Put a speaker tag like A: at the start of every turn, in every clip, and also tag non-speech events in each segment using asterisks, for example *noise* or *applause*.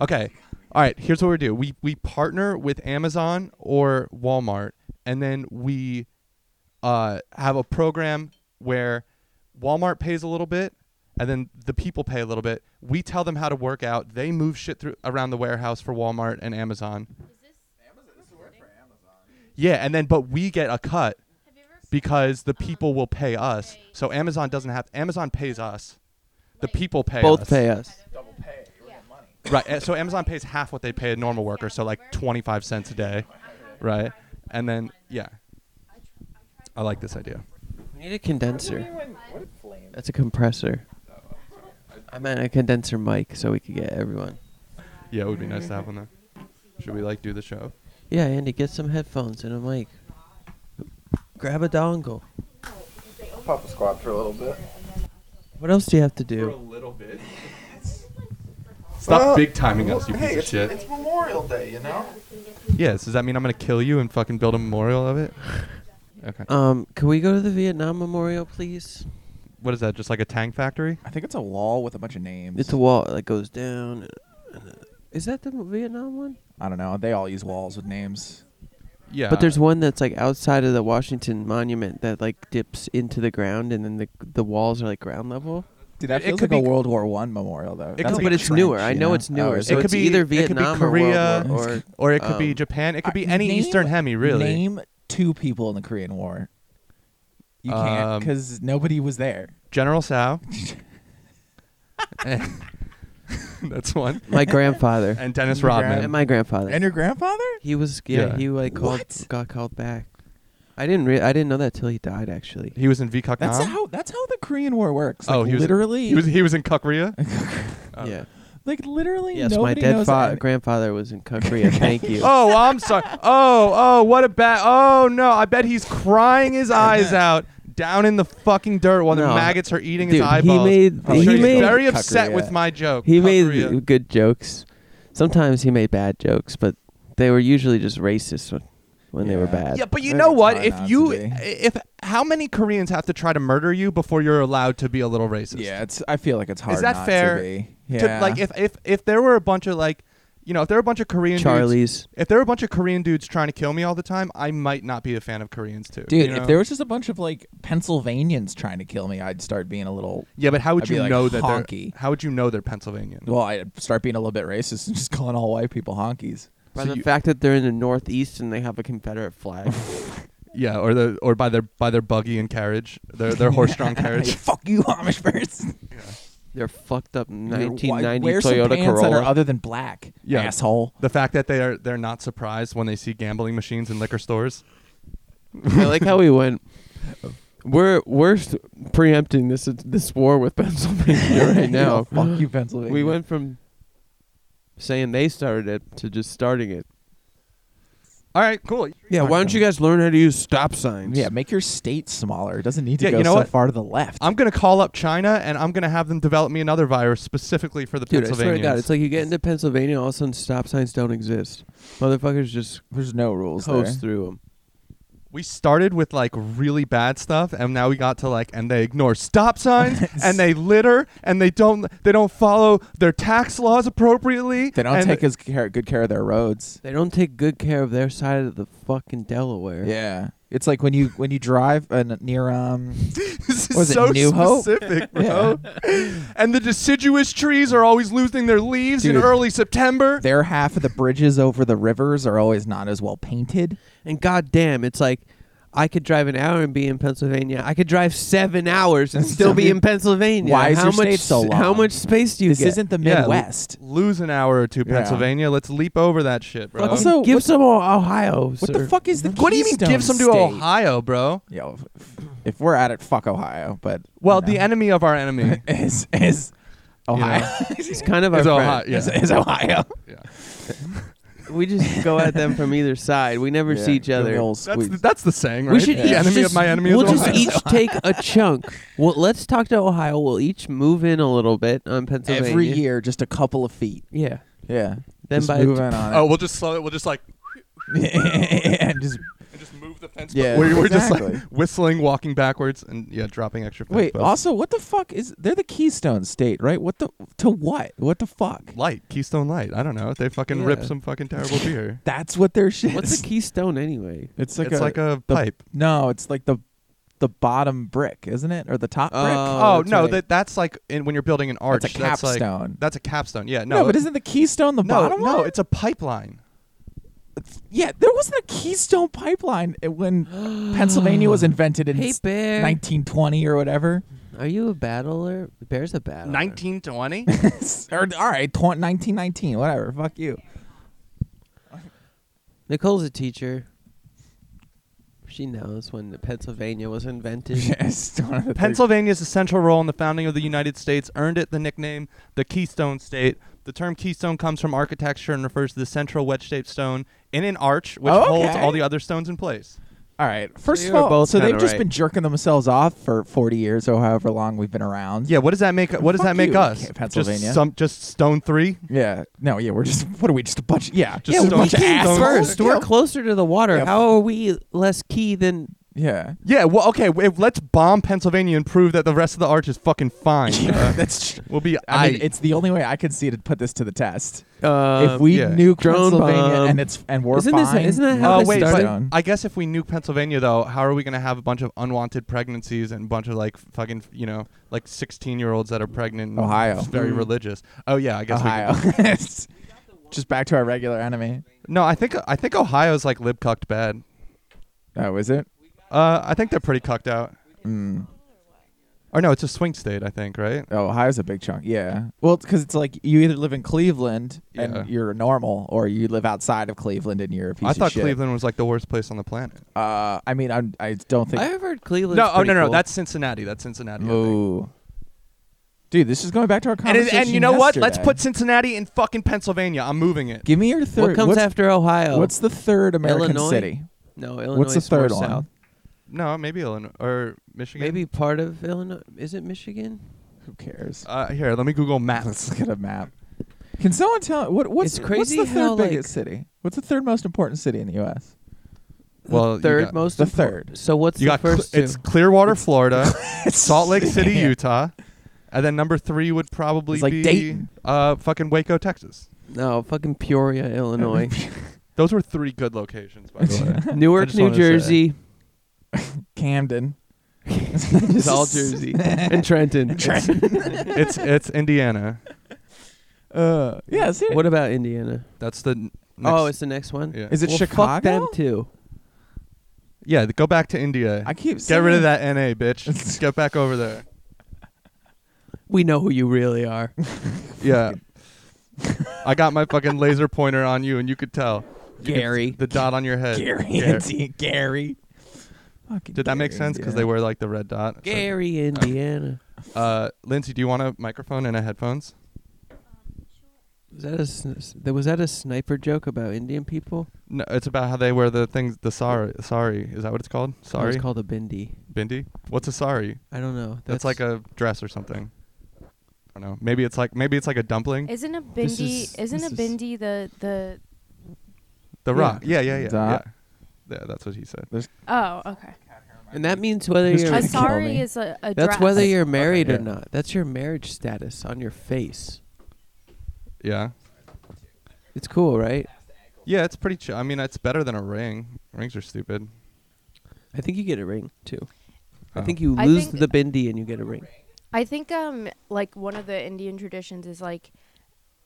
A: Okay. All right. Here's what we do. We we partner with Amazon or Walmart, and then we uh, have a program where Walmart pays a little bit, and then the people pay a little bit. We tell them how to work out. They move shit through around the warehouse for Walmart and Amazon.
B: Is this
C: Amazon. This is work for Amazon.
A: Yeah, and then but we get a cut
B: have you ever
A: because the people will pay us. So Amazon doesn't have. Amazon pays us. The
B: Like-
A: people pay
D: Both
A: us.
D: pay us.
C: Double pay. We're
B: Yeah.
C: getting money.
A: Right. and So Amazon pays half what they pay a normal worker, so like 25 cents a day. Right. And then yeah. I like this idea.
D: We need a condenser.
C: What a flame.
D: That's a compressor. I meant a condenser mic so we could get everyone.
A: Yeah, it would be nice to have one there. Should we like do the show?
D: Yeah, Andy, get some headphones and a mic. Grab a dongle.
C: Pop a squat for a little bit.
D: What else do you have to do?
A: little bit.
C: Well,
A: Stop big timing us, you
C: hey,
A: piece of
C: it's,
A: shit.
C: it's Memorial Day, you know?
A: Yes, does that mean I'm gonna kill you and fucking build a memorial of it? Okay.
D: Um, can we go to the Vietnam Memorial, please?
A: What is that? Just like a tank factory?
C: I think it's a wall with a bunch of names.
D: It's a wall that goes down. and- and- Is that the Vietnam one?
C: I don't know. They all use walls with names.
A: Yeah.
D: But there's one that's like outside of the Washington Monument that like dips into the ground, and then the the walls are like ground level.
C: Dude, that
A: It
C: feels
A: could
C: like a
A: be-
C: World War One memorial, though.
A: It
C: That's
A: could-
C: like
D: but
C: a
D: it's newer.
C: trench,
D: I
C: you
D: know it's newer,
C: Oh,
D: so
A: it could
D: it's
A: be
D: either
A: it could
D: Vietnam
A: be
D: or World
A: Korea,
D: War-
A: *laughs* or
D: or-
A: it could be
D: um,
A: Japan. It could be
C: Uh,
A: any
C: name-
A: Eastern Hemi, really.
C: Name two people in the Korean War. You can't
A: Um,
C: because nobody was there.
A: General *laughs* Sao. That's one.
D: My grandfather
A: And Dennis
C: Your
A: Rodman.
D: and my grandfather.
C: And your grandfather?
D: he was yeah,
A: Yeah.
D: he like called
C: What?
D: got called back. I didn't re- I didn't know that till he died actually.
A: He was in Vikok
C: That's
A: Nam?
C: how that's how the Korean War works. Like,
A: Oh, he was-
C: literally.
A: He was he was in
C: *laughs*
A: Korea. Oh.
D: yeah.
C: like literally.
D: Yes, my
C: nobody
D: dead
C: knows
D: fa-
C: any-
D: grandfather was in Korea. Thank you.
A: *laughs* Oh, I'm sorry. Oh, oh, what a bad. Oh no, I bet he's crying his eyes out down in the fucking dirt while the
D: No.
A: maggots are eating
D: Dude,
A: his
D: he
A: eyeballs.
D: made-
A: I'm sure
C: he
A: he's
C: made-
A: very upset
C: Korea.
A: with my joke.
D: He
A: Korea.
D: made good jokes. Sometimes he made bad jokes, but they were usually just racist when, when they were
C: Yeah.
D: bad.
A: Yeah, but you
C: There's
A: know
C: a
A: what?
C: time
A: If
C: not to
A: you,
C: be.
A: if how many Koreans have to try to murder you before you're allowed to be a little racist?
C: Yeah, it's. I feel like it's hard.
A: that
C: not
A: fair?
C: To be.
A: To-
C: Yeah.
A: like if if if there were a bunch of like, you know, if there were a bunch of Korean dudes-
D: Charlie's.
A: if there were a bunch of Korean dudes trying to kill me all the time, I might not be a fan of Koreans too.
C: Dude,
A: you
C: if
A: know?
C: there was just a bunch of like Pennsylvanians trying to kill me, I'd start being a little.
A: yeah, but how would
C: I'd be
A: you
C: like,
A: know that
C: "Honky."
A: they're how would you know they're Pennsylvanian?
C: Well, I'd start being a little bit racist and just calling all white people honkies.
D: By
A: So
D: the
A: you-
D: fact that they're in the Northeast and they have a
A: *laughs*
D: Confederate flag.
A: Yeah, or the or by their by their buggy and carriage, their their
C: *laughs*
A: horse-drawn
C: Hey,
A: carriage.
C: fuck you, Amish *laughs* person.
D: They're fucked up
C: You're
D: 1990
C: white. Wear some
D: Toyota
C: pants that are
D: Corolla.
C: other than black.
A: Yeah. *laughs*
C: Asshole.
A: The fact that they are they're not surprised when they see gambling machines in liquor stores.
D: *laughs* I like how we went. We're we're s preempting this this war with *laughs*
C: *laughs*
D: Pennsylvania right now.
C: Yeah, fuck you, Pennsylvania.
D: We went from saying they started it to just starting it.
A: All right, cool.
D: Yeah, why don't you guys learn how to use stop signs?
C: Yeah, make your state smaller. It doesn't need to
A: Yeah,
C: go
A: you know
C: so
A: what?
C: far to the left.
A: I'm gonna call up China and I'm gonna have them develop me another virus specifically for the
D: Dude, I swear to
A: Pennsylvanians.
D: God, it's like you get into Pennsylvania, all of a sudden stop signs don't exist. Motherfuckers just
C: There's no rules there.
D: coast through them.
A: we started with like really bad stuff, and now we got to like, and they ignore stop
C: *laughs*
A: signs, and they litter, and they don't they don't follow their tax laws appropriately.
C: They don't
A: and-
C: take as care, good care of their roads.
D: They don't take good care of their side of the fucking Delaware.
C: Yeah, it's like when you when you drive uh, n-
A: *laughs*
C: near um.
A: *laughs* This is
C: Was it
A: so
C: New Hope? *laughs*
A: specific, bro. And the deciduous trees are always losing their leaves in
C: Dude.
A: early September.
C: *laughs* Their half of the bridges over the rivers are always not as well painted.
D: And goddamn, it's like I could drive an hour and be in Pennsylvania. I could drive seven hours and still be in Pennsylvania.
C: Why is
D: how
C: your
D: much,
C: state so
D: s- How
C: long?
D: much space do you
C: This
D: get?
C: isn't the
A: Yeah, l-
C: Midwest.
A: Lose an hour or two,
C: Yeah.
A: Pennsylvania. Let's leap over that shit, bro.
D: Fucking
C: Also-
D: give
C: what-
D: some o- Ohio.
C: what the fuck is the?
A: what do you mean
C: Keystone
A: give some to
C: State?
A: Ohio, bro?
C: Yo, if, if we're at it, fuck Ohio. But
A: Well,
C: you
A: the
C: know,
A: enemy of our
C: *laughs*
A: enemy
C: is is
A: *laughs*
C: Ohio.
D: It's kind of our
A: is Ohio.
D: friend.
A: Uh, Yeah.
C: is, is Ohio.
A: Yeah.
D: We
C: *laughs*
D: just go at them from either side. We never see each other.
A: That's, the, that's the saying, right?
D: We should
A: the
D: each
A: enemy
D: just,
A: of my enemy
D: We'll
A: is
D: just
A: Ohio.
D: each take a chunk. Well, let's talk to Ohio. We'll each move in a little bit on Pennsylvania
C: every year, just a couple of feet.
D: Yeah.
C: Yeah.
D: Then
C: just
D: by
C: move in
A: *laughs*
C: on
A: Oh,
C: it.
A: we'll just slow it. We'll just like
C: *laughs* and just
A: and just move move the fence.
B: Yeah,
A: but we were just
B: exactly.
A: like whistling, walking backwards, and yeah, dropping extra fence
C: Wait,
A: posts.
C: also, what the fuck is? They're the Keystone State, right? What the to what? What the fuck?
A: Light, Keystone Light. I don't know. They fucking ripped
D: Yeah.
A: some fucking terrible beer.
C: That's what their shit.
D: What's
C: is. *laughs*
D: a keystone anyway?
C: It's like
A: it's
C: a
A: like a
C: the-
A: pipe.
C: no. It's like the the bottom brick, isn't it, or the top brick?
D: Uh,
A: Oh,
D: Oh, that's
A: no,
D: right.
A: that that's like in, when you're building an arch.
C: that's a
A: like-
C: capstone.
A: that's a capstone. Yeah,
C: no,
A: no,
C: but isn't the Keystone the
A: no,
C: bottom
A: no,
C: one?
A: it's a pipeline.
C: yeah. There wasn't a Keystone pipeline when Pennsylvania was invented in
B: Hey
C: s-
B: bear,
C: 1920 or whatever. *laughs*
B: are you a battler? The bear's a
C: Oh.
B: battler.
C: *laughs*
A: twenty.
C: or all right, tw- 1919, whatever. Fuck you. *laughs*
B: Nicole's a teacher. She knows when Pennsylvania was
A: *laughs*
B: invented.
C: Yes, one of the three-
A: Pennsylvania's essential role in the founding of the United States earned it the nickname the Keystone State. The term Keystone comes from architecture and refers to the central wedge-shaped stone in an arch, which
C: Oh,
A: holds
C: okay.
A: all the other stones in place.
C: All right. First
D: you
C: of
D: were
C: all,
D: both
C: so they've
D: kinda
C: just
D: right.
C: been jerking themselves off for 40 years or however long we've been around.
A: Yeah, what does that make? What does
C: Fuck
A: that make
C: you,
A: us?
C: Pennsylvania.
A: Just, some, just stone three.
C: Yeah. No, yeah, we're just what are we just a bunch yeah,
A: Just
C: yeah, we're a
A: stone-
C: bunch of
A: stone
C: assholes.
A: first.
B: First, we're
C: Yeah.
B: closer to the water.
C: Yeah.
B: How are we less key than?
C: Yeah.
A: Yeah. Well, okay. w- if- let's bomb Pennsylvania and prove that the rest of the arch is fucking
C: *laughs*
A: fine. uh,
C: That's tr-
A: we'll be.
C: *laughs* I mean,
A: aight.
C: it's the only way I could see to put this to the test.
D: Um,
C: if we
A: yeah.
C: nuke
D: Drone
C: Pennsylvania
D: bomb.
C: and it's and we're
B: Isn't this-
C: fine,
B: isn't that how
A: Oh
B: they
A: wait,
B: started?
A: but I guess if we nuke Pennsylvania though, how are we gonna have a bunch of unwanted pregnancies and a bunch of like fucking you know like sixteen year olds that are pregnant? and
C: Ohio.
A: s- very
D: Mm.
A: religious. Oh yeah, I guess. we
C: Ohio. *laughs*
A: could-
C: It's just back to our regular enemy.
A: no, I think I think Ohio's like lib cucked bad.
C: Oh, is it?
A: Uh, I think they're pretty cucked out.
C: Mm.
A: Or no, it's a swing state. I think right.
C: Oh, Ohio's a big chunk. Yeah. Well, because it's like you either live in Cleveland
A: Yeah.
C: and you're normal, or you live outside of Cleveland and you're a piece
A: I
C: of
A: thought
C: shit.
A: Cleveland was like the worst place on the planet.
C: Uh, I mean, I, I don't think.
B: I've heard Cleveland.
A: No, oh no, no, that's Cincinnati. That's Cincinnati. I think.
C: Ooh. Dude, this is going back to our
A: And, it-
C: conversation.
A: and you know what? Let's
C: yesterday.
A: put Cincinnati in fucking Pennsylvania. I'm moving it.
C: Give me your third.
B: what comes
C: what's,
B: after Ohio.
C: What's the third American
B: Illinois?
C: city?
B: no Illinois?
C: what's the
B: is more
C: third one?
B: South.
A: No, maybe Illinois or Michigan.
B: Maybe part of Illinois. Is it Michigan?
C: Who cares? *laughs*
A: Uh, here, let me Google
C: Let's
A: Maps.
C: look at a map. Can someone tell what what's
B: It's crazy
C: what's the
B: how,
C: third
B: like-
C: biggest city? What's the third most important city in the U.S.?
A: Well, you
B: third
A: got-
B: most.
C: the
B: impor-
C: third.
B: So what's
A: You
B: the
A: got Cl-
B: first two?
A: it's Clearwater,
C: *laughs*
A: Florida, Salt Lake City,
C: Yeah.
A: Utah, and then number three would probably
C: It's like
A: be
C: Dayton.
A: uh fucking Waco, Texas.
B: no, fucking Peoria,
A: *laughs*
B: Illinois.
A: Those were three good locations, by
C: *laughs*
A: the way. I
B: Newark,
A: just
B: New
A: wanted to say. *laughs*
B: Jersey. *laughs*
C: Camden. *laughs*
B: It's all Jersey.
D: and Trenton.
A: it's it's Indiana.
C: Uh,
A: *laughs*
C: yeah. See,
B: What about Indiana?
A: That's the n- next,
B: Oh, it's the next one.
A: yeah.
C: is it
B: well,
C: Chicago?
B: Fuck them too.
A: yeah. th- Go back to India.
C: I keep
A: Get
C: saying-
A: rid of that NA,
C: *laughs*
A: bitch. Get back over there.
B: We know who you really are.
A: Yeah. I got my fucking laser pointer on you, and you could tell You could-
B: Gary.
A: the dot on your head.
C: Gary. *laughs*
A: Gar-
C: Gary. Gary. Fucking
A: uh, Did that make
C: Gary,
A: sense? Because
C: yeah.
A: they were like the red dot. So-
B: Gary, Indiana.
A: Uh, Lindsay, do you want a microphone and a headphones?
B: um, Was that a sn- was that a sniper joke about Indian people?
A: No, it's about how they wear the things. The sorry, sorry, is that what it's called?
B: No,
A: Sorry,
B: It's called a bindi.
A: bindi. What's a sorry?
B: I don't know.
A: That's, like a dress or something. I don't know. Maybe it's like maybe it's like a dumpling.
E: Isn't a
B: This
E: bindi?
B: is-
E: isn't a
B: this is-
E: bindi the the?
A: the
B: yeah.
A: rock. Yeah, yeah, yeah, yeah.
C: Dot.
A: Yeah, that's what he said.
E: Oh, okay.
B: and that means whether
C: Who's
B: you're
C: trying
E: A
C: to kill
E: sari
C: me.
E: is a, a
B: that's
E: dress.
B: whether you're married or
A: yeah.
B: not. That's your marriage status on your face.
A: Yeah,
B: It's cool, right?
A: yeah. It's pretty. Ch- I mean, it's better than a ring. Rings are stupid.
B: I think you get a ring too. I
A: Oh.
B: think you
E: I
B: lose
E: think-
B: the bindi and you get a ring.
E: I think um like one of the Indian traditions is like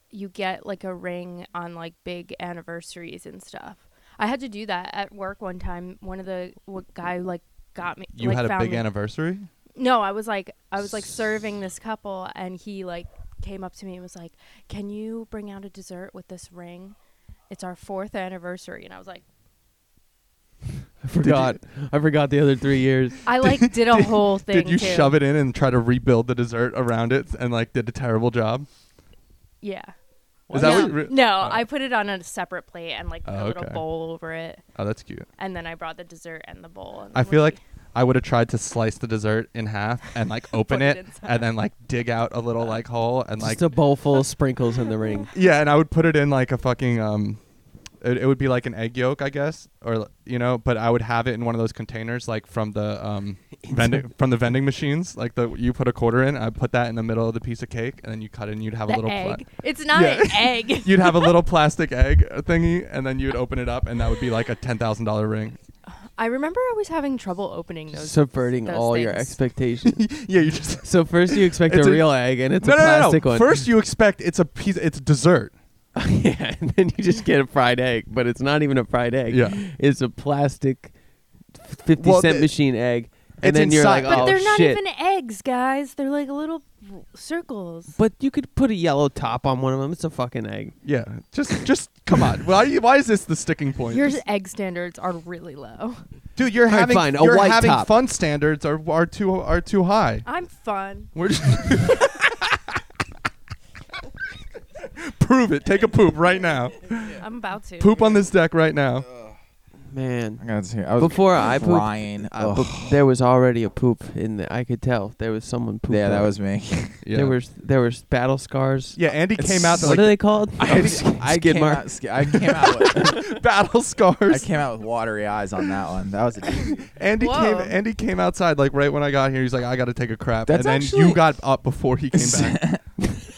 E: you get like a ring on like big anniversaries and stuff. I had to do that at work one time. One of the w- guy like got me.
A: You
E: like,
A: had a
E: found
A: big
E: me-
A: anniversary.
E: No, I was like I was like serving this couple and he like came up to me and was like, "Can you bring out a dessert with this ring? It's our 4th anniversary." And I was like,
B: I forgot. I forgot the other three years.
E: I like did a whole
A: *laughs*
E: thing
A: Did you
E: too.
A: shove it in and try to rebuild the dessert around it and like did a terrible job?
E: Yeah.
A: Is that
E: no,
A: what? you re-
E: no, I put it on a separate plate and like put
A: Oh,
E: a little
A: okay.
E: bowl over it,
A: Oh, that's cute.
E: and then I brought the dessert and the bowl. And
A: I
E: then
A: feel
E: we-
A: like I would have tried to slice the dessert in half and
E: *laughs*
A: like open
E: it
A: it,
E: inside.
A: and then like dig out a little like hole and like
E: *laughs*
B: Just a bowl full of sprinkles in the ring.
A: yeah, and I would put it in like a fucking um It, it would be like an egg yolk, I guess, or you know, but I would have it in one of those containers, like from the um, vending from the vending machines, like the you put a quarter in. I put that in the middle of the piece of cake, and then you cut it, and you'd have a
E: the
A: little pla-
E: egg. It's not
A: Yeah. *laughs*
E: an egg.
A: you'd have a little plastic egg thingy, and then you'd open it up, and that would be like a ten thousand dollar
D: *laughs*
A: ring.
E: I remember always having trouble opening those.
D: subverting
E: those
D: all your
E: things.
D: expectations.
A: yeah, you just
D: so first you expect
A: It's
D: a
A: a-
D: real egg and it's
A: no,
D: a
A: no, no, no.
D: plastic one.
A: First, you expect it's a piece, it's dessert.
D: *laughs* yeah, and then you just get a fried egg, but it's not even a fried egg.
A: Yeah.
D: It's a plastic fifty
A: Well,
D: cent
A: the-
D: machine egg. And
A: it's
D: then you're
A: inside-
D: like,
E: but
D: oh
E: they're not
D: shit.
E: even eggs, guys. They're like little circles.
D: but you could put a yellow top on one of them. It's a fucking egg.
A: Yeah, just just come on. Why you- why is this the sticking point?
E: Your
A: Just-
E: egg standards are really low.
A: dude, you're
D: All right,
A: having
D: fine, a
A: you're
D: white
A: having
D: top.
A: fun standards are are too are too high.
E: I'm fun.
A: We're just *laughs* prove it. Take a poop right now.
E: I'm about to.
A: Poop on this deck right now.
C: I
D: Man.
C: gotta see. I was
D: Before I pooped,
C: crying.
D: I-
C: Ugh.
D: Uh, but there was already a poop in the, I could tell. There was someone pooped.
C: yeah, that
D: on it.
C: was me.
A: *laughs* Yeah.
D: There was there was battle scars.
A: yeah, Andy came out to
D: What
A: like
D: are they
A: *laughs*
D: called?
C: *laughs*
D: *laughs*
C: I, I
D: Skid
C: came
D: mark.
C: out. sk- I came out. With,
A: battle
C: I
A: scars.
C: came out with watery eyes on that one. That
A: *laughs*
C: was a doozy.
A: Andy
E: Whoa.
A: came Andy came outside like right when I got here. He's like, I gotta take a crap.
C: That's
A: and then you
C: actually-
A: got up before he came back.
C: *laughs*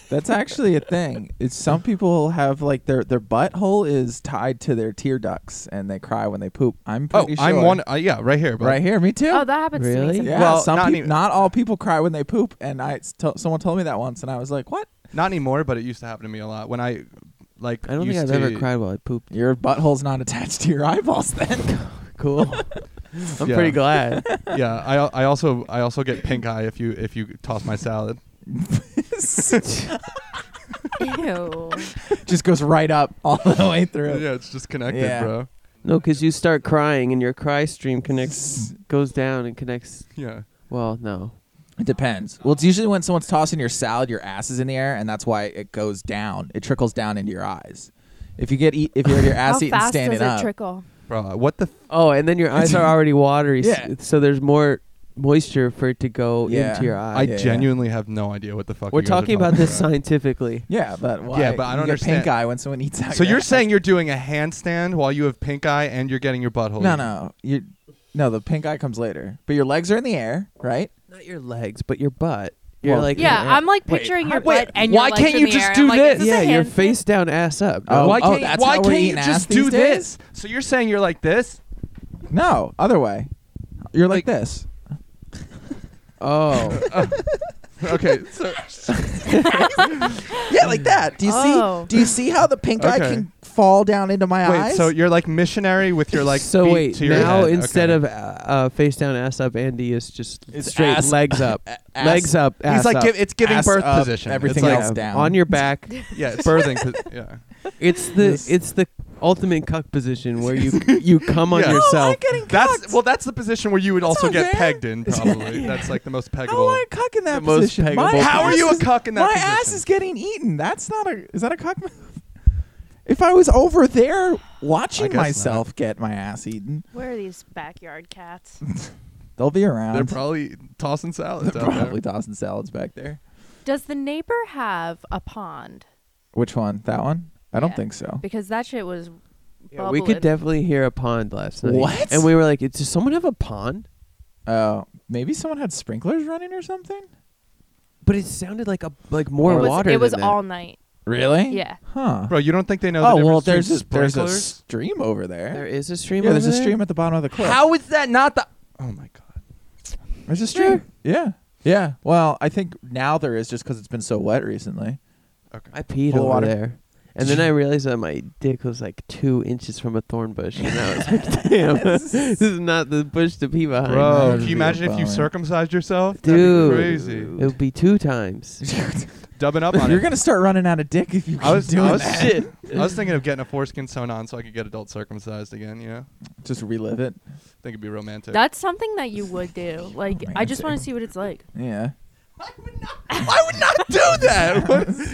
C: That's actually a thing. It's
A: *laughs*
C: some people have like their their butthole is tied to their tear ducts and they cry when they poop. I'm
A: Oh,
C: pretty sure.
A: I'm one. Uh, yeah, right here, bud.
C: right here. Me too.
E: Oh, that happens to me.
D: Really?
E: sometimes.
C: yeah,
A: Well,
C: some
A: not
C: not,
A: even-
C: not all people cry when they poop, and I s- to- someone told me that once, and I was like, "What?
A: Not anymore, but it used to happen to me a lot when I like.
D: I don't think
A: used
D: I've
A: to-
D: ever cried while I pooped.
C: Your butthole's not attached to your eyeballs, then?" *laughs*
A: *laughs*
D: Cool. *laughs* I'm
A: Yeah.
D: pretty glad.
A: *laughs* Yeah, I al- I also I also get pink eye if you if you toss my
C: *laughs*
A: salad.
E: Ew.
C: Just goes right up all the way through.
A: Yeah, it's just connected,
C: Yeah.
A: bro.
D: No, because you start crying and your cry stream connects, goes down and connects.
A: Yeah.
D: Well, no.
C: It depends. Well, it's usually when someone's tossing your salad, your ass is in the air, and that's why it goes down. It trickles down into your eyes. If you get eat, if you have your
E: *laughs* How
C: ass eaten
E: fast does
C: standing
E: it
C: up,
E: trickle?
A: Bro, what the f-
D: Oh, and then your eyes are already watery. s-
C: Yeah.
D: So there's more moisture for it to go
C: Yeah.
D: into your
A: I
D: eye.
C: yeah, yeah.
A: genuinely have no idea what the fuck
D: We're
A: you guys are
D: talking about this
A: about.
D: scientifically.
C: yeah, but why?
A: Yeah, but I
C: you
A: don't
C: get
A: understand.
C: Pink eye when someone eats out.
A: So
C: your
A: you're
C: ass.
A: saying you're doing a handstand while you have pink eye and you're getting your butthole?
C: no,
A: eaten.
C: no, you no. The pink eye comes later, but your legs are in the air, right?
D: Not your legs, but your butt. You're
C: Well,
D: like
E: Yeah,
D: your-
E: I'm like
D: Wait,
E: picturing your
D: how- wait,
E: butt and your
A: why
E: legs
A: can't
E: in
A: you
E: the
A: just
E: air, and
A: do
E: I'm like, is
A: this?
E: a
D: yeah, you're
E: handstand?
D: face down, ass up.
C: Oh,
A: why can't
C: that's
A: why
C: how we're
A: can't you
C: eating ass
A: just
C: these
A: do
C: days?
A: this? So you're saying you're like this?
C: No, other way. You're like,
A: Like-
C: this.
D: *laughs*
A: *laughs*
D: oh.
A: Okay. So
C: Yeah, like that. Do you
E: Oh.
C: see? Do you see how the pink eye
A: Okay.
C: can fall down into my
A: wait,
C: eyes?
A: so you're like missionary with your like
D: so
A: feet
D: wait.
A: to your
D: Now
A: head.
D: instead
A: Okay.
D: of uh, uh, face down, ass up, Andy is just
C: It's
D: straight
C: ass-
D: legs up,
A: *laughs*
C: ass-
D: legs up.
A: He's
D: ass
A: like
D: up.
A: give, it's giving
C: Ass
A: birth
C: up,
A: position.
C: everything
A: it's like,
C: else down.
D: on
A: *laughs*
D: your back.
A: Yeah, it's birthing. *laughs* posi- yeah.
D: It's the
C: Yes.
D: it's the ultimate cuck position where *laughs* you you come on
A: Yeah. Oh,
C: Oh,
D: yourself.
C: I'm getting
A: That's
C: cucked.
A: well. That's the position where you would also
C: not
A: get
C: fair.
A: pegged
C: *laughs*
A: in. Probably. That's like the most peggable.
C: How am I a cuck in that
D: The most
C: position? My
D: peggable
A: How are you a
C: ass is-
A: cuck in that
C: My
A: position?
C: ass is getting eaten. That's not a. Is that a cuck move? If I was over there
A: I
C: watching
A: guess
C: myself get my ass eaten,
E: Where are these backyard cats?
C: they'll be around.
A: They're
C: *laughs*
A: probably tossing salads.
C: They're
A: out there.
C: probably tossing salads back there.
E: Does the neighbor have a pond?
C: Which one? That one? I don't
E: Yeah.
C: think so.
E: Because that shit was.
D: Yeah, we could
E: bubbling.
D: definitely hear a pond last night.
C: What?
D: And we were like, does someone have a pond?
C: Oh, maybe someone had sprinklers running or something.
D: But it sounded like a like more
E: it was,
D: water.
E: It
D: than
E: was
D: that.
E: all night.
C: Really?
E: Yeah.
C: Huh.
A: Bro, you don't think they know?
C: oh
A: the
C: well,
A: difference
C: there's a,
A: between
C: there's a
A: sprinklers?
C: stream over there.
D: There is a stream.
C: yeah, there's
D: over
C: a
D: there?
C: stream at the bottom of the cliff.
A: How is that not the? Oh my god.
C: There's a stream. Yeah. Yeah. Well, I think now there is just because it's been so wet recently.
D: I peed
C: Full
D: over
C: water.
D: there, and then I realized that my dick was like two inches from a thorn bush, and I was like, damn, *laughs* this is not the bush to pee behind.
A: Bro,
C: know.
A: can you
C: Be a
A: imagine if you
C: bummer.
A: circumcised yourself? That'd be
D: Dude,
A: crazy.
D: it would be two times.
A: Dubbing up on
C: You're
A: it.
C: gonna start running out of dick if you keep
A: I was,
C: doing
A: I was
C: that.
A: shit. I was thinking of getting a foreskin sewn on so I could get adult circumcised again. You know,
C: Just relive it.
A: I think it'd be romantic.
E: That's something that you would do. Like, I just want to
C: Romantic.
E: see what it's like.
C: Yeah.
A: I would not
E: *laughs*
A: do that.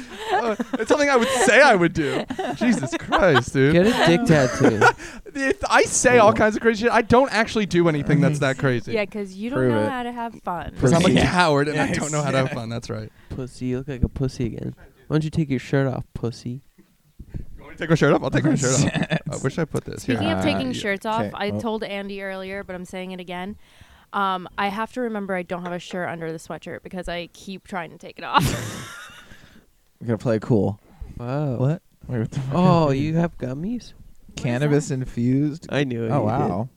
A: *laughs* What- uh, it's something I would say I would do. Jesus Christ, dude.
D: Get a dick tattoo.
A: If I say all kinds of crazy shit. I don't actually do anything that's that crazy.
E: Yeah, because you don't
C: Prove
E: know
C: it.
E: how to have fun.
A: Because I'm a
C: Yeah.
A: coward and I
C: Yes.
A: don't know how to have fun. That's right.
D: pussy, you look like a pussy again. Why don't you take your shirt off, pussy?
A: Go want me to take my shirt off? I'll take my shirt off. I wish I put this
E: Speaking
A: here.
E: of
C: Uh,
E: taking
C: yeah.
E: shirts off,
C: Okay.
E: I
C: Oh.
E: told Andy earlier, but I'm saying it again. Um, I have to remember I don't have a shirt under the sweatshirt because I keep trying to take it off. *laughs*
C: We're gonna play cool.
B: Wow.
A: *laughs*
C: What? Wait, what the fuck?
B: Oh, you have gummies?
C: cannabis infused.
D: I knew it.
C: Oh
D: you
C: wow.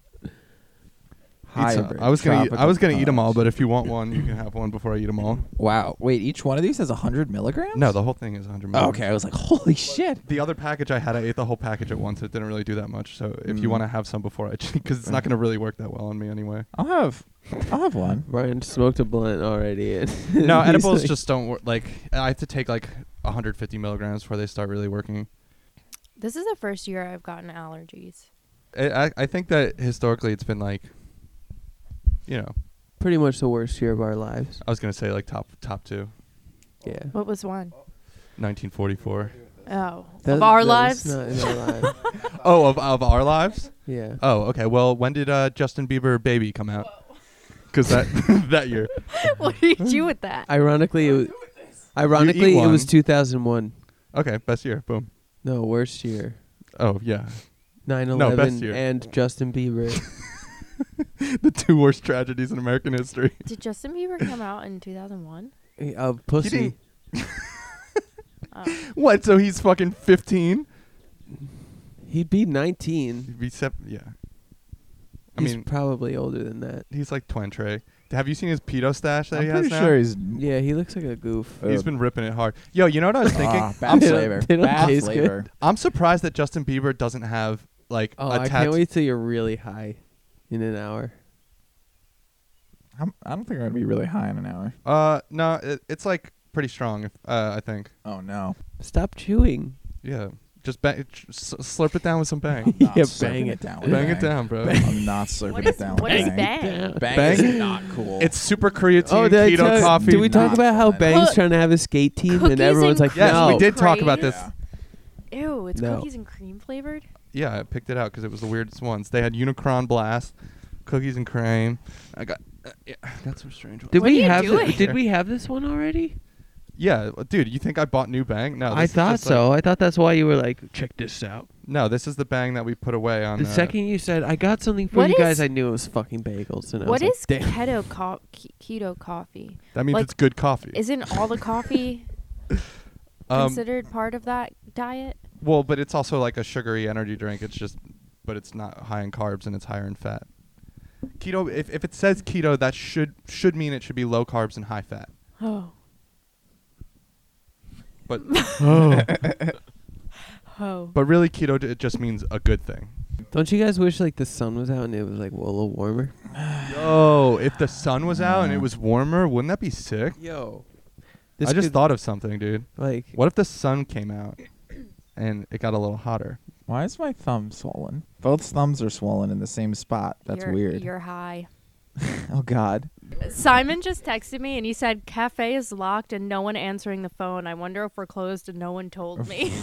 A: I was gonna eat, I was gonna eat them all, but if you want one, you can have one before I eat them all.
C: wow. Wait, each one of these has hundred milligrams?
A: No, the whole thing is 100.
C: Oh,
A: milligrams.
C: okay, I was like, holy shit.
A: The other package I had, I ate the whole package at once. It didn't really do that much. So if you
C: Mm.
A: want to have some before I, *laughs* because it's not going to really work that well on me anyway.
C: I'll have, I'll have one.
D: did. Brian smoked a blunt already. *laughs* and
A: No,
D: he's
A: edibles
D: like-
A: just don't work. Like I have to take like 150 milligrams before they start really working.
E: this is the first year I've gotten allergies.
A: I, I, I think that historically it's been like, you know,
D: pretty much the worst year of our lives.
A: I was going to say like top top two,
D: Yeah.
E: What was one?
A: 1944.
E: Oh,
D: That-
E: of our
D: that
E: lives. *laughs*
D: is *laughs* not in our
A: *laughs*
D: lives.
A: Oh, of of our lives.
D: Yeah.
A: Oh, okay. Well, when did uh, Justin Bieber "Baby" come out? Because that *laughs* that year.
E: what do you do with that?
D: Ironically, it was, ironically it was
A: one.
D: 2001.
A: Okay, best year. Boom.
D: No, worst year.
A: Oh yeah, *laughs*
D: 9/11
A: best year.
D: and Justin Bieber.
A: *laughs* the two worst tragedies in American history. *laughs*
E: Did Justin Bieber come out in 2001?
D: of pussy.
A: didn't- What? So he's fucking 15?
D: He'd be 19.
A: He'd be sep- yeah. I
D: He's
A: mean,
D: probably older than that.
A: he's like Twentre. Have you seen his pedo stash that
C: I'm
A: he
C: pretty
A: has now?
C: sure he's.
D: Yeah, he looks like a goof.
A: He's been ripping it hard. Yo, you know what I was thinking?
C: Ah,
A: I'm,
C: bad
D: They don't-
C: flavor.
D: they don't
C: Bad
D: taste
C: flavor.
A: I'm surprised that Justin Bieber doesn't have like
D: Oh,
A: a
D: I
A: tat-
D: can't wait till you're really high in an hour.
C: I'm, I don't think I'm gonna be really high in an hour.
A: Uh, no, it, it's like pretty strong. If, uh, I think.
C: Oh no.
D: Stop chewing.
A: Yeah, just bang, s- slurp it down with some bang.
C: I'm not
D: *laughs* Yeah,
C: slurping
D: bang it.
C: down. with
A: bang it down, bro.
C: I'm not slurping
E: What
C: it
E: is
C: down.
E: what
C: with
E: is
C: bang.
E: bang?
D: *laughs*
C: Bang,
D: Bang- Oh,
C: is not cool.
A: It's super creatine
D: did I
A: keto
D: tell-
A: coffee.
D: Did we talk
C: Not
D: about how
C: fun.
D: Bang's
E: Cook-
D: trying to have his skate team
E: Cookies
D: and everyone's
E: and
D: like,
A: Yes,
D: no.
A: we did talk about this.
C: Yeah.
E: Ew, it's
D: No.
E: cookies and cream flavored.
A: Yeah, I picked it out because it was the weirdest ones. They had Unicron Blast, cookies and cream. I got, uh, yeah, I got some strange ones.
D: Did
E: What
D: we
E: are you
D: have thi-
E: doing?
D: did we have this one already?
A: Yeah, well, dude, you think I bought new bang? No,
D: I
A: this is
D: thought
A: just like-
D: so. I thought that's why you were like, check this out.
A: no, this is the bang that we put away on
D: The
A: uh,
D: second you said, I got something for
E: What
D: you guys,
E: is-
D: I knew it was fucking bagels. And I
E: What
D: was
E: is
D: like, Damn.
E: keto co- ke- keto coffee?
A: That means
E: like,
A: it's good coffee.
E: Isn't all the coffee
A: um,
E: considered part of that diet?
A: well, but it's also like a sugary energy drink. It's just, but it's not high in carbs and it's higher in fat. Keto. If, if it says keto, that should should mean it should be low carbs and high fat.
E: Oh, *laughs*
A: But
E: oh.
A: but really, keto d- it just means a good thing.
D: Don't you guys wish like the sun was out and it was like well, a little warmer?
A: Yo, if the sun was out and it was warmer, wouldn't that be sick?
D: Yo,
A: I just thought of something, dude.
D: like
A: What if the sun came out and it got a little hotter?
C: Why is my thumb swollen? Both thumbs are swollen in the same spot. That's
E: you're,
C: weird.
E: You're high.
C: *laughs* Oh God.
E: Simon just texted me and he said, Cafe is locked and no one answering the phone. I wonder if we're closed and no one told me. *laughs*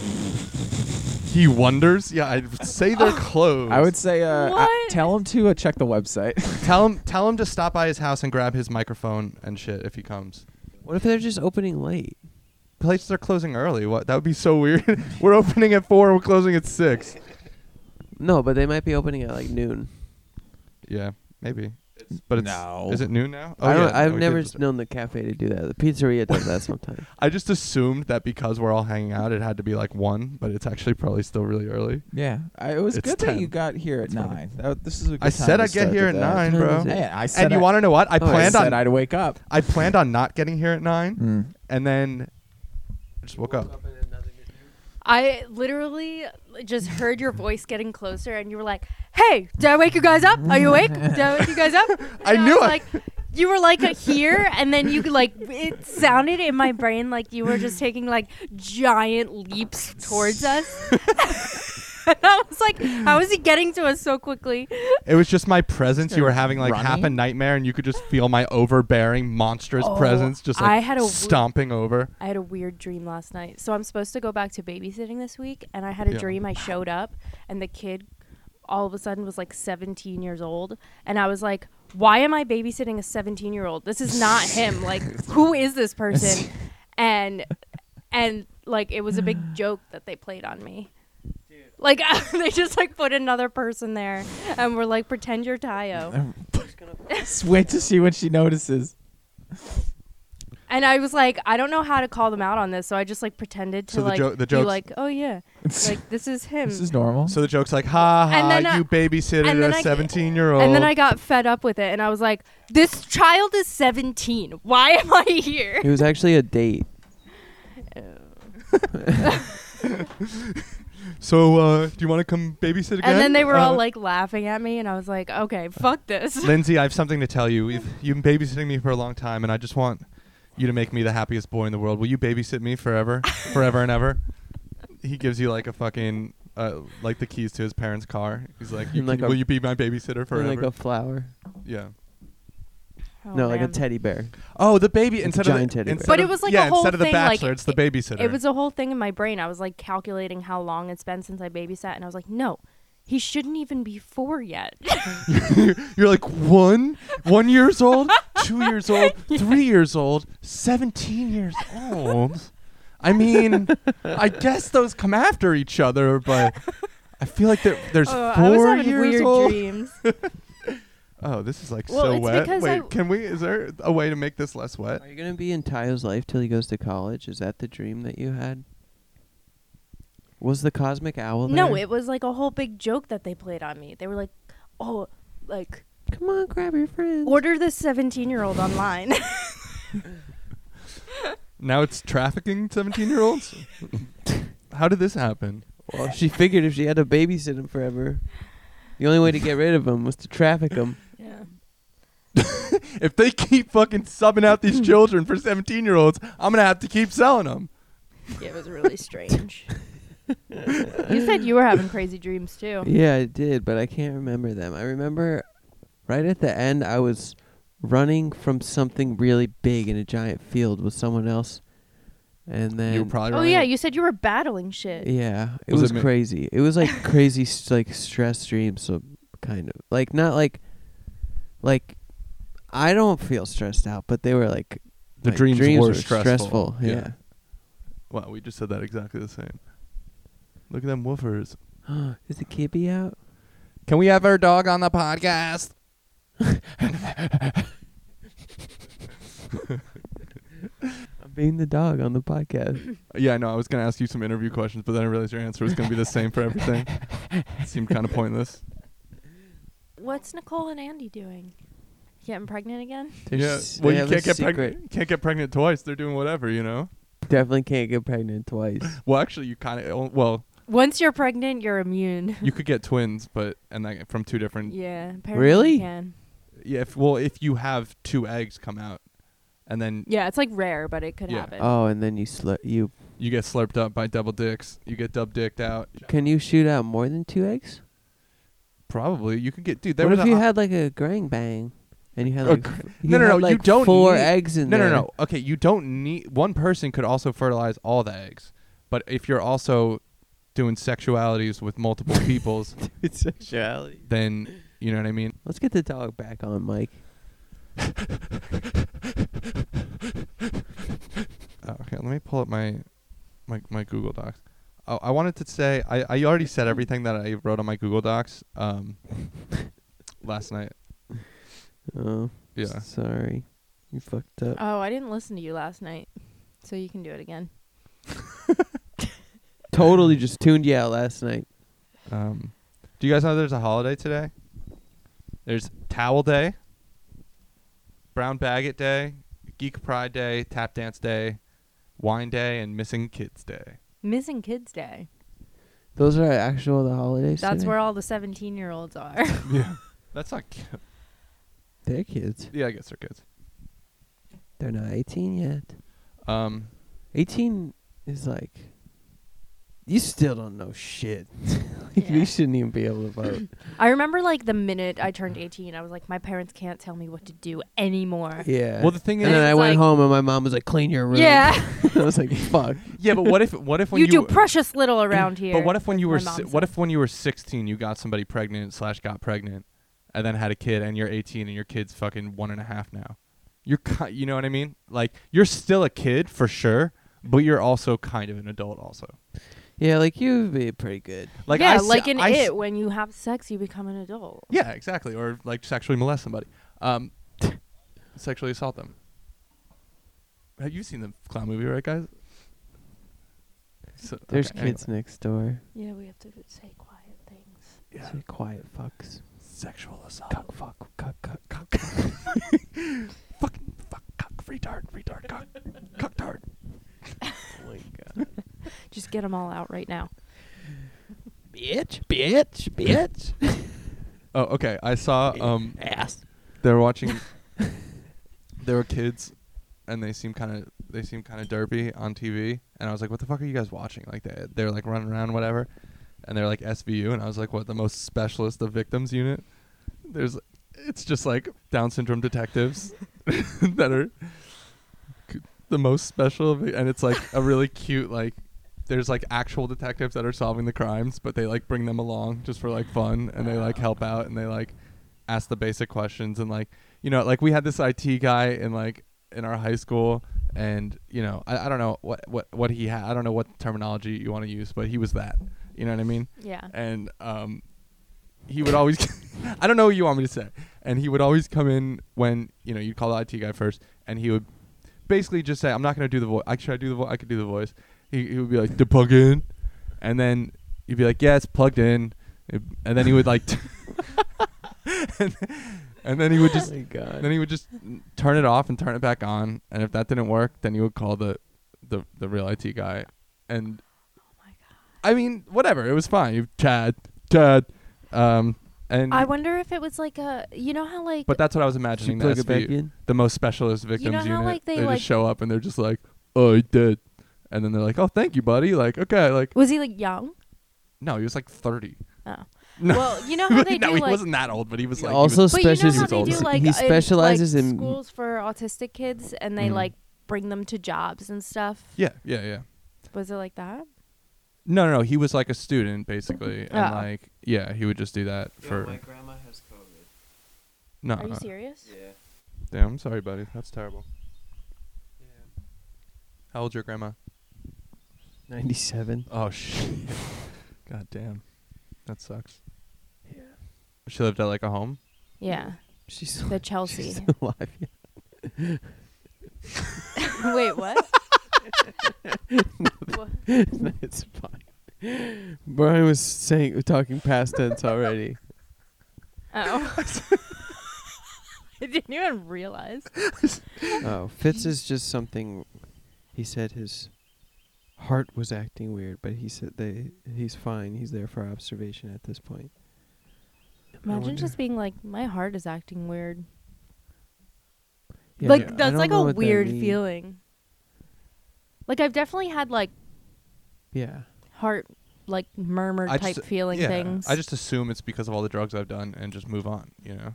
A: He wonders. Yeah, I'd say they're closed.
C: I would say, uh, uh,
E: What?
C: tell him to uh, check the website.
A: *laughs* tell him tell him to stop by his house and grab his microphone and shit if he comes.
D: what if they're just opening late?
A: Places are closing early. What? That would be so weird. *laughs* we're opening at four. We're closing at six.
D: No, but they might be opening at like noon.
A: Yeah, maybe. It's, but it's
C: No.
A: is it noon now? Oh,
D: I don't,
A: yeah,
D: I've
A: no, we did
D: never
A: this-
D: s- known the cafe to do that. The pizzeria does that sometimes.
A: I just assumed that because we're all hanging out, it had to be like one, but it's actually probably still really early.
C: *laughs* yeah, I, it was
A: It's
C: good that
A: 10.
C: you got here at
A: It's fine.
C: nine. That, this is a good
A: I
C: time
A: said
C: to
A: I'd get
C: start
A: here
C: the
A: at
C: day.
A: nine,
D: What time
A: bro.
D: is it?
C: Hey, I said
A: And you
C: I-
A: want to know what? I
D: Oh, I
A: planned
C: I said
A: on
C: I'd wake up.
A: I planned on not getting here at nine,
C: Mm.
A: and then I just *laughs* woke up.
E: I literally just heard your voice getting closer and you were like, Hey, did I wake you guys up? Are you awake? Did I wake you guys up? And
A: *laughs* I knew
E: was
A: I-
E: like you were like here and then you could, like it sounded in my brain like you were just taking like giant leaps towards us. *laughs* and I was like, how is he getting to us so quickly?
A: It was just my presence. You were having like half a
C: running.
A: nightmare, and you could just feel my overbearing, monstrous
E: Oh,
A: presence just like
E: I had a w-
A: stomping over.
E: I had a weird dream last night. So I'm supposed to go back to babysitting this week, and I had a
A: Yeah.
E: dream. I showed up, and the kid all of a sudden was like 17 years old, and I was like, "Why am I babysitting a 17 year old? This is not
A: *laughs*
E: him. Like, who is this person?" And and like it was a big joke that they played on me. Like *laughs* they just like put another person there, and we're like, pretend you're Tayo.
C: *laughs* Just wait to see when she notices.
E: And I was like, I don't know how to call them out on this, so I just like pretended to
A: So the
E: like
A: jo- the
E: be
A: joke's-
E: like, oh yeah,
C: *laughs*
E: like this is him.
C: this is normal.
A: So the joke's like, ha ha,
E: And then, uh,
A: you babysitted
E: and then
A: a
E: I-
A: 17 year old.
E: and then I got fed up with it, and I was like, this child is 17. Why am I here?
D: It was actually a date.
A: So, uh, do you want to come babysit again?
E: And then they were all
A: Uh,
E: like *laughs* laughing at me, and I was like, okay, fuck this.
A: Lindsay, I have something to tell you. You've, you've been babysitting me for a long time, and I just want you to make me the happiest boy in the world. Will you babysit me forever, forever and ever? He gives you like a fucking uh, like the keys to his parents' car. He's like, you
D: And, like,
A: can-
D: a-
A: "Will you be my babysitter
D: And,
A: forever?"
D: Like a flower.
A: yeah.
E: *laughs* Oh,
D: no, like a
E: man.
D: teddy bear.
A: Oh, the baby
D: It's a
A: instead
D: giant
A: of
D: teddy
A: the,
D: bear.
A: instead
E: But it
A: of-
E: was like a
A: yeah,
E: whole
A: instead of the
E: thing, like,
A: bachelor, it's the babysitter.
E: It was a whole thing in my brain. I was like calculating how long it's been since I babysat, and I was like, no, he shouldn't even be four yet. *laughs*
A: *laughs* You're like one, one years old,
E: *laughs*
A: two years old, three years old, seventeen years old. I mean, I guess those come after each other, but I feel like there, there's
E: Oh, I was
A: four
E: having
A: years
E: weird
A: old.
E: dreams.
A: Oh, this is like
E: Well,
A: so
E: it's
A: wet.
E: because
A: Wait,
E: I-
A: can we? Is there a way to make this less wet?
D: Are you gonna be in Tayo's life till he goes to college? Is that the dream that you had? Was the cosmic owl?
E: No,
D: there?
E: it was like a whole big joke that they played on me. They were like, "Oh, like
D: Come on, grab your friends.
E: order this 17-year-old online." *laughs*
A: Now it's trafficking
D: *laughs*
A: seventeen-year-olds. How did this happen?
D: Well, she figured if she had to babysit him forever, the only way to get rid of him was to traffic him.
E: yeah.
A: If they keep fucking subbing out these children for seventeen-year-olds, I'm gonna have to keep selling them.
E: it was really strange. *laughs* you said you were having crazy dreams too.
D: Yeah, I did, but I can't remember them. I remember right at the end, I was running from something really big in a giant field with someone else, and then
A: You were probably
E: Oh
A: right.
E: yeah, you said you were battling shit.
D: yeah, it
A: Was
D: was,
A: it ma-
D: crazy. It was like crazy, s- like stress dreams, so kind of like not like like I don't feel stressed out, but they were like
A: The
D: like,
A: dreams were stressful.
D: stressful,
A: Yeah.
D: yeah.
A: Wow, we just said that exactly the same. Look at them woofers.
D: *gasps* Is the kippy out?
A: Can we have our dog on the podcast?
D: I'm being the dog on the podcast.
A: Yeah, I know. I was going to ask you some interview questions, but then I realized your answer was going to be the same for
D: *laughs*
A: everything. It seemed kind of pointless.
E: What's Nicole and Andy doing? Getting pregnant again?
A: *laughs* yeah.
D: There's-
A: Well,
D: they
A: you
D: have a
A: can't get
D: secret.
A: pregnant. Can't get pregnant twice. They're doing whatever, you know.
D: Definitely can't get pregnant twice.
A: Well, actually, you kind of. Well,
E: Once you're pregnant, you're immune.
A: you could get twins, but and that from two different. Yeah.
E: yeah. Apparently
D: Really?
E: You can.
A: If well, if you have two eggs come out, and then
E: Yeah, it's like rare, but it could
A: Yeah. uh,
E: happen.
D: Oh, and then you sl- you
A: you get slurped up by double dicks, you get dub dicked out.
D: can you shoot out more than two eggs?
A: Probably you could get dude. There
D: What
A: was
D: if
A: a- uh,
D: you had like a grang bang, and you had
A: A
D: like
A: gr-
D: f-
A: no, no,
D: had,
A: no, you
D: like
A: don't
D: four
A: need-
D: eggs in
A: No,
D: there.
A: no, no. Okay, you don't need one person could also fertilize all the eggs, but if you're also doing sexualities with multiple
D: *laughs*
A: peoples,
D: It's sexuality.
A: then you know what I mean. *laughs*
D: Let's get the dog back on, Mike.
A: Uh, okay, let me pull up my my my Google Docs. Oh, I wanted to say I I already said everything that I wrote on my Google Docs
D: *laughs*
A: um last night.
D: Oh,
A: Yeah.
D: Sorry, you fucked up.
E: Oh, I didn't listen to you last night. So you can do it again.
D: totally just tuned you out last night.
A: Um, do you guys know there's a holiday today? There's Towel Day, Brown Baggett Day, Geek Pride Day, Tap Dance Day, Wine Day, and Missing Kids Day.
E: Missing Kids Day.
D: Those are actual the holidays.
E: That's
D: today?
E: where all the 17 year olds are. *laughs*
A: yeah, *laughs* that's not. ki-
D: they're kids.
A: Yeah, I guess they're kids.
D: They're not eighteen yet.
A: Um,
D: Eighteen is like you still don't know shit. *laughs* like,
E: Yeah.
D: You shouldn't even be able to vote.
E: I remember, like, the minute I turned 18, I was like, my parents can't tell me what to do anymore.
D: yeah.
A: well, the thing
D: and then
A: is,
E: it's
D: I went
E: like-
D: home and my mom was like, "Clean your room."
E: Yeah.
D: *laughs* I was like, "Fuck."
A: yeah, but what if what if
E: You,
A: when you,
E: do precious little around
A: *clears throat*
E: here.
A: but what if when you
E: my
A: were
E: mom
A: si-
E: said.
A: what if when you were 16 you got somebody pregnant slash got pregnant and then had a kid and you're 18 and your kid's fucking one and a half now you're ki- you know what i mean like you're still a kid for sure but you're also kind of an adult also
D: Yeah, like you'd be pretty good.
A: Like
E: yeah,
A: I s-
E: like in
A: I s-
E: it, when you have sex, you become an adult.
A: Yeah, exactly. Or like sexually molest somebody, um, *laughs* sexually assault them. Have you seen the clown movie, right, guys? So,
D: There's
A: okay, anyway.
D: kids next door.
E: Yeah, we have to say quiet things.
A: Yeah.
D: Say quiet fucks.
A: Sexual assault.
D: Cuck fuck. Cuck cuck cuck.
A: Fucking fuck. Cock. Retard. Retard. Cock. cock. Tard.
D: oh my god.
E: Just get them all out right now.
D: *laughs* bitch, bitch, bitch.
A: Oh, okay. I saw. Um,
D: Ass.
A: they were *laughs* watching. there were kids, and they seemed kind of they seemed kind of derpy on TV. And I was like, "What the fuck are you guys watching?" Like they they're like running around, whatever. And they're like SVU, and I was like, "What the most specialist of victims unit?" There's, it's just like Down syndrome detectives *laughs* that are c- the most special, of it. and it's like a really cute like. There's like actual detectives that are solving the crimes, but they like bring them along just for like fun, and they like help out, and they like ask the basic questions and like you know like we had this IT guy in like in our high school and you know I, I don't know what what what he had I don't know what terminology you want to use but he was that you know what I mean
E: Yeah.
A: and um he would always *laughs* I don't know what you want me to say and he would always come in when you know you'd call the IT guy first and he would basically just say I'm not gonna do the voice I should I do the voice I could do the voice he, he would be like the plug in and then he'd be like yeah it's plugged in and then he would like *laughs* and, and then he would just
D: Oh my god.
A: then he would just turn it off and turn it back on and if that didn't work then he would call the the, the real IT guy and
E: Oh my god.
A: I mean, whatever. It was fine. You Chad, Chad, um, and
E: I wonder if it was like a, you know how like
A: but that's what I was
D: Did you
A: imagining. The,
D: plug it back
A: SVU,
D: in?
A: the most specialist victims
E: know how,
A: unit.
E: like, they,
A: just
E: like-
A: show up and they're just like, "Oh, he did," and then they're like, "Oh, thank you, buddy." Like, okay, like
E: was he like young?
A: no, he was like thirty.
E: Oh.
A: No.
E: Well, you know
A: *laughs*
E: how they
A: no,
E: do
A: he
E: like
A: wasn't that old, but he was
D: He
A: like he
D: also
A: was-
E: But you know
D: specializes
E: how
A: was
E: they do
A: older.
E: like
D: he
E: in,
D: specializes
E: like,
D: in
E: schools for autistic kids, and they
A: Mhm.
E: like bring them to jobs and stuff.
A: yeah, yeah, yeah.
E: Was it like that?
A: No, no, no. He was like a student basically, and
E: Oh.
A: like yeah, he would just do that for
B: grandma has COVID.
A: no.
E: Are you
A: no.
E: serious?
B: Yeah.
A: Damn, I'm sorry, buddy. That's terrible. How old's your grandma?
D: 97.
A: Oh *laughs* shit! God damn, that sucks. Yeah. She lived at like a home.
E: Yeah.
D: She's *laughs*
A: *laughs*
E: The Chelsea.
D: still alive. *laughs* yeah.
A: *laughs*
E: Wait, what? What?
D: No, it's fine. Brian was saying talking past tense already. *laughs*
E: Oh. I *laughs* didn't even realize.
D: Oh, Fitz is just something. He said his heart was acting weird, but he said they he's fine. He's there for observation at this point.
E: Imagine
D: wonder-
E: just being like, my heart is acting weird.
D: Yeah, I
E: like
D: don't
E: that's like
D: know
E: a
D: what that
E: weird
D: means.
E: feeling. Like I've definitely had like
D: Yeah,
E: heart like murmur
A: I
E: type
A: just-
E: feeling things.
A: I just assume it's because of all the drugs I've done and just move on. You know.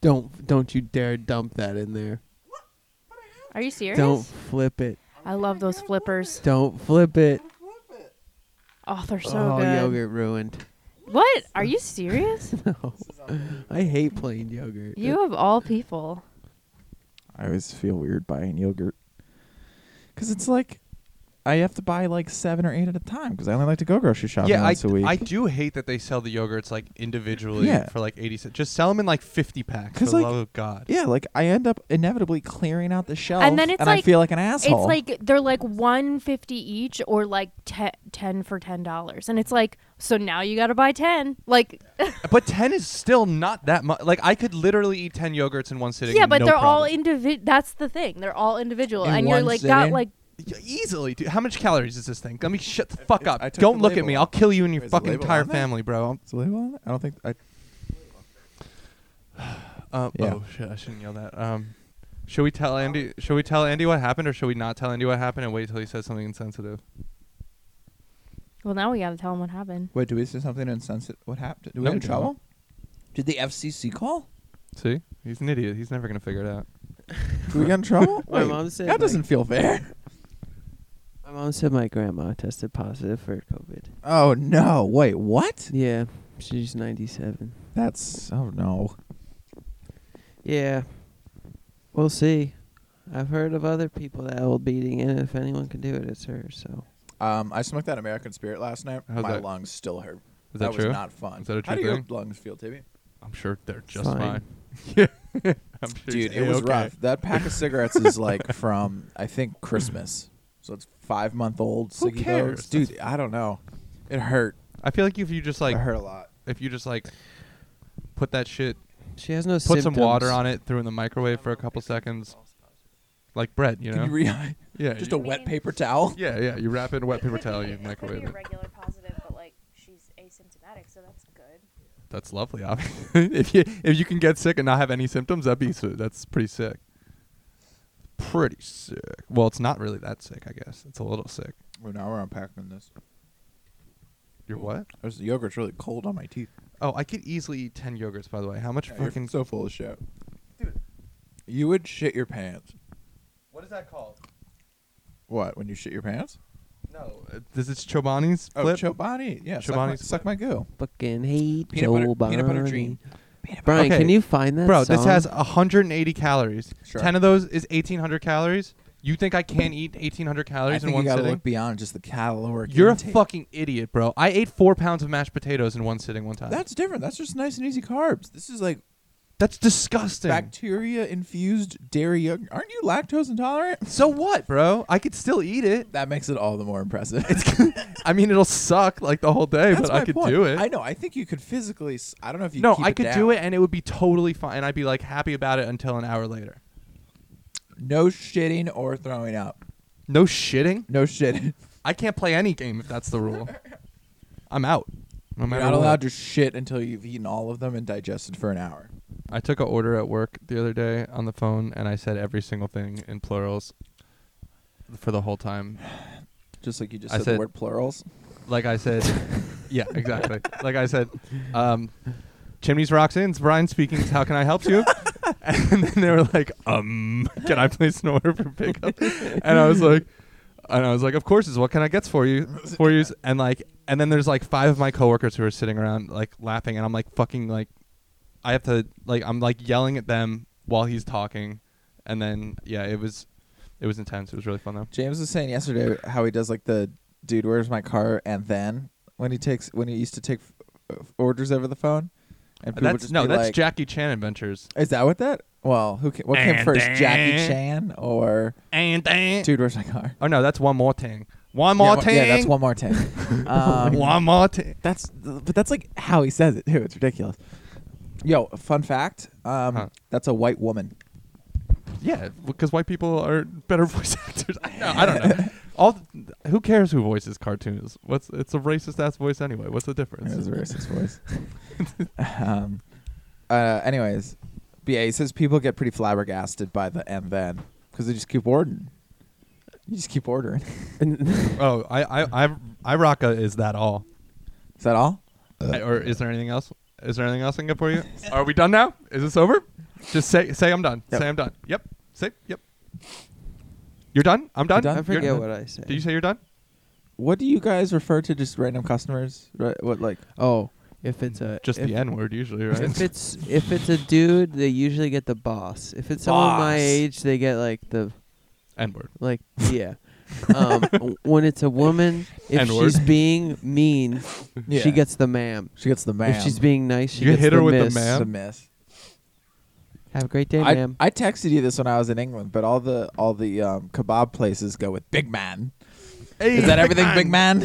D: don't don't you dare dump that in there.
E: Are you serious?
D: Don't flip it.
E: I love those flippers.
D: Don't flip it.
E: Oh, they're so
D: oh,
E: good.
D: yogurt ruined. *laughs*
E: What? Are you serious?
D: No, I hate plain yogurt.
E: you of all people.
C: I always feel weird buying yogurt because it's like I have to buy like seven or eight at a time because I only like to go grocery shopping
A: yeah, I,
C: once a week.
A: I do hate that they sell the yogurts like individually
C: Yeah.
A: for like eighty cents. Just sell them in like fifty packs. For
C: 'Cause,
A: the
C: like,
A: love of God.
C: yeah, like I end up inevitably clearing out the shelf,
E: then it's
C: I
E: like-
C: feel like an asshole.
E: It's like they're like one fifty each or like te- ten for ten dollars, and it's like so now you got to buy ten. Like
A: But ten is still not that much. Like I could literally eat ten yogurts in one sitting.
E: yeah, but
A: no
E: they're all
A: problem.
E: individual. That's the thing. They're all individual,
C: In
E: and you're
C: one
E: like got
C: sitting?
E: like
A: Yeah, easily. Dude. How much calories is this thing? Let me shut the fuck
C: it's-
A: up.
C: I took
A: Don't
C: the
A: look at
C: label
A: me.
C: off.
A: I'll kill you and your
C: Is the
A: fucking
C: label
A: entire
C: on there?
A: family, bro.
C: Is the label on it? I don't think I.
A: Um,
C: Yeah.
A: Oh shit! I shouldn't yell that. Um, should we tell Andy? Should we tell Andy what happened, or should we not tell Andy what happened and wait till he says something insensitive?
E: Well, now we got to tell him what happened.
C: Wait, do we say something insensitive? What happened? Do
A: No, we don't.
C: Did the FCC call?
A: See, he's an idiot. He's never gonna figure it out.
C: Did we get in trouble?
D: *laughs* My
C: Wait,
D: mom said
C: that
D: like-
C: doesn't feel fair.
D: My mom said my grandma tested positive for COVID.
C: Oh no! Wait, what?
D: Yeah, she's 97.
C: That's oh no.
D: Yeah. We'll see. I've heard of other people that will beating it. If anyone can do it, it's her. So
C: Um, I smoked that American Spirit last night.
A: How's
C: My
A: that?
C: lungs still hurt.
A: Is that
C: was
A: true?
C: not fun.
A: Is that a
C: How
A: true
C: do your
A: thing?
C: lungs feel, Tibby?
A: I'm sure they're just
D: Fine.
C: *laughs*
A: fine. Yeah. *laughs* I'm sure
C: Dude,
A: you're
C: it was
A: okay.
C: rough. That pack of cigarettes is like *laughs* from I think Christmas, so it's five month old.
A: Who
C: ciggy
A: cares?
C: Those. dude? I don't know. It hurt.
A: I feel like if you just like
C: it hurt a lot.
A: if you just like put that shit,
D: She has no
A: put some water on it, threw it in the microwave for a couple seconds, like bread, you know?
C: Can you re- *laughs*
A: yeah,
C: just
A: you-
C: a wet paper towel?
A: yeah, yeah. You wrap it in a wet paper towel, you microwave
E: *laughs*
A: it.
E: regular positive, but like she's asymptomatic, so that's good.
A: That's lovely. obviously. *laughs* if you if you can get sick and not have any symptoms, that'd be si- that's pretty sick. Pretty sick. Well, it's not really that sick, I guess. It's a little sick.
C: Well, Oh, now we're unpacking this.
A: You're what?
C: There's the yogurt's really cold on my teeth.
A: Oh, I could easily eat ten yogurts. By the way, how much
C: Yeah, you're
A: fucking?
C: so full of shit. Dude, you would shit your pants.
A: What is that called?
C: What when you shit your pants?
A: No, uh, this is Chobani's
C: Oh,
A: flip.
C: Chobani. Yeah,
A: Chobani
C: suck, my, suck my goo.
D: Fucking hate
C: Peanut
D: Joe
C: butter- peanut butter
D: Barney.
C: dream.
D: Brian,
A: Okay.
D: can you find that
A: Bro, this
D: song? *laughs*
A: has 180 calories.
C: Sure.
A: Ten of those is 1,800 calories. You think I can't eat 1,800
C: I
A: calories
C: think
A: in
C: you
A: one
C: gotta
A: sitting?
C: look beyond just the caloric.
A: You're a
C: intake.
A: fucking idiot, bro. I ate four pounds of mashed potatoes in one sitting one time.
C: That's different. That's just nice and easy carbs. This is like
A: That's disgusting.
C: bacteria infused dairy yogurt. Aren't you lactose intolerant? *laughs*
A: so what, bro? I could still eat it.
C: That makes it all the more impressive. *laughs*
A: I mean, it'll suck like the whole day,
C: That's
A: but I
C: my
A: could
C: point.
A: do it.
C: I know. I think you could physically. s- I don't know if you.
A: no,
C: keep
A: I could
C: down.
A: do it, and it would be totally fine. And I'd be like happy about it until an hour later.
C: No shitting or throwing up.
A: No shitting.
C: No *laughs* shitting.
A: I can't play any game if that's the
C: *laughs*
A: rule. I'm out. No
C: You're
A: matter
C: not
A: what.
C: allowed to shit until you've eaten all of them and digested for an hour.
A: I took an order at work the other day on the phone, and I said every single thing in plurals for the whole time.
C: Just like you just
A: I
C: said,
A: said-
C: the word plurals.
A: Like I said, yeah, exactly. Like I said, um, Chimneys Rocks Inns, Brian speaking. How can I help you? and then they were like, um, can I place an order for pickup? And I was like, and I was like, of course, is what can I get for you? For you? And like, and then there's like five of my coworkers who are sitting around like laughing, and I'm like fucking like, I have to like I'm like yelling at them while he's talking, and then yeah, it was, it was intense. It was really fun though.
C: James was saying yesterday how he does like the dude, where's my car? And then when he takes when he used to take f- f- orders over the phone, and people
A: That's
C: just
A: no,
C: be
A: that's
C: like,
A: Jackie Chan adventures.
C: Is that what that? Well, who ca- what came
A: And
C: first, Jackie
A: then-
C: Chan or
A: And
C: Dude, where's my car?
A: Oh no, that's one more thing. One more
C: yeah,
A: thing.
C: Yeah, that's one more thing.
A: *laughs*
C: um,
A: one more thing.
C: That's but that's like how he says it too. It's ridiculous. Yo, fun fact. Um,
A: Huh.
C: that's a white woman.
A: Yeah, because white people are better *laughs* voice actors. I, no, I don't *laughs* know. All who cares who voices cartoons? What's it's a racist ass voice anyway. What's the difference?
C: It was a racist voice. um, uh, anyways, but yeah, he says people get pretty flabbergasted by the and then because they just keep ordering. You just keep ordering. *laughs*
A: Oh, I I I, I rocka is that all?
C: Is that all?
A: I- or is there anything else? Is there anything else I can get for
C: *laughs*
A: you? Are we done now? Is this over? Just say say I'm done.
C: Yep.
A: Say I'm done. Yep. Say yep. You're done. I'm done.
C: done?
D: I
A: You're-
D: forget what I said.
A: Did you say you're done?
C: What do you guys refer to just random customers? Right, what like?
D: oh, if it's
C: Uh,
D: a
A: Mm, Just
D: if,
A: the N word usually, right?
D: If it's if it's a dude, they usually get the boss. If it's someone my
C: Boss.
D: age, they get like the
A: N word.
D: like yeah. um,
A: *laughs*
D: w- when it's a woman, if
A: N-word.
D: she's being mean,
A: *laughs*
C: Yeah.
D: she gets the ma'am.
C: She gets the man.
D: If she's being nice, she
A: You
D: gets
A: hit
D: the
A: her with the
D: miss.
A: ma'am?
C: the myth.
D: Have a great day,
C: I,
D: ma'am.
C: I texted you this when I was in England, but all the all the um, kebab places go with big man. Is that everything,
A: *laughs*
C: big man?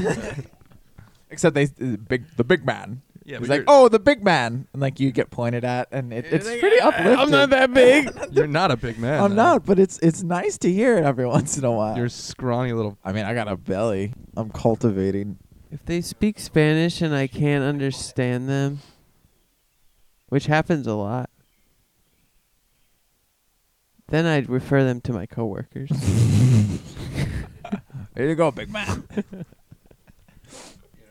C: *laughs* Except they uh, big the big man.
A: Yeah,
C: He's
A: but
C: like,
A: you're-
C: oh, the big man, and like you get pointed at, and it, it's pretty uplifting. "Ah, I'm not that big.
A: *laughs* You're not a big man.
C: *laughs* I'm
A: though.
C: not, but it's it's nice to hear it every *laughs* once in a while.
A: You're a scrawny little.
C: I mean, I got a belly. I'm cultivating.
D: If they speak Spanish and I can't understand them, which happens a lot, then I'd refer them to my coworkers.
C: There you go, big man.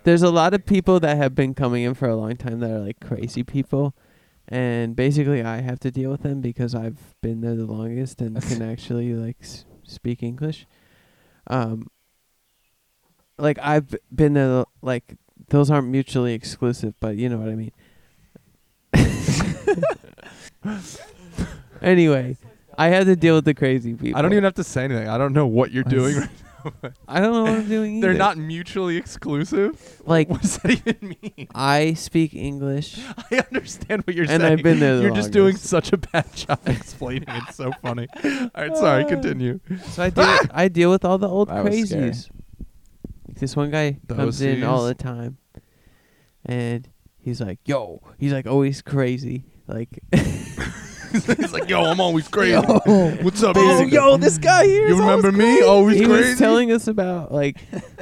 D: There's a lot of people that have been coming in for a long time that are like crazy people. And basically, I have to deal with them because I've been there the longest and can actually like s- speak English. Um, like I've been there, the- like those aren't mutually exclusive, but you know what I mean. *laughs* anyway, I had to deal with the crazy people.
A: I don't even have to say anything. I don't know what you're doing right
D: I don't know what I'm doing either.
A: They're not mutually exclusive. *laughs*
D: like
A: What does that even mean?
D: I speak English.
A: I understand what you're saying.
D: And I've been there the
A: You're just doing
D: longest.
A: such a bad job *laughs* explaining. it. It's so funny. All right, *laughs* sorry. Continue.
D: So I
A: Ah!
D: deal I deal with all the old
C: That was scary.
D: crazies. This one guy comes in all the time, and he's like, "Yo," he's like always crazy. Like, *laughs*
A: He's like, yo, I'm always *laughs*
C: *laughs*
A: crazy. What's up,
C: Oh,
A: Easy?
C: yo, this guy here.
A: You
C: is always
A: remember me?
C: crazy.
A: Always
D: he
A: crazy.
D: was telling us
A: *laughs*
D: about like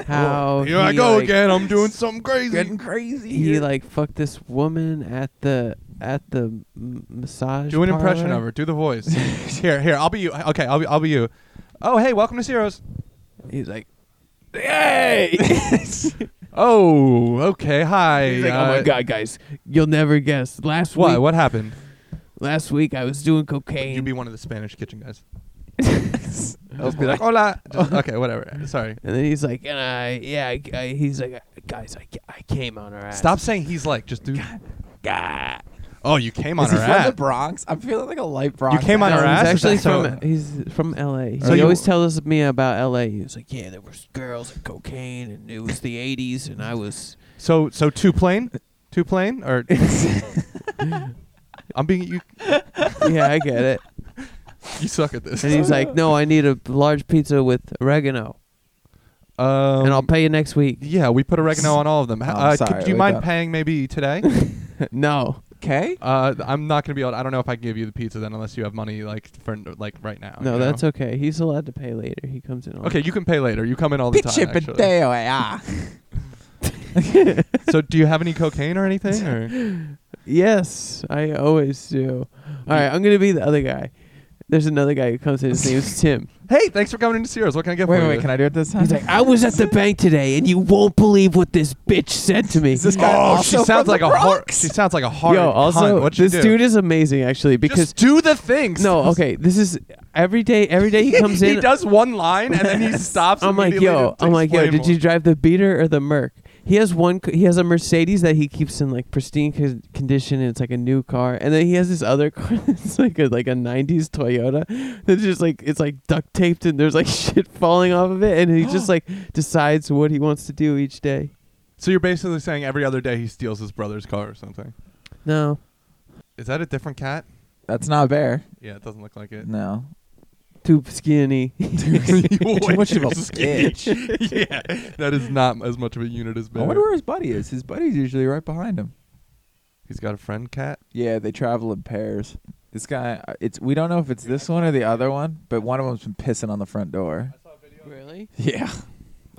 D: how
A: Here I
D: he,
A: go
D: like,
A: again. I'm doing something crazy.
C: Getting crazy.
D: He
C: here.
D: like fucked this woman at the at the m- massage.
A: Do an impression
D: parlor.
A: of her. Do the
D: *laughs*
A: voice. here, here. I'll be you. Okay, I'll be. I'll be you. Oh, hey, welcome to Zeros.
D: He's like, *laughs*
C: Hey! He's
A: Oh, okay. Hi.
D: he's like,
A: uh,
D: oh my god, guys, you'll never guess. Last
A: What?
D: week,
A: What happened?
D: last week I was doing cocaine.
A: You be one of the Spanish kitchen guys. *laughs*
C: Oh
A: Just be like, hola. *laughs* Just- okay, whatever. Sorry.
D: And then he's like, and I, yeah, I, I, he's like, guys, I, I came on her
A: *laughs*
D: ass.
A: Stop saying he's like. Just *laughs* do.
C: God.
A: Oh, you came on
C: Is he
A: her
C: from the
A: ass.
C: Bronx? I'm feeling like a light Bronx.
A: came on
D: No,
A: her
D: he's
A: ass? Is
D: actually
A: that
D: from,
A: so-
D: he's from L.A.
A: So
D: he
A: you-
D: always tells me about L.A. He was like, yeah, there was girls and cocaine, and it was the '80s, and I was.
A: So, so two plane, two plane, *laughs* or I'm being you.
D: yeah, I get it.
A: You suck at this.
D: And he's like, no, I need a large pizza with oregano,
A: *laughs* um,
D: and I'll Oh, pay you next week.
A: Yeah, we put oregano
D: *laughs*
A: on all of them.
C: I'm
A: uh,
C: sorry,
A: could you
C: we
A: mind
C: don't-
A: paying maybe today?
D: no,
C: Okay.
A: uh, I'm not gonna be able. I don't know if I can give you the pizza then, unless you have money like for like right now.
D: no,
A: you
D: that's
A: know?
D: okay. He's allowed to pay later. He comes in. all-
A: Oh, Okay, you can pay later. You come in all the
C: Pitch
A: time.
C: it,
A: actually.
C: potato, yeah.
A: So, do you have any cocaine or anything? Or?
D: Yes, I always do. All right, I'm gonna be the other guy. There's another guy who comes in. His name's Tim.
A: hey, thanks for coming into Sears. What can I get
C: Wait,
A: for
C: wait,
A: you?
C: can I do it this time?
D: He's like, I was at the bank today, and you won't believe what this bitch said to me.
C: Is this guy
A: Oh,
C: also
A: she sounds
C: from
A: like
C: the
A: a hard.
C: Bronx?
A: She sounds like a hard.
D: Yo, also,
A: cunt. What'd you
D: this
A: do?
D: dude is amazing, actually, because
A: Just do the things. *laughs*
D: no, okay, this is every day. Every day he comes
A: he
D: in,
A: does one line and
D: *laughs*
A: then he stops.
D: I'm like,
A: immediately
D: yo,
A: to
D: I'm like, yo,
A: explain
D: did you
A: more.
D: drive the beater or the Merc? He has one. c- He has a Mercedes that he keeps in like pristine c- condition, and it's like a new car. And then he has this other *laughs* car. It's like a like a '90s Toyota. That's just like it's like duct taped, and there's like *laughs* shit falling off of it. And
A: *gasps*
D: he just like decides what he wants to do each day.
A: So you're basically saying every other day he steals his brother's car or something.
D: No,
A: Is that a different cat?
C: That's not a bear.
A: Yeah, it doesn't look like it.
C: No.
D: too
C: *laughs*
D: skinny.
A: *laughs* Too
C: much of a
A: *laughs* yeah, that is not as much of a unit as
C: I
A: Bear.
C: wonder where his buddy is. His buddy's usually right behind him.
A: He's got a friend cat.
C: Yeah, they travel in pairs. This guy, uh, it's we don't know if it's this one or the other one, but one of them's been pissing on the front door.
D: really?
C: Yeah,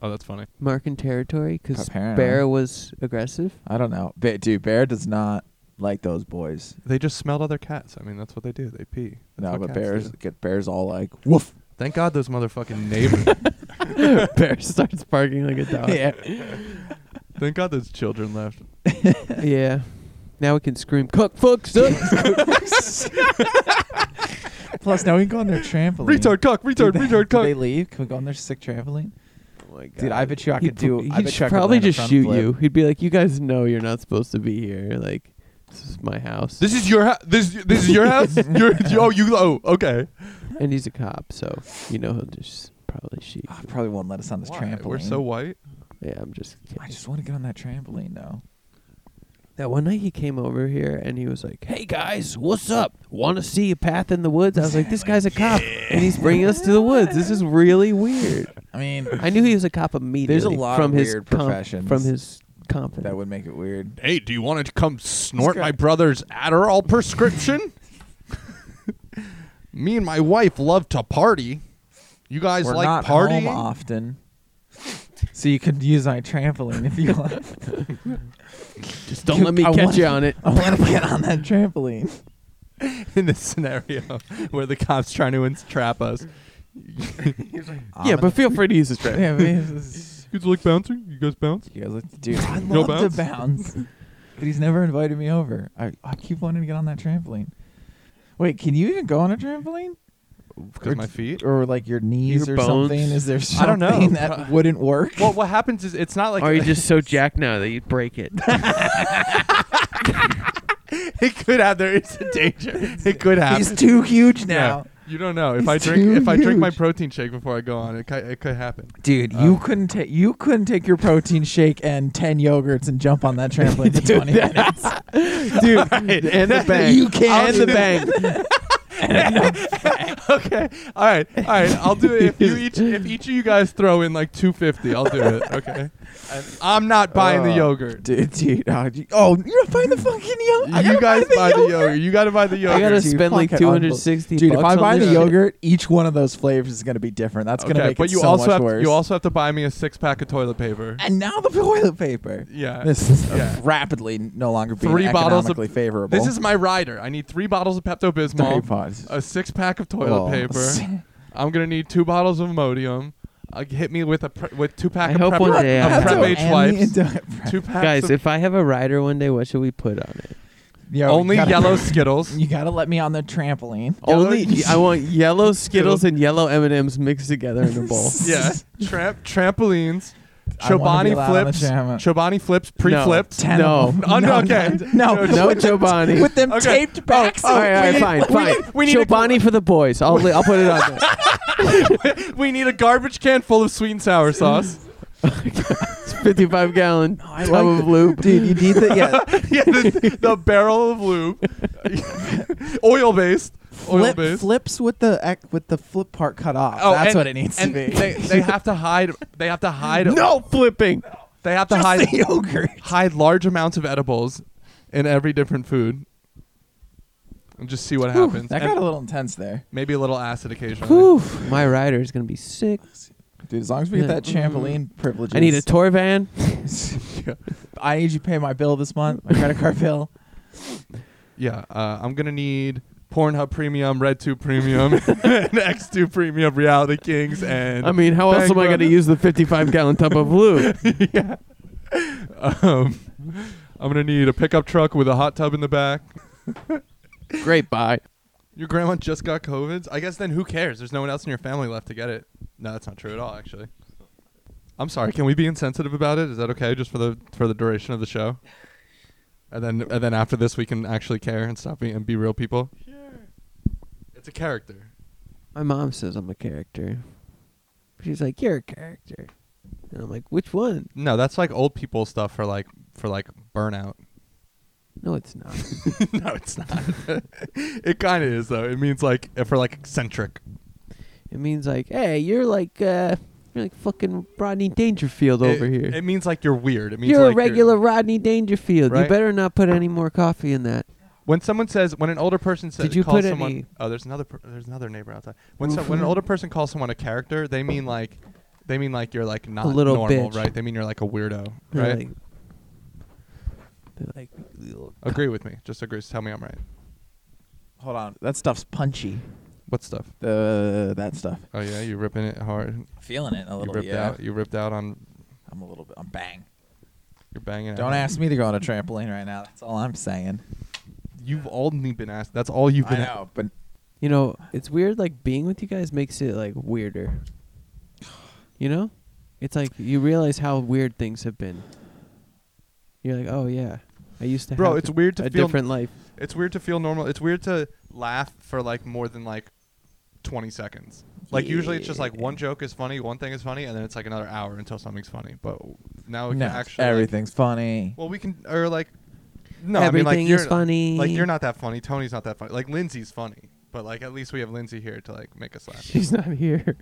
A: Oh, that's funny.
D: Marking territory because
C: Apparently.
D: Bear was aggressive.
C: *laughs* I don't know, but dude, Bear does not like those boys.
A: They just smelled other cats. I mean, that's what they do. They pee. That's
C: no,
A: what
C: but
A: cats
C: bears
A: do.
C: get bears all like
A: *laughs*
C: woof.
A: Thank God those *laughs* motherfucking neighbors.
D: Bear starts barking like a dog.
A: Thank God those children left.
D: Yeah. Now we can scream, cook,
C: *laughs*
D: fuck, suck.
C: *laughs* Plus, now we can go on their trampoline.
A: *laughs* Retard cuck. Retard.
C: do they,
A: Retard
C: do they
A: cuck.
C: leave? Can we go on their sick trampoline?
D: Oh my
C: Dude, I
D: God.
C: bet you I
D: He'd
C: could do.
D: pro-
C: I
D: He'd
C: bet you I could
D: probably
C: land a
D: just
C: front
D: shoot
C: flip.
D: you. He'd be like, "You guys know you're not supposed to be here. Like, this is my house."
A: This is your house. This this is *laughs* your house. Your oh you oh okay.
D: and he's a cop, so you know he'll just probably shoot.
C: Ah,
D: you.
C: probably won't let us on this
A: Why?
C: trampoline.
A: We're so white.
D: Yeah, I'm just. Kidding.
C: I just want to get on that trampoline now.
D: that one night he came over here and he was like, "Hey guys, what's up? Want to see a path in the woods?" I was like, "This guy's a cop, and he's bringing us to the woods. This is really weird."
C: I mean,
D: I knew he was a cop immediately.
C: lot
D: from
C: of
D: his
C: weird
D: conf-
C: professions
D: From his confidence.
C: that would make it weird.
A: Hey, do you want to come snort
C: guy-
A: my brother's Adderall *laughs* prescription? Me and my wife love to party. You guys
C: We're
A: like
C: not
A: partying?
C: home often, so you could use my
A: *laughs*
C: trampoline if you want.
D: Just don't let me
C: *laughs* I
D: catch
C: want-
D: you on it.
C: I want to get on that trampoline.
A: *laughs* in this scenario where the cops trying to entrap us.
D: yeah, but feel free to use this trap.
C: Yeah, but
A: *laughs*
C: he's-
A: You guys like bouncing? You guys bounce?
C: you guys like, dude, I
A: No
C: love to bounce, but he's never invited me over. I, I keep wanting to get on that trampoline. Wait, can you even go on a trampoline?
A: Because my
C: *laughs*
A: feet.
C: Or like your knees
D: Your
C: or something?
D: bones?
C: Is there
A: I
C: something
A: don't know. *laughs*
C: that wouldn't work?
A: Well, what happens is it's not like *laughs*
D: Are you just so jacked now that you break it?
C: *laughs*
A: it could have. There is a danger. It could happen.
C: He's too huge
A: Yeah.
C: now.
A: You don't know if
C: It's
A: I drink
C: too
A: if I drink my
C: huge.
A: protein shake before I go on, it could, it could happen.
C: *laughs* Dude,
A: Um,
C: you couldn't take you couldn't take your protein shake and ten yogurts and jump on that trampoline *laughs* for twenty minutes.
D: *laughs*
C: *laughs*
D: dude, and *laughs* the bank,
C: You can't.
D: and the bank.
A: *laughs*
C: *laughs*
A: okay. All right. All right. I'll do it if you each if each of you guys throw in like 250, I'll do it.
C: *laughs*
A: Okay. I'm not buying the
C: Oh,
A: yogurt.
C: Dude, dude. Oh, you- oh, you're not buying the fucking yogurt.
A: you guys buy the yogurt. You got to buy the
D: I
A: yogurt.
D: gotta
C: Dude,
D: spend like
C: fucking
D: two hundred sixty.
C: Dude, if
D: bucks
C: I
D: on
C: buy
D: this
C: the
D: shit.
C: yogurt, each one of those flavors is gonna be different. That's gonna
A: okay,
C: make
A: but
C: it
A: you
C: so
A: also
C: much
A: have
C: worse.
A: you also have to buy me a six pack of toilet paper.
C: and now the *laughs* toilet paper.
A: Yeah.
C: This is
A: Yeah.
C: rapidly no longer being
A: Three
C: economically
A: bottles of-
C: favorable.
A: This is my rider. I need 3 bottles of Pepto
C: three
A: Bismol,
C: pods.
A: a six pack of toilet
C: Oh, *laughs*
A: paper. I'm going to need 2 bottles of Imodium. Uh, hit me with a pre- with two pack
D: I
A: of
D: hope
A: prep,
D: one day
A: of
D: I'll-
A: prep
D: Pepto
A: H
C: and
A: wipes.
C: *laughs* the
A: *laughs*
C: Prep-
A: Two packs
D: guys.
A: of
D: If I have a rider one day, what should we put on it?
C: Yo, you
A: only
C: gotta- *laughs*
A: yellow Skittles.
C: You gotta let me on the trampoline.
A: Yellow-
D: Only I want *laughs* yellow Skittles and yellow M and M's mixed together in a bowl.
A: yeah. Tramp trampolines.
C: I wanna be
A: Chobani
C: allowed on the
A: flips.
C: tram-
A: Chobani flips pre-flipped.
C: Ten
D: No.
C: of them.
A: Oh, no, okay. *laughs*
C: No,
A: No,
D: No
C: with them-
D: Chobani.
C: With them
A: Okay. Oh,
C: taped backs.
D: Oh, all right, all right, fine, fine.
A: we need a-
D: Chobani for the boys. I'll li- I'll put it on. *laughs* There.
A: we need a garbage can full of sweet and sour sauce.
C: *laughs*
A: *laughs*
D: It's fifty-five gallon
C: I
D: tub
C: like
D: of lube.
C: Dude, you need the yeah,
A: yeah, the, the barrel of lube, *laughs* oil based, oil
C: flip,
A: based.
C: flips with the ec- with the flip part cut off.
A: Oh,
C: That's
A: and-
C: what it needs to
A: and
C: *laughs* be.
A: They, they have to hide. They have to
C: *laughs*
A: hide.
D: *laughs* No flipping.
A: they have to
C: Just
A: hide
C: the
A: *laughs*
C: yogurt.
A: hide large amounts of edibles in every different food, and just see what happens.
C: That
A: And
C: got a little intense there,
A: maybe a little acid occasionally.
D: Whew, my rider is gonna be sick.
C: dude. As long as we get
D: Yeah.
C: that
A: Mm-hmm.
C: trampoline privilege,
D: I
A: *laughs*
D: need a tour van.
C: *laughs* I need you to pay my bill this month, my credit card bill.
A: Yeah, uh, I'm gonna need Pornhub Premium, Red Two
D: *laughs*
A: Premium, and X Two Premium, Reality Kings, and
D: I mean, how else am I gonna use the fifty-five gallon tub of *laughs* lube?
A: yeah. *laughs* Um, I'm gonna need a pickup truck with a hot tub in the back.
D: Great buy.
A: Your grandma just got COVID. I guess then who cares? There's no one else in your family left to get it. No, that's not true at all. Actually, I'm sorry. Can we be insensitive about it? Is that okay? Just for the for the duration of the show, and then and then after this, we can actually care and stop being and be real people. Sure. It's a character.
D: My mom says I'm a character. She's like, you're a character, and I'm like, which one?
A: No, that's like old people stuff for like for like *laughs* burnout.
D: No, it's not.
A: no, it's not. *laughs* it kind of is though. It means like for like eccentric.
D: It means like, hey, you're like, uh, you're like fucking Rodney Dangerfield over
A: it,
D: here.
A: It means like you're weird. It means
D: you're
A: like
D: a regular Rodney Dangerfield.
A: Right?
D: You better not put any more coffee in that.
A: When someone says, when an older person says,
D: Did you
A: calls
D: put
A: someone,
D: any-
A: oh, there's another, per, there's another neighbor outside. When so, when an older person calls someone a character, they mean like, they mean like you're like not
D: little
A: normal,
D: bitch.
A: right? They mean you're like a weirdo,
D: They're
A: right?
D: Like, they're like, "Little
A: agree with me. Just agree. Just tell me I'm right.
C: Hold on, that stuff's punchy.
A: What stuff?
C: The that stuff.
A: Oh yeah, you ripping it hard.
C: Feeling it a
A: You ripped out. You ripped out on.
C: I'm a little bit. I'm bang.
A: You're banging. out.
C: Don't ask me to go on a trampoline right now. That's all I'm saying.
A: You've only been asked. That's all you've
C: I
A: been.
C: know, but
D: You know, it's weird. Like being with you guys makes it like weirder. You know, it's like you realize how weird things have been. You're like, oh yeah, I used to.
A: Bro,
D: have
A: it's weird to
D: a
A: feel-
D: different life.
A: It's weird to feel normal. It's weird to laugh for like more than like 20 seconds. Like usually it's just like one joke is funny, one thing is funny, and then it's like another hour until something's funny. But now we
C: no,
A: can Oh, actually like-
C: everything's funny.
A: well, we can or like no, I mean
D: Everything
A: like
D: is
A: you're
D: funny.
A: like you're not that funny. Tony's not that funny. Like Lindsay's funny, but like at least we have Lindsay here to like make us laugh.
D: *laughs* She's not here.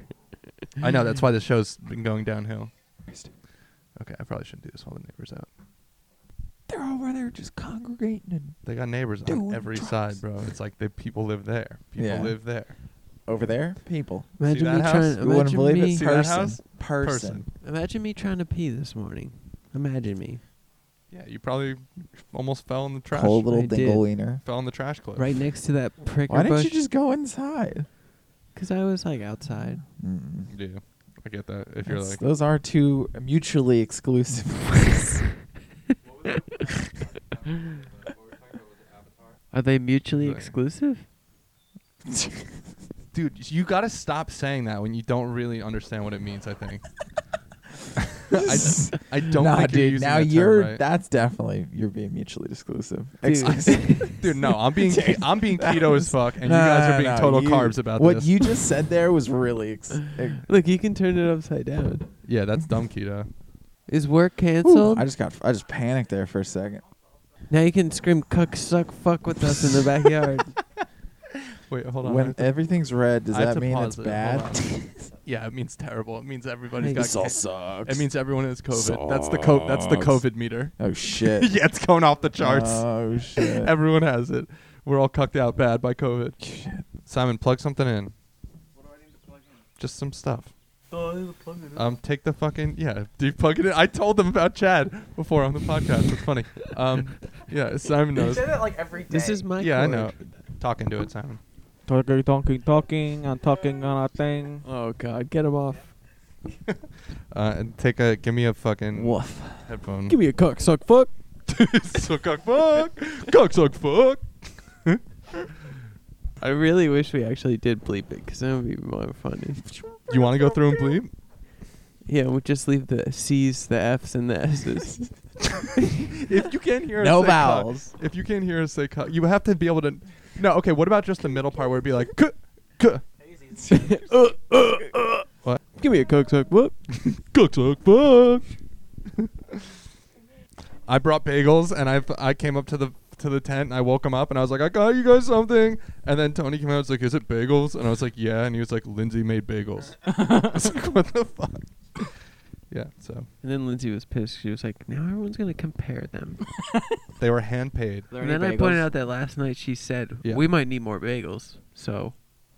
A: I know that's why the show's been going downhill.
C: Christ.
A: Okay, I probably shouldn't do this while the neighbors out.
C: They're over there just congregating and
A: They got neighbors on
C: Doing
A: every
C: drugs.
A: side, bro. It's like the people live there. People
C: Yeah.
A: live there.
C: over there. People.
D: Imagine
A: that
D: me
A: house?
D: trying.
C: you wouldn't
D: Imagine
C: believe
D: me.
C: it.
A: See
C: person.
A: that house?
C: Person.
A: Person.
D: Imagine me trying to pee this morning. Imagine me
A: Yeah, you probably almost fell in the trash.
C: Cold little
D: I did.
C: dingle wiener.
A: Fell in the trash clip.
D: right next to that pricker
C: Why didn't
D: bush.
C: you just go inside?
D: Cause I was like outside.
C: Mm.
A: Yeah, I get that. If you're
C: That's-
A: like,
C: those are two mutually exclusive *laughs* ways.
D: Are they mutually
A: Right.
D: exclusive?
A: dude, you gotta stop saying that when you don't really understand what it means. I think. *laughs* I,
C: *laughs*
A: I don't
C: nah,
A: think
C: dude.
A: you're using
C: now
A: that term *laughs*
C: you're
A: right.
C: that's definitely you're being mutually exclusive.
D: Dude.
C: Exclusive.
A: dude. No, I'm being
C: Dude, *laughs*
A: ke- I'm being
C: that
A: keto
C: was-
A: as fuck, *laughs* and *laughs*
C: No,
A: you guys
C: no,
A: are being
C: no,
A: total
C: you-
A: carbs about
C: what
A: this.
C: you just said there was really. Ex- ex-
D: Look, you can turn it upside down.
A: yeah, that's dumb keto.
D: Is work
C: Ooh,
D: canceled?
C: I just got I just panicked there for a second.
D: now you can scream "cuck, suck, fuck" with us in the *laughs* backyard.
A: Wait, hold on. I
C: When
A: have to-
C: everything's red, does
A: I have
C: that
A: to
C: mean
A: pause
C: it's
A: it. Hold
C: *laughs* bad?
A: yeah, it means terrible. It means everybody's
D: Hey,
A: got.
D: this
A: ca-
C: sucks.
A: It means everyone has COVID. That's the co- That's the
C: Sucks.
A: COVID meter. *laughs*
C: oh shit.
A: yeah, it's going off the charts. *laughs*
C: Oh shit.
A: everyone has it. We're all cucked out bad by COVID.
C: Shit.
A: Simon, plug something in. What do I need to plug in? Just some stuff.
F: *laughs*
A: Um, take the fucking yeah. Do you plug it in? I told them about Chad before on the podcast. It's funny. Um, yeah, Simon knows.
F: it like every day.
D: this is my
A: Yeah, I
D: cord.
A: know. Talking to it, Simon. *laughs*
F: talking, talking, talking. I'm talking on a thing.
D: Oh God, get him off.
A: Uh, and take a give me a fucking
C: Woof.
A: headphone. *laughs*
D: Give me a cuck, suck, fuck.
A: so cock fuck, cock suck fuck. *laughs*
D: I really wish we actually did bleep it because that would be more *laughs* funny.
A: You want to go through and bleep?
D: Yeah, we just leave the C's, the F's, and the S's.
A: If you can't hear us
C: No
A: say cuck-
C: vowels.
A: if you can't hear us say cuck, you have to be able to. No, okay. What about just the middle part where it'd be like cuh, cuh,
D: *laughs* uh, uh, uh.
A: What?
D: Give me a cuck,
A: *laughs*
D: suck, fuck.
A: cook suck fuck? I brought bagels and I I came up to the to the tent and I woke him up and I was like I got you guys something and then Tony came out and was like is it bagels and I was like yeah and he was like Lindsay made bagels. *laughs* I was like what the fuck? *laughs* Yeah, so
D: And then Lindsay was pissed. She was like, "Now everyone's gonna compare them."
A: they were hand paid.
F: Are there
D: and
F: any
D: then I
F: bagels?
D: pointed out that last night she said
A: Yeah.
D: we might need more bagels. So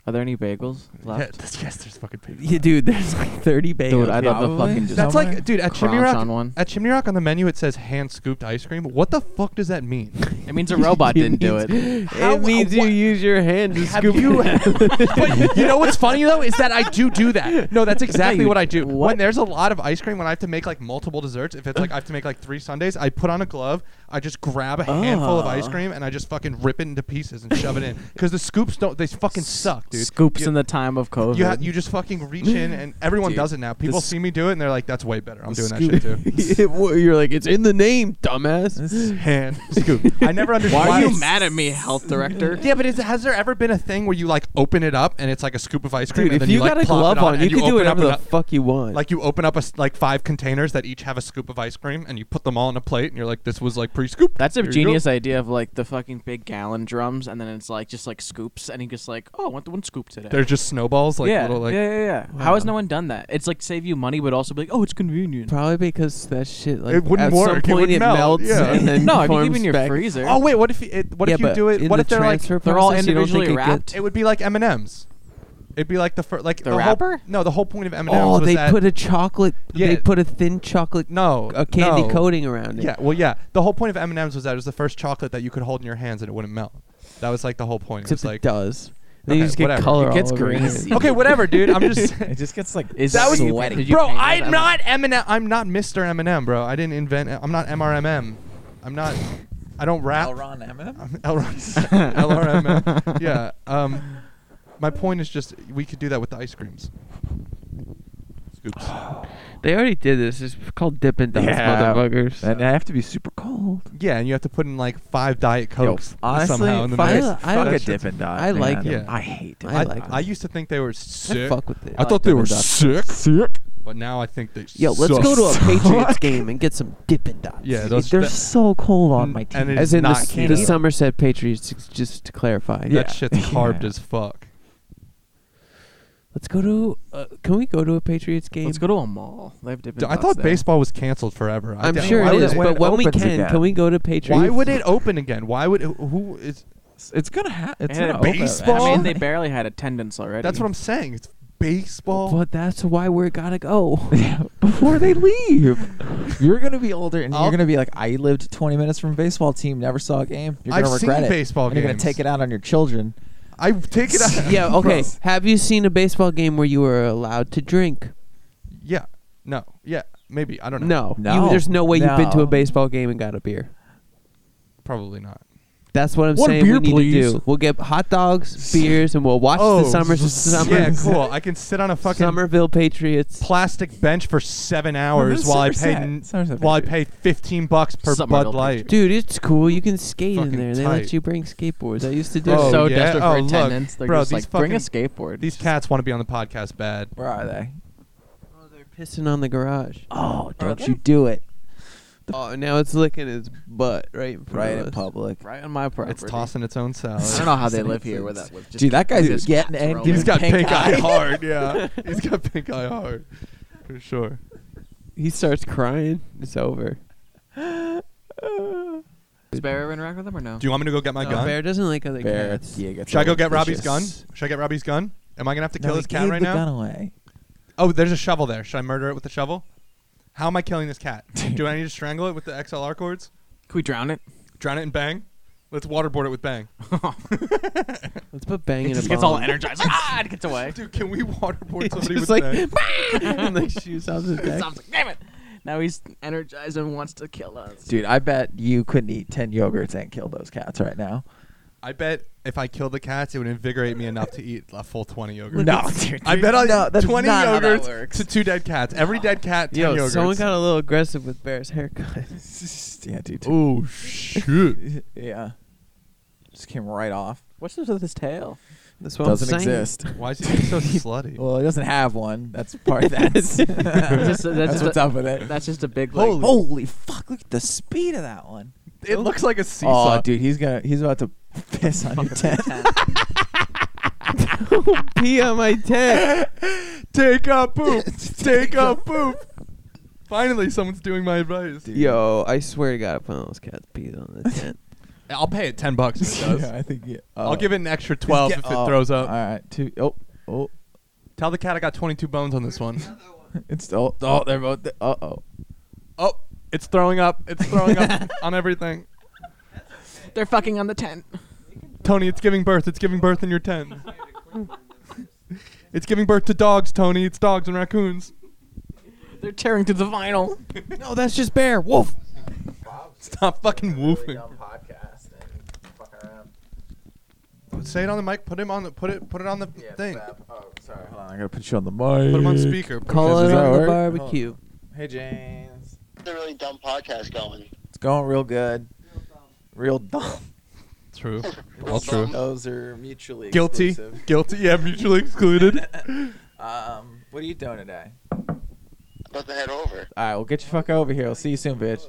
F: Are there any bagels
A: *laughs* Yeah,
F: left?
A: this, yes, there's fucking bagels.
D: yeah, dude, there's like 30 bagels.
C: *laughs*
F: Dude, I'd love to
C: Probably.
F: fucking just
A: That's
C: Somewhere?
A: like, dude, at Chimney
F: crunch
A: Rock,
F: on one.
A: at Chimney Rock on the menu it says hand scooped ice cream. What the fuck does that mean? *laughs*
F: It means a robot didn't do it.
A: How-
D: it means you
A: what-
D: use your hand to
A: Have
D: scoop
A: you- *laughs*
D: *laughs* it.
A: but you know what's funny though is that I do do that. No, that's exactly
D: you-
A: what I do. When
D: what?
A: there's a lot of ice cream, when I have to make like multiple desserts, if it's like I have to make like three sundays, I put on a glove, I just grab a handful of ice
F: Oh.
A: cream and I just fucking rip it into pieces and shove it in because the scoops don't they fucking suck, dude.
F: Scoops
A: You-
F: in the time of COVID.
A: You ha- you just fucking reach in and everyone
F: Dude,
A: does it now. People
F: s-
A: see me do it and they're like, "That's way better." I'm
C: the
A: doing that
C: scoop-
A: shit
F: *laughs*
A: too.
D: *laughs* It- well, you're like, it's in the name, *laughs* dumbass.
A: Hand scoop. I never understood.
F: Why are you
A: it's-
F: mad at me, health
D: *laughs*
F: director?
A: Yeah, but is, has there ever been a thing where you like open it up and it's like a scoop of ice cream?
D: Dude,
A: and
D: if
A: then
D: you
A: like,
D: got a
A: plop
D: glove
A: it
D: on,
A: and
D: you can
A: open
D: do
A: it up
D: whatever
A: and
D: the
A: up-
D: fuck you want.
A: Like you open up a s like five containers that each have a scoop of ice cream, and you put them all on a plate, and you're like, "This was like pre-scooped."
F: That's a
A: Here you go.
F: genius idea of like the fucking big gallon drums, and then it's like just like scoops, and he just like, oh, I want the one scoop today.
A: They're just snowballs, like
F: yeah,
A: little like.
F: yeah, yeah, yeah. How has
A: Wow.
F: no one done that? It's like save you money, but also be like, oh, it's convenient. *laughs*
D: Probably because that shit, like,
A: It wouldn't
D: at
A: work,
D: some
A: it
D: point
A: would
D: it,
A: melt,
D: melts
A: yeah.
D: and then
F: no, if you
D: forms
F: keep it in your
D: back.
F: freezer.
A: *laughs* Oh wait, what if you, it, what
D: yeah,
A: if you
D: but
A: do it?
D: in
A: What
D: the
A: if they're like
D: transfer
F: they're all
D: process, you don't think
F: individually
D: it
F: wrapped?
D: gets-
A: it would be like M and M's. It'd be like the first like
F: The
A: whole-
F: wrapper?
A: no, the whole point of M and M's.
D: Oh,
A: was
D: they
A: that,
D: put a chocolate.
A: Yeah.
D: They put a thin chocolate,
A: no
D: a candy
A: no.
D: coating around it.
A: Yeah, well, yeah. The whole point of M and M's was that it was the first chocolate that you could hold in your hands and it wouldn't melt. That was like the whole point. It
D: except
A: was like
D: it does. Then
A: Okay,
D: you just get
A: whatever.
D: color.
C: It gets
D: all over your
C: greasy.
D: hand.
A: okay, whatever, dude. I'm just. *laughs*
C: *laughs*
F: *laughs*
C: It just gets like
F: Is
A: That was-
C: sweaty.
F: Did you
A: bro,
F: paint that
A: I'm
F: M&M?
A: not Eminem. I'm not Mr. Eminem, bro. I didn't invent. I'm not MRMM. I'm not. I don't rap. *laughs*
C: Elron Eminem? *laughs*
A: I'm
F: *laughs*
A: Elron. LRMM. Yeah. Um, my point is just we could do that with the ice creams. Scoops.
D: *laughs* They already did this. It's called Dippin' Dots,
C: Yeah.
D: motherfuckers.
C: And I have to be super cold.
A: Yeah, and you have to put in like five diet cokes
C: honestly,
A: somehow in the
C: fuck,
A: mix.
D: I- I
C: fuck
D: like
C: a
D: it.
C: Dippin' Dot.
D: I like
C: man.
A: it. Yeah.
C: I hate
A: *laughs*
C: Dippin'
A: I,
D: like
C: Dots.
A: I used to think they were sick.
D: fuck with it.
A: I,
D: I
A: thought
D: like
A: they were
C: Dippin' Dots.
D: *laughs*
A: sick. Sick. But now I think they.
D: Yo, let's
A: suck.
D: go
A: *laughs*
D: to a Patriots game and get some Dippin' Dots.
A: Yeah, those.
C: They're
A: that-
C: so cold on my
A: And
C: team.
A: it-
D: As in the,
A: not
D: s-
A: keto.
D: the Somerset Patriots, ex- just to clarify.
A: that
C: Yeah.
D: *laughs*
A: shit's carved
C: Yeah.
A: as fuck.
D: Let's go to. Uh, can we go to a Patriots game?
F: Let's go to a mall. They have Dippin'
A: D- I
F: Dots
A: thought
F: there.
A: baseball was canceled forever. I
D: I'm
A: don't-
D: sure
A: why
D: it
A: would
D: is,
A: when
D: but
A: it
D: when we
C: opens
D: can,
C: again.
D: can we go to Patriots?
A: Why would it open again? Why would who is?
C: It's gonna happen. It's
F: And
C: gonna
F: a
C: open.
A: baseball?
F: I mean, they barely had attendance already.
A: That's what I'm saying. It's baseball.
D: But that's why we
A: *laughs*
D: gotta go.
C: before they leave. You're gonna be older, and
A: I'll-
C: you're gonna be like, I lived 20 minutes from a baseball team, never saw a game. You're gonna
A: I've
C: regret
A: seen
C: it.
A: baseball
C: and You're gonna
A: games.
C: take it out on your children.
A: I take it.
D: *laughs*
A: Out. *laughs*
D: yeah. Okay.
A: Bro.
D: Have you seen a baseball game where you were allowed to drink?
A: Yeah. No. Yeah. Maybe. I don't know.
D: No.
C: No.
D: You, there's no way you've been to
C: No.
D: a baseball game and got a beer.
A: Probably not.
D: That's what I'm
F: One
D: saying.
F: beer,
D: we need
F: please.
D: to do. We'll get hot dogs, beers, and we'll watch
A: Oh,
D: the summer summer
A: Yeah,
D: *laughs*
A: cool. I can sit on a fucking
D: Somerville Patriots.
A: plastic bench for seven hours while I pay n- while I pay fifteen bucks per
F: Somerville
A: Bud Light.
D: Dude, it's cool. You can skate
A: Fucking
D: in there. They
A: tight.
D: let you bring skateboards. I used to do.
F: They're
A: Oh,
D: it.
F: so
A: yeah?
F: desperate for
A: Oh, look.
F: attendance. They're
A: Bro,
F: just
A: these
F: like, bring a
A: fucking-
F: skateboard.
A: These cats want to be on the podcast bad.
C: Where are they?
D: Oh, they're pissing on the garage.
C: Oh,
F: don't
C: you do it
D: Oh, now it's licking his butt right in front
C: right
D: of
C: in
D: us.
C: public.
F: right on my property.
A: It's tossing its own salad. *laughs*
F: I don't know how they live here with that. With just
C: Dude, that guy's
F: just
C: getting
F: cats
C: angry.
F: roaming.
A: He's got pink,
C: Pink
A: eye.
C: eye.
A: hard. *laughs* Yeah, he's got pink eye hard for sure.
D: He starts crying. It's over.
F: Does Bear ever interact with them or no?
A: Do you want me to go get my
D: No,
A: gun?
D: Oh, Bear doesn't like other
C: Bear,
D: cats.
C: yeah, gets
A: Should I go
C: all
A: get Robbie's gun?
C: vicious.
A: Should I get Robbie's gun? Am I gonna have to
C: No,
A: kill
C: he
A: this cat
C: gave
A: right
C: the
A: now?
C: Gun
A: *laughs*
C: away.
A: Oh, there's a shovel there. Should I murder it with the shovel? How am I killing this *laughs* cat? Do I need to strangle it with the XLR cords?
F: Can we drown it?
A: Drown it in bang? Let's waterboard it with bang.
D: Let's put bang
F: It
D: in a
F: just gets all
D: bomb. *laughs*
F: energized. Like, ah, it gets away.
A: Dude, can we *laughs* waterboard
D: It's
A: somebody
D: just
A: with
D: like
A: bang?
D: and like shoots off his back.
F: Sounds like, damn it. Now he's energized and wants to kill us.
C: *laughs* Dude, I bet you couldn't eat 10 yogurts and kill those cats right
A: *laughs*
C: now.
A: I bet if I killed the cats, it would invigorate me enough to eat a full 20 yogurts.
C: No, *laughs* dude.
A: I bet I'll
C: No,
A: eat
C: that's
A: 20
C: not how that
A: yogurts
C: works.
A: to two dead cats. Every dead cat, 10
D: Yo,
A: yogurts.
D: someone got a little aggressive with Bear's haircut.
A: *laughs*
C: yeah, dude.
A: Oh, shoot.
C: Yeah. Just came right off.
F: What's this with his tail?
D: That's what
C: Doesn't
D: I'm saying. *laughs*
C: exist.
A: Why is he being so slutty?
C: Well, it doesn't have one. That's part of that. that's *laughs*
F: just
C: what's
F: a-
C: up with it.
F: That's just a big like.
C: Holy fuck, look at the speed of that one.
A: It looks like a seesaw.
C: Oh, dude, he's gonna he's about to piss on your tent.
D: Pee on my *laughs* tent.
A: Take a
C: *laughs*
A: poop. Take a poop. Finally, someone's doing my advice.
D: Yo, I swear to God, if one of those cats peed on
A: *laughs*
D: the tent.
A: I'll pay it 10 bucks if it does.
C: *laughs* Yeah, I think uh, yeah.
A: I'll give it an extra 12 if it throws up.
C: Oh, All right, two. Oh, oh,
A: Tell the cat I got 22 bones on this one.
C: it's oh, oh they're both. Uh oh.
A: Oh, it's throwing up. It's throwing
C: *laughs*
A: up on everything.
F: They're fucking on the tent.
A: Tony, it's giving birth. It's giving birth in your tent. it's giving birth to dogs, Tony. It's dogs and raccoons.
F: They're tearing through the vinyl.
D: no, that's just Bear. Wolf.
A: Stop fucking *laughs* woofing. Say it on the mic. Put him on the put it put it on the thing.
C: Oh, sorry. Hold on, I gotta put you on the mic.
A: Put him on speaker.
D: Call
C: Does
D: it
C: that
D: on the
C: work?
D: barbecue.
C: Hey, James.
G: a really dumb podcast going.
C: It's going real good. Real dumb.
A: True. All true.
C: Those are mutually
A: Guilty.
C: exclusive.
A: Guilty. Yeah, mutually *laughs* excluded.
C: Um, what are you doing today?
G: About to head over.
C: All right, we'll get you fuck over here. We'll see you soon, bitch.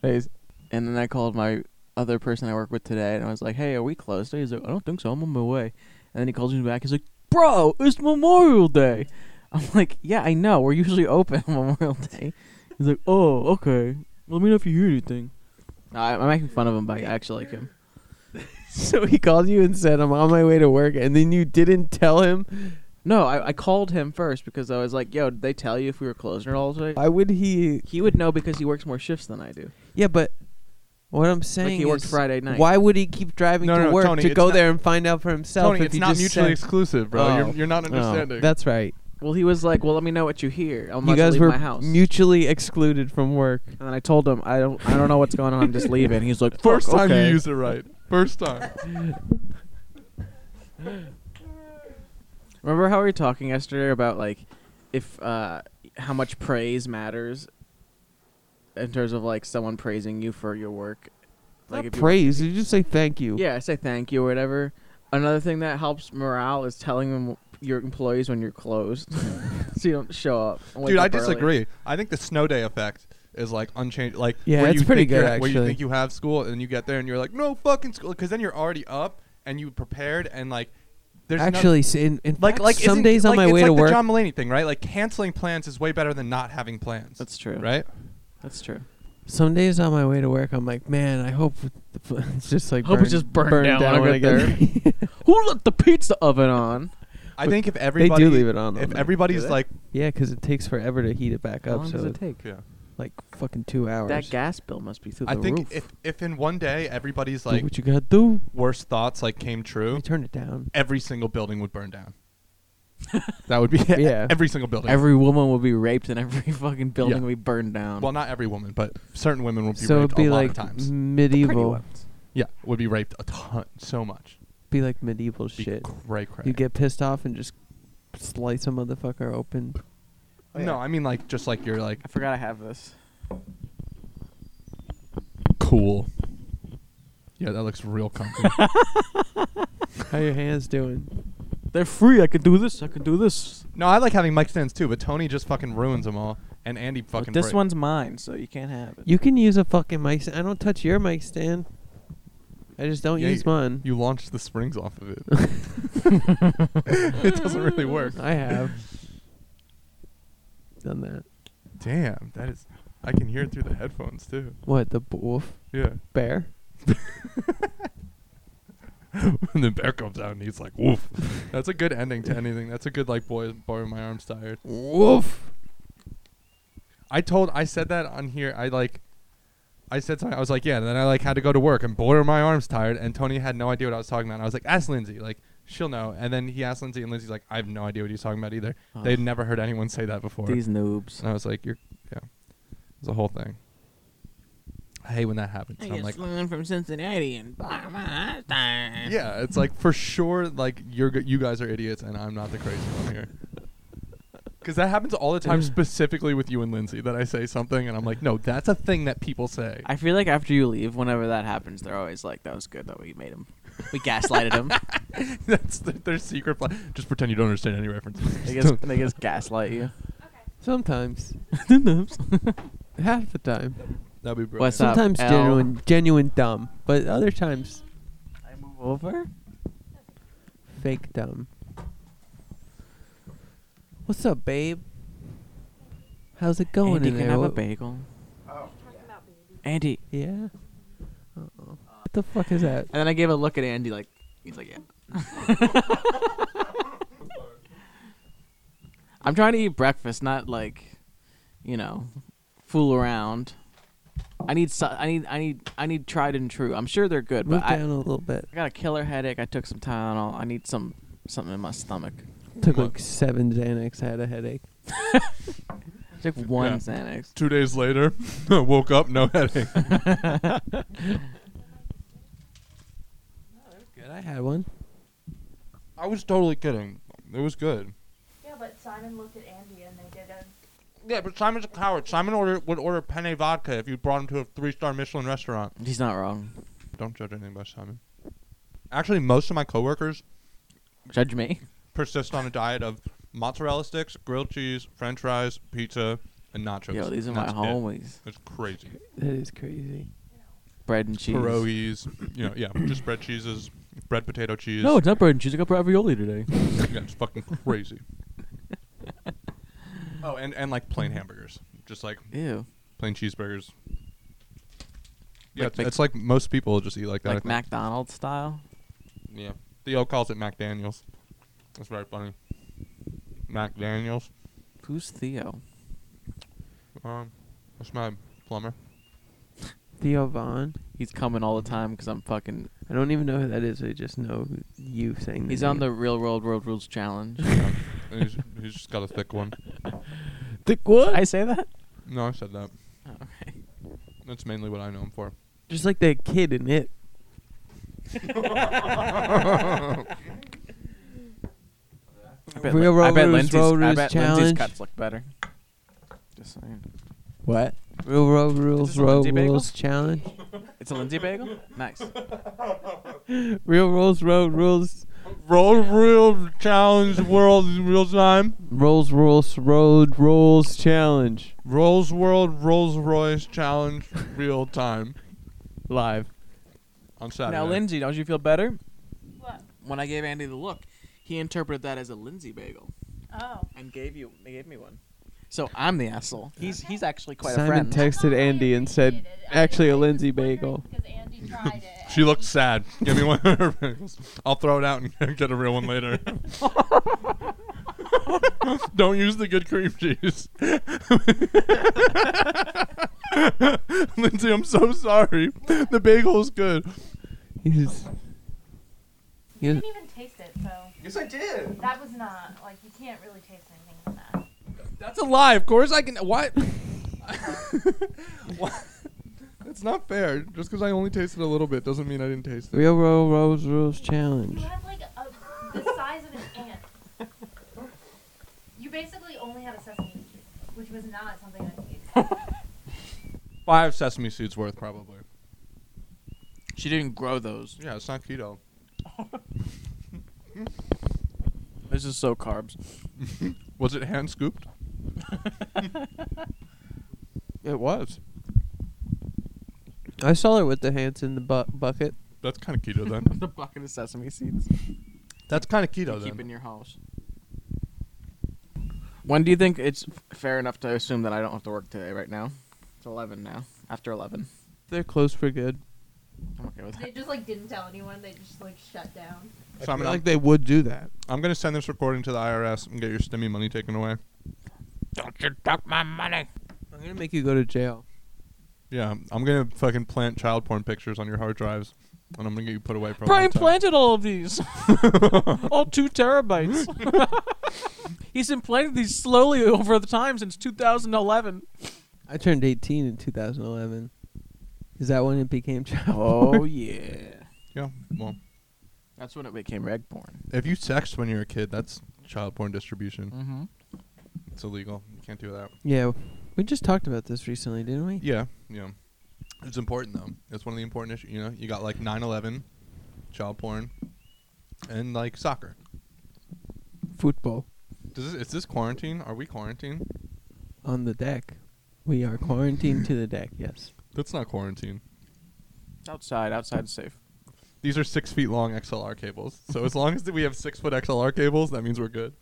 C: Please.
F: And then I called my other person I work with today, and I was like, "Hey, are we closed?" He's like, "I don't think so. I'm on my way." And then he calls me back. He's like, "Bro, it's Memorial Day." I'm like, "Yeah, I know. We're usually open *laughs* on Memorial Day." He's like, "Oh, okay. Let me know if you hear anything." I, I'm making fun of him, but I actually like him.
D: *laughs* So he called you and said, I'm on my way to work. And then you didn't tell him.
F: No, I, I called him first because I was like, "Yo, did they tell you if we were closed or all today?"
D: Why would he?
F: He would know because he works more shifts than I do.
D: Yeah, but what I'm saying
F: Like he worked
D: is,
F: Friday night.
D: why would he keep driving
A: No,
D: to
A: no, no,
D: work
A: Tony,
D: to
A: it's
D: go
A: not-
D: there and find out for himself
A: Tony,
D: if
A: it's
D: he
A: not
D: just
A: mutually
D: said,
A: exclusive, bro.
D: Oh.
A: You're, you're not
D: Oh,
A: understanding.
D: that's right.
F: Well, he was like, "Well, let me know what you hear. I'm
D: you
F: about to
D: guys
F: leave
D: were
F: my house."
D: mutually excluded from work.
F: And then I told him, I don't, I don't know what's going on. I'm just leaving.
D: *laughs*
F: He's like,
A: First
F: "Fuck,
A: time
F: okay."
A: you used it right. First time. *laughs*
F: Remember how we were talking yesterday about like, if uh, how much praise matters, in terms of like someone praising you for your work,
D: Like
F: like if
D: praise. You just say thank you.
F: You, yeah, say thank you or whatever. Another thing that helps morale is telling them your employees when you're closed, *laughs* so you don't show up. and wake
A: Dude, I
F: up early.
A: disagree. I think the snow day effect is like unchanged. Like
D: Yeah,
A: where
D: it's
A: you
D: pretty
A: think you're-
D: good,
A: Where you
D: actually.
A: think you have school, and you get there, and you're like, no fucking school, because then you're already up and you prepared, and like there's no-
D: Actually, s in, in
A: like
D: fact,
A: like
D: some
A: isn't-
D: days on
A: like,
D: my
A: it's
D: way
A: like
D: to
A: the
D: work.
A: John Mulaney thing, right? Like canceling plans is way better than not having plans.
F: That's true.
A: right.
F: That's true. *laughs*
D: some days on my way to work, I'm like, man, I hope *laughs* the pl- it's just like
F: Hope it
D: burned,
F: just burned down
D: down
F: when I get
D: there. *laughs*
F: Who let the pizza oven on?
A: I think if everybody
D: leave it on, though,
A: if
D: man.
A: everybody's
F: Do they?
A: like,
D: yeah, because it takes forever to heat it back
F: How
D: up.
F: long
D: so
F: does it take?
A: yeah.
D: like fucking two hours.
F: That gas bill must be through
A: I
F: the
A: think
F: roof. *laughs*
A: if if in one day everybody's
D: do
A: like
D: what you gotta do.
A: worst thoughts like came true,
D: You turn it down.
A: every single building would burn down. that would be
D: *laughs* Yeah.
A: *laughs* every single building.
F: every woman will be raped and every *laughs* fucking building
A: Yeah.
F: will be burned down.
A: Well, not every woman, but certain women will be
D: Um, So
A: raped
D: it'd be
A: a lot
D: like
A: of times.
D: medieval.
A: Yeah, would be raped a ton, so much.
D: Be like medieval
A: Be
D: shit.
A: Cray cray.
D: You get pissed off and just slice a motherfucker
F: *laughs*
D: open.
F: Oh, yeah.
A: No, I mean like just like you're like
F: I forgot I have this.
A: cool. Yeah, that looks real
D: *laughs*
A: comfy.
D: How your hands doing?
F: They're free. I can do this. I can do this.
A: no, I like having mic stands too, but Tony just fucking ruins them all, and Andy
F: But
A: fucking.
F: this
A: breaks.
F: one's mine, so you can't have it.
D: You can use a fucking mic stand. I don't touch your mic stand. I just don't
A: Yeah,
D: use mine.
A: you launched the springs off of
D: *laughs*
A: it. *laughs* it doesn't really work.
D: I
A: *laughs*
D: have done that.
A: Damn, that is. I can hear it through the headphones too.
D: What the b- wolf
A: Yeah.
D: bear?
A: *laughs* and then bear comes out and he's like, "Woof." That's a good ending to anything. That's a good like, boy, boy, my arm's tired.
D: Woof.
A: I told, I said that on here. I like, I said something. I was like, yeah. And then I like had to go to work and boy, are my arm's tired. And Tony had no idea what I was talking about. And I was like, ask Lindsay. Like, she'll know. And then he asked Lindsay, and Lindsay's like, I have no idea what he's talking about either. They'd never heard anyone say that before.
F: These noobs.
A: and I was like, you're, yeah. It was a whole thing. I hate when that happens. I'm like,
F: from Cincinnati and yeah.
A: yeah, it's like for sure, like you're g- you guys are idiots, and I'm not the crazy one *laughs* here. Because that happens all the time, specifically with you and Lindsay, that I say something and I'm like, no, that's a thing that people say.
F: I feel like after you leave, whenever that happens, they're always like, "That was good that we made him. *laughs* We gaslighted him.
A: *laughs* that's the, their secret plan. Just pretend you don't understand any references.
F: They just, they *laughs* just gaslight you."
D: Sometimes,
F: The noobs.
D: half the time.
A: *laughs* That'd be brilliant.
F: What's up?
D: Sometimes
F: L?
D: genuine, genuine dumb, but other times
F: I move *laughs* over.
D: fake dumb. What's up, babe? How's it going
F: Andy
D: in
F: can
D: there?
F: have a
D: What-
F: bagel. Oh. Andy.
D: Yeah. Uh-oh. What the fuck is
F: *laughs*
D: that?
F: And then I gave a look at Andy, like he's like, "Yeah." *laughs* I'm trying to eat breakfast, not like, you know, fool around. I need, so- I need, I need, I need tried and true. I'm sure they're good,
D: Move
F: but I,
D: down a little bit.
F: I got a killer headache. I took some Tylenol. I need some something in my stomach.
D: Took
A: What?
D: like seven Xanax. I had a headache.
F: I took one
A: Yeah.
F: Xanax.
A: *laughs* Two days later, I woke up, no *laughs* headache.
D: Good. I had one.
A: I was totally kidding. It was good.
E: Yeah, but Simon looked at Andy and they did a.
A: Yeah, but Simon's a coward. Simon order, would order penne vodka if you brought him to a three star Michelin restaurant.
F: He's not wrong.
A: Don't judge anything by Simon. Actually, most of my coworkers
F: Judge me.
A: persist on a diet of mozzarella sticks, grilled cheese, French fries, pizza, and nachos.
F: Yo, these are my
A: That's it.
F: homies.
A: It's crazy.
D: That is crazy.
F: Bread and cheese.
A: Pierogies, you know, yeah, just bread cheeses, bread potato cheese.
F: No, it's not bread and cheese. I got ravioli today.
A: yeah, it's fucking crazy. oh, and and like plain hamburgers, just like
F: *laughs* Ew.
A: plain cheeseburgers. Yeah,
F: Like
A: it's,
F: Mc-
A: it's like most people just eat like that. I
F: Like
A: think.
F: McDonald's style.
A: Yeah. Theo calls it Mac Daniels. That's very funny. Mac Daniels.
F: Who's Theo?
A: Um, that's my plumber.
D: Theo Vaughn.
F: He's coming all the
D: Mm-hmm.
F: time because I'm fucking.
D: I don't even know who that is. I just know you saying.
F: He's on the Real World Road
D: *laughs*
F: Rules Challenge.
A: Um, and he's, he's just got a thick one.
D: thick one.
F: I say that?
A: No, I said that.
F: Okay.
A: That's mainly what I know him *laughs* for.
D: Just like that kid in it.
F: I bet,
D: Real
F: Lin- I
D: Road
F: bet
D: Rules,
F: Lindsay's,
D: Road
F: I
D: Rules
F: bet
D: Challenge.
F: Lindsay's cuts look better. Just saying.
C: What?
D: Real road rules,
F: this a
D: road
F: Lindsay bagel?
D: rules challenge.
F: It's a Lindsay bagel? Nice.
D: Real rules, road rules,
A: Road Real Challenge World Real Time.
D: Rolls Rolls Road Rules Challenge
A: Rolls World Rolls Royce Challenge Real Time
D: live.
A: on Saturday.
F: now, Lindsay, don't you feel better?
E: What?
F: When I gave Andy the look, he interpreted that as a Lindsay bagel
E: Oh.
F: and gave you they gave me one. So I'm the asshole. He's he's actually quite a
D: Simon
F: friend.
E: Oh,
D: texted Andy and said, "Actually, a Lindsay bagel."
E: Because Andy tried it.
A: She looks sad. Give me one of her bagels. I'll throw it out and *laughs* get a real one later. Don't use the good cream cheese. *laughs* Lindsay, I'm so sorry. The bagel is good.
D: He's
E: You
D: he was,
E: didn't even taste it, so. Yes, I did. That was not like you can't really taste anything from that.
A: That's a lie. Of course I can. *laughs* Why? Why- It's not fair. Just because I only tasted a little bit doesn't mean I didn't taste it.
D: Real Roll Rose Rules Challenge.
H: You have like a, the size of an ant. You basically only have a sesame seed, which was not something I needed.
A: Five sesame seeds worth, probably.
F: *laughs* She didn't grow those.
A: Yeah, it's not keto.
F: This is so carbs.
A: Was it hand scooped?
F: It was.
D: I saw her with the hands in the bu- bucket.
A: That's kind of keto
F: *laughs*
A: then.
F: the bucket of sesame seeds.
A: That's kind of
F: You
A: keto
F: keep in
A: then.
F: your house. When do you think it's f- fair enough to assume that I don't have to work today? Right now, it's eleven now. After eleven,
D: They're close for good.
F: I'm okay with
H: They
F: that.
H: just like didn't tell anyone. They just like shut down.
A: So I'm,
D: I feel
A: gonna,
D: like they would do that.
A: I'm gonna send this recording to the IRS and get your stimmy money taken away.
D: I'm gonna make you go to jail.
A: Yeah, I'm gonna fucking plant child porn pictures on your hard drives, and I'm gonna get you put away for. a
F: Brian
A: long time.
F: planted all of these, all two terabytes. He's implanted these slowly over the time since 2011.
D: I turned 18 in 2011. Is that when it became *laughs* child?
F: *laughs* Oh yeah,
A: Yeah, well,
F: that's when it became reg porn.
A: if you sexed when you were a kid, that's child porn distribution.
F: Mm-hmm.
A: It's illegal. You can't do that.
D: Yeah, we just talked about this recently, didn't we?
A: Yeah, yeah. It's important though. It's one of the important issues. You know, you got like 9/11, child porn, and like soccer.
D: Football
A: Does this, is this quarantine? Are we quarantined?
D: on the deck. We are quarantined to the deck. Yes.
A: That's not quarantine.
F: Outside, outside safe.
A: These are six feet long XLR cables. So as long as we have six foot XLR cables, that means we're good.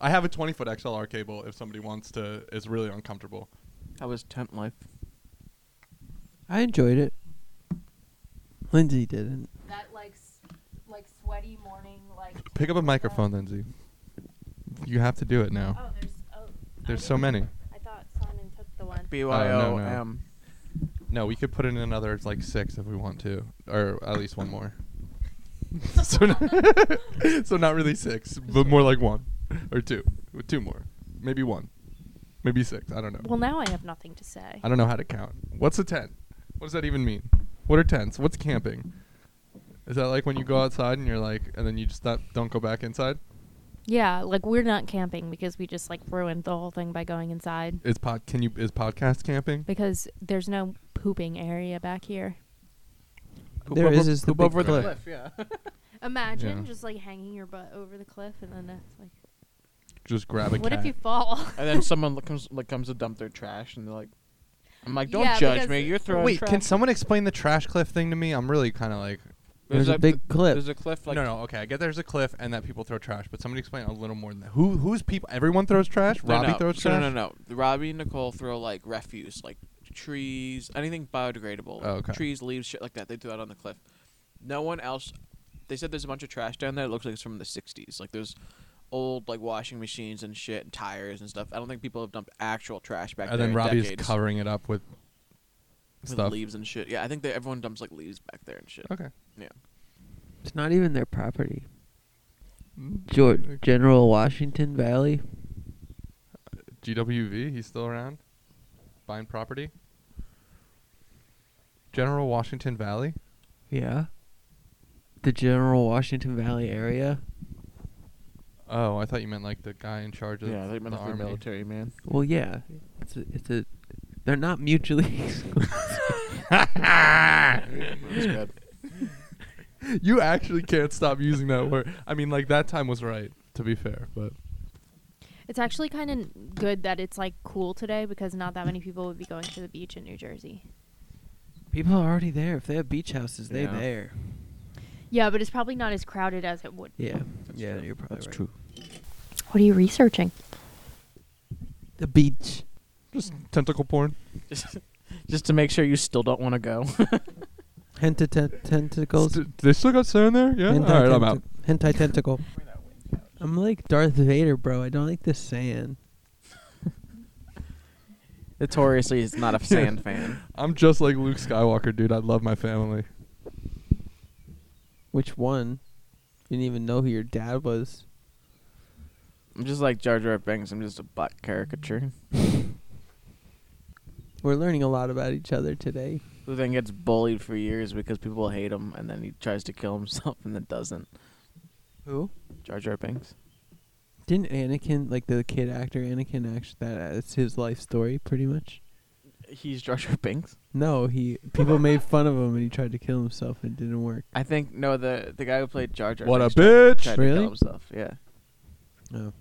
A: I have a 20 foot XLR cable if somebody wants to, is really uncomfortable.
F: That was tent life.
D: I enjoyed it. Lindsay didn't.
H: That like s- like sweaty morning like.
A: Pick up a microphone, Lindsay. You have to do it now.
E: Oh, there's oh. I
A: There's so
E: didn't-
A: many.
E: I thought Simon took the one.
F: B Y
A: no,
F: O
A: no.
F: M.
A: No, we could put in another like six if we want to, or at least one more. *laughs* so, n- *laughs* so not really six, but more like one or two, or two more, maybe one, maybe six. I don't know.
E: Well, now I have nothing to say.
A: I don't know how to count. What's a tent? What does that even mean? What are tents? What's camping? Is that like when you go outside and you're like, and then you just not, don't go back inside?
E: Yeah, like we're not camping because we just like ruined the whole thing by going inside
A: Is pod can you is podcast camping?
E: because there's no pooping area back here.
D: There is is the
F: poop
D: big
F: over the
D: cliff.
F: cliff. Yeah. *laughs*
E: Imagine
A: Yeah.
E: just like hanging your butt over the cliff and then it's like,
A: Just grab a
E: what
A: cat.
E: if you
A: *laughs*
E: fall? *laughs*
F: and then someone li- comes like comes to dump their trash, and they're like, "I'm like, don't
E: Yeah,
F: judge
E: because-
F: me. You're throwing
A: Wait,
F: trash."
A: can someone explain the trash cliff thing to me? I'm really kind of like
D: There's a big cliff.
F: There's a cliff. Like
A: no, no, okay. I get there's a cliff and that people throw trash, but somebody explain a little more than that. Who, who's people? Everyone throws trash.
F: No,
A: Robbie
F: no.
A: throws
F: so
A: trash.
F: No, no, no. The Robbie and Nicole throw like refuse, like trees, anything biodegradable,
A: Oh, okay.
F: trees, leaves, shit like that. They throw out on the cliff. No one else. They said there's a bunch of trash down there. It looks like it's from the '60s. Like there's old like washing machines and shit and tires and stuff. I don't think people have dumped actual trash back
A: And
F: there.
A: then Robbie's
F: in decades
A: covering it up with
F: with
A: stuff.
F: leaves and shit. Yeah, I think that everyone dumps like leaves back there and shit.
A: Okay.
D: It's not even their property.
A: Mm.
D: George, General Washington Valley.
A: GWV, he's still around, buying property. General Washington Valley.
D: Yeah. The General Washington Valley area.
A: Oh, I thought you meant like the guy in charge of
F: Yeah, they
A: the
F: meant the
A: army. *laughs*
F: military *laughs* man.
D: Well, yeah. It's a, it's a. They're not mutually *laughs*
A: You actually can't stop using that word. I mean, like that time was right. To be fair, but
E: It's actually kind of good that it's like cool today because not that many people would be going to the beach in New Jersey.
D: People are already there. If they have beach houses, they're
F: Yeah.
D: there.
E: Yeah, but it's probably not as crowded as it would. be.
D: Yeah. yeah, you're probably right.
E: What are you researching?
D: The beach.
A: just tentacle porn.
F: just, just to make sure you still don't want to go. *laughs*
D: Hentai te- tentacles.
A: St- they still got sand there. Yeah. All
D: Hentai
A: right, I'm
D: tenta-
A: out.
D: Hentai tentacle. I'm like Darth Vader, bro. I don't like the sand.
F: Notoriously, he's *laughs* not a sand fan.
A: I'm just like Luke Skywalker, dude. I love my family.
D: Which one? You didn't even know who your dad was.
F: I'm just like Jar Jar Binks. I'm just a butt caricature.
D: We're learning a lot about each other today.
F: Who then gets bullied for years because people hate him, and then he tries to kill himself and then doesn't.
D: Who?
F: Jar Jar Binks.
D: Didn't Anakin, like the kid actor Anakin, actually that it's his life story pretty much?
F: He's Jar Jar Binks.
D: No, he people made fun of him and he tried to kill himself and it didn't work.
F: I think no, the the guy who played Jar Jar.
A: What a
F: Binks tried-
A: bitch!
F: Tried to
D: Really?
F: kill himself. Yeah.
D: Oh.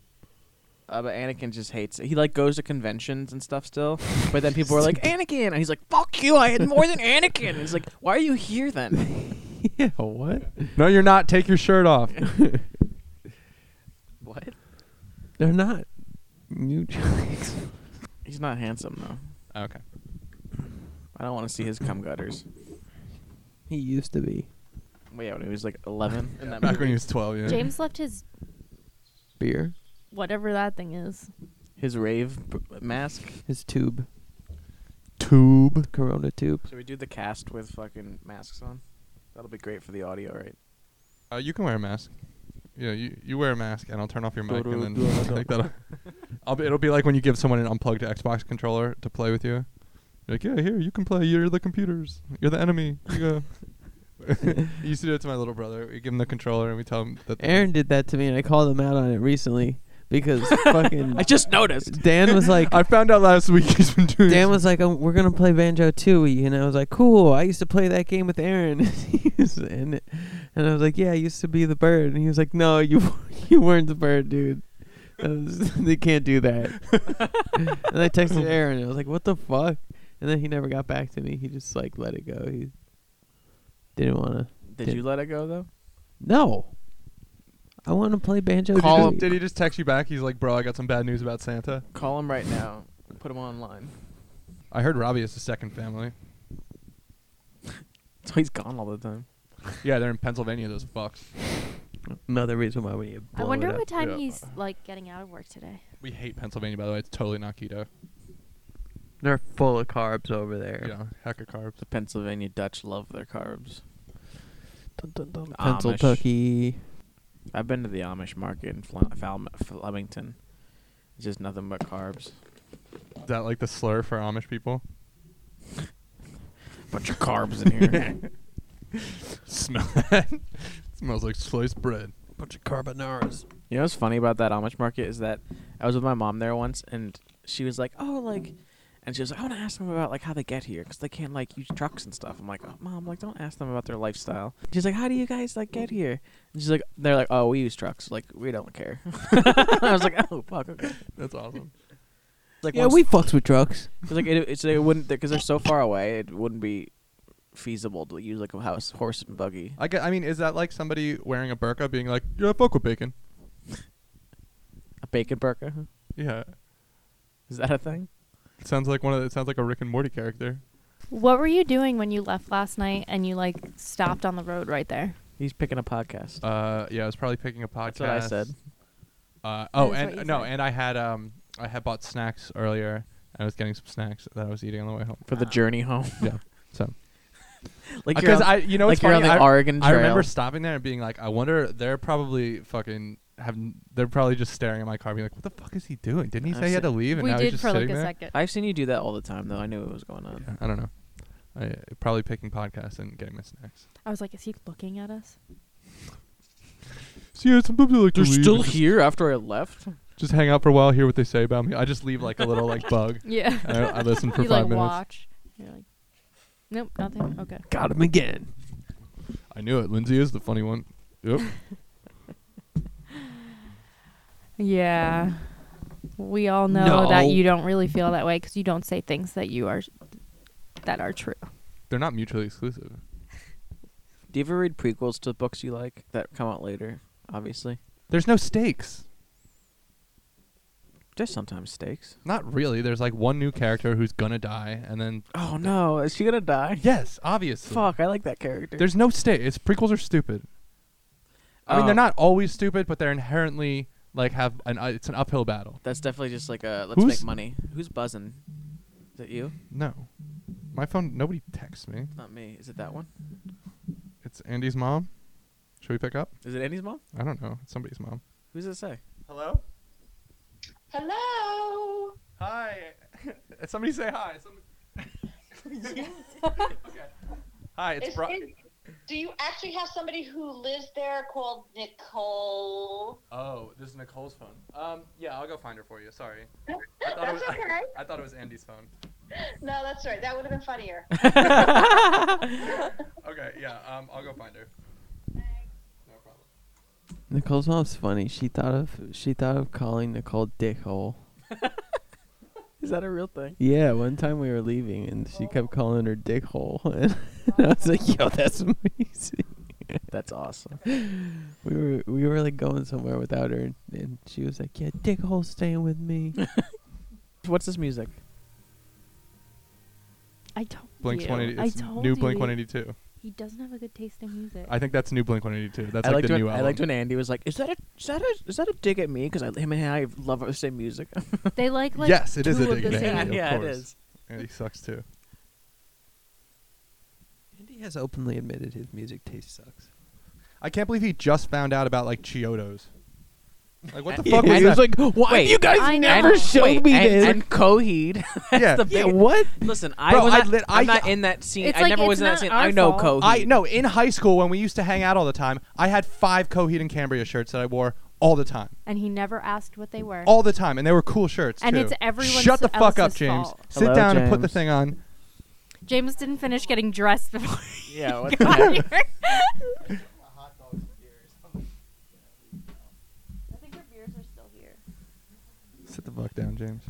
F: Uh, but Anakin just hates it. He like goes to conventions and stuff still, but then people are *laughs* like Anakin, and he's like, "Fuck you! I had more than Anakin." And he's like, "Why are you here *laughs* then?"
D: *laughs* yeah, what?
A: No, you're not. Take your shirt
F: *laughs*
A: off.
F: what?
D: They're not new *laughs*
F: He's not handsome though.
A: okay.
F: I don't want to see his cum gutters.
D: He used to be.
F: Well, yeah, when he was like *laughs* 11 in that
A: Back when
F: movie.
A: he was 12, yeah.
E: James left his
D: Beer.
E: whatever that thing is.
F: His rave p- mask.
D: His tube.
A: Tube.
D: Corona tube.
F: Should we do the cast with fucking masks on? That'll be great for the audio, right?
A: Uh, you can wear a mask. Yeah, you, you wear a mask, and I'll turn off your mic,
F: Do-
A: and
F: do-
A: then *laughs*
F: do-
A: take that. off. I'll be, it'll be like when you give someone an unplugged Xbox controller to play with you. You're like, yeah, here, you can play. You're the computers. You're the enemy. You go. I used to do it to my little brother. We give him the controller, and we tell him that.
D: Aaron did that to me and I called him out on it recently
F: *laughs*
D: because fucking
F: I just noticed.
D: Dan was
F: *laughs*
D: like
A: *laughs* I found out last week he's been doing.
D: Dan was like, oh, "We're gonna play banjo tooie," and I was like, "Cool." I used to play that game with Aaron, *laughs* He was in it. and I was like, "Yeah, I used to be the bird," and he was like, "No, you *laughs* you weren't the bird, dude. That was- *laughs* they can't do
F: *laughs*
D: that." and I texted Aaron, and I was like, "What the fuck?" And then he never got back to me. He just like let it go. He didn't want to.
F: Did you let it go though?
D: No, I want to play banjo.
A: Did he,
F: Call
A: just,
F: him.
A: did he just text you back? He's like, bro, I got some bad news about Santa.
F: Call him right now. Put him online.
A: I heard Robbie is the second family.
F: So he's gone all the time.
A: Yeah, they're in Pennsylvania. Those fucks.
D: Another reason why we need to blow
E: I wonder
D: it up.
E: what time
A: Yeah.
E: he's like getting out of work today.
A: We hate Pennsylvania, by the way. It's totally not keto.
D: They're full of carbs over there.
A: Yeah, heck of carbs.
F: The Pennsylvania Dutch love their carbs.
D: Dun, dun, dun.
F: Amish.
D: Pennsylvania.
F: I've been to the Amish market in Fle- Fal- Flemington. It's just nothing but carbs.
A: Is that like the slur for Amish people? *laughs*
F: Bunch of carbs in here.
D: *laughs*
A: *laughs* Smell that? smells like sliced bread.
D: bunch of carbonaras.
F: You know what's funny about that Amish market is that I was with my mom there once, and she was like, "Oh, like," and she was like, "I want to ask them about like how they get here, 'cause they can't like use trucks and stuff." I'm like, "Oh, mom, like don't ask them about their lifestyle." She's like, "How do you guys like get here?" And she's like, "They're like, oh, we use trucks, like we don't care." *laughs* I was like, "Oh, fuck, okay." It's
A: That's awesome.
F: like
D: Yeah,
F: once-
D: we fucks with drugs.
F: it's like it, it's like, it wouldn't because they're so far away, it wouldn't be feasible to use like a house horse and buggy.
A: I get, I mean, is that like somebody wearing a burqa being like, "Yeah, fuck with bacon."
F: A bacon burger
A: Yeah,
F: is that a thing?
A: it sounds like one of the, it sounds like a Rick and Morty character.
E: What were you doing when you left last night and you like stopped on the road right there?
F: He's picking a podcast.
A: Uh, yeah, I was probably picking a podcast.
F: That's what I said.
A: Uh, oh,
E: That's what
A: and
E: you
A: no,
E: said.
A: and I had um, I had bought snacks earlier. I was getting some snacks that I was eating on the way home.
F: for the journey home.
A: Yeah, so
F: *laughs* like you're
A: because
F: on,
A: I, you know,
F: like
A: it's
F: you're
A: funny.
F: on the
A: I,
F: Oregon Trail.
A: I remember stopping there and being like, I wonder they're probably fucking have they're probably just staring at my car, being like, what the fuck is he doing? Didn't he
F: I've
A: say he had to
F: seen-
A: leave? And
E: we
A: now he's
E: did
A: just
E: for like
A: sitting
E: a
A: there?
E: second.
F: I've seen you do that all the time, though. I knew what was going on.
A: Yeah, I don't know. I probably picking podcasts and getting my snacks.
E: I was like, is he looking at us?
A: So yeah, sometimes I like to leave and just,
F: here after I left.
A: Just hang out for a while, hear what they say about me. I just leave like a little like
E: *laughs*
A: bug.
E: Yeah.
A: And I, I listen for
E: you
A: five
E: like
A: minutes.
E: watch. You're like, nope, nothing. Okay.
D: Got him again.
A: I knew it. Lindsay is the funny one. Yep.
E: Yeah. We all know
D: No.
E: that you don't really feel that way because you don't say things that you are that are true.
A: They're not mutually exclusive.
F: Do you ever read prequels to books you like that come out later? Obviously,
A: There's no stakes.
F: just sometimes stakes.
A: Not really. There's like one new character who's gonna die, and then
F: Oh no, is she gonna die?
A: yes, obviously.
F: Fuck, I like that character.
A: There's no stake. It's prequels are stupid. I mean,
F: Oh,
A: they're not always stupid, but they're inherently like have an. Uh, it's an uphill battle.
F: That's definitely just like a let's
A: Who's-
F: make money. Who's buzzing? Is it you?
A: No, my phone. Nobody texts me.
F: Not me. Is it that one?
A: It's Andy's mom. Should we pick up?
F: Is it Andy's mom?
A: I don't know. It's somebody's mom.
F: Who's it say?
A: Hello?
H: Hello.
A: *laughs* Hi. Somebody *laughs* say hi. Hi, it's
I: Is
A: Brian.
I: it- do you actually have somebody who lives there called Nicole?
A: Oh, this is Nicole's phone. Um, yeah, I'll go find her for you.
I: *laughs*
A: Sorry. I thought it
I: That's
A: was,
I: okay.
A: I thought it was Andy's phone.
I: No, that's right. That would have
F: *laughs*
I: been funnier.
A: Okay, yeah, um, I'll go find her. No problem.
D: Nicole's mom's funny. She thought of she thought of calling Nicole dickhole.
F: Is that a real thing?
D: Yeah, one time we were leaving and she kept calling her dickhole, *laughs* and I was like, "Yo, that's amazing."
F: That's awesome. *laughs*
D: We were we were like going somewhere without her, and, and she was like, "Yeah, dickhole, staying with me."
F: What's this music?
E: I told
A: Blink
E: you.
A: one eighty.
E: I
A: It's
E: told
A: new Blink
E: you.
A: one eighty two.
E: He doesn't have a good taste in music.
A: I think that's new Blink one eighty two. That's
F: I
A: like
F: liked
A: the
F: when,
A: new
F: I
A: album.
F: liked when Andy was like, "Is that a is that a is that a dig at me?" Because him and I love the same music.
E: they
F: *laughs*
E: like like
A: yes, it is
E: two
A: a
E: of
A: dig
E: the
A: at
E: same-
A: Andy, of
F: yeah, it
A: course.
F: is.
A: Andy sucks too.
D: Andy has openly admitted his music taste sucks.
A: I can't believe he just found out about like Chiodos. Like what
F: *laughs*
A: the
F: Yeah,
A: fuck
F: and
A: was
F: he was
A: that?
F: like, "Why
C: Wait.
F: you guys
E: I
F: never
E: know.
F: showed
D: Wait,
F: me
D: and-
F: this?"
D: and
F: Coheed. *laughs*
A: yeah,
D: Yeah, what?
F: Listen, I
A: Bro,
F: was
A: I
F: not,
A: lit-
F: I'm
A: I-
F: not in that scene.
E: It's
F: I
E: like,
F: never
E: it's
F: was in that
E: not
F: scene.
E: our
F: I know
E: fault.
F: Coheed.
A: I no. In high school, when we used to hang out all the time, I had five Coheed and Cambria shirts that I wore all the time,
E: and he never asked what they were.
A: all the time, and they were cool shirts.
E: And
A: too.
E: it's everyone
A: Shut the fuck up,
E: else's
A: James.
E: fault.
A: Sit
F: Hello,
A: down and put the
F: James.
A: thing on.
E: James didn't finish getting dressed
F: *laughs*
E: before he
F: Yeah, what the
E: got
F: heck?
E: here.
H: I think your beers are still here.
A: Sit the fuck down, James.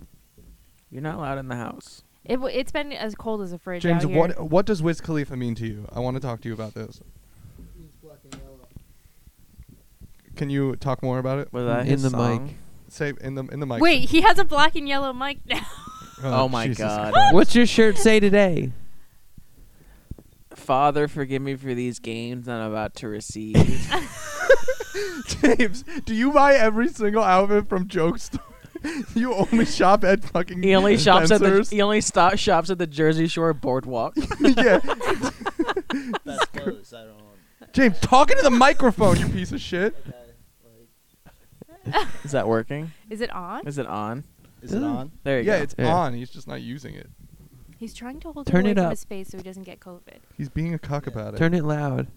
F: You're not allowed in the house.
E: *laughs* It w- it's been as cold as a fridge.
A: James,
E: out here.
A: what what does Wiz Khalifa mean to you? I want to talk to you about this. Can you talk more about it?
F: Was
D: that
F: in
D: his
F: the
D: song?
F: mic?
A: Say in the in the mic.
E: Wait, *laughs* he has a black and yellow mic now.
F: Oh my
A: Jesus
F: God.
A: Christ.
D: What's your shirt say today?
F: Father, forgive me for these games I'm about to receive.
A: *laughs* *laughs* James, do you buy every single outfit from Joke Store? *laughs* you only shop at fucking.
F: he only shops at the
A: Spencer's?
F: he only stop shops at the Jersey Shore boardwalk.
A: *laughs* yeah,
J: That's close. I
A: *laughs*
J: don't.
A: James, talking to the microphone, you piece of shit.
J: Okay. Like,
F: *laughs* *laughs* Is that working?
E: Is it on?
F: Is it on?
J: is it on?
F: There you
A: Yeah,
F: go.
A: it's
D: Yeah.
A: on. He's just not using it.
E: He's trying to hold
D: Turn
E: it
D: it
E: away
D: up.
E: from his face so he doesn't get COVID.
A: He's being a cuck about it.
D: Turn it loud.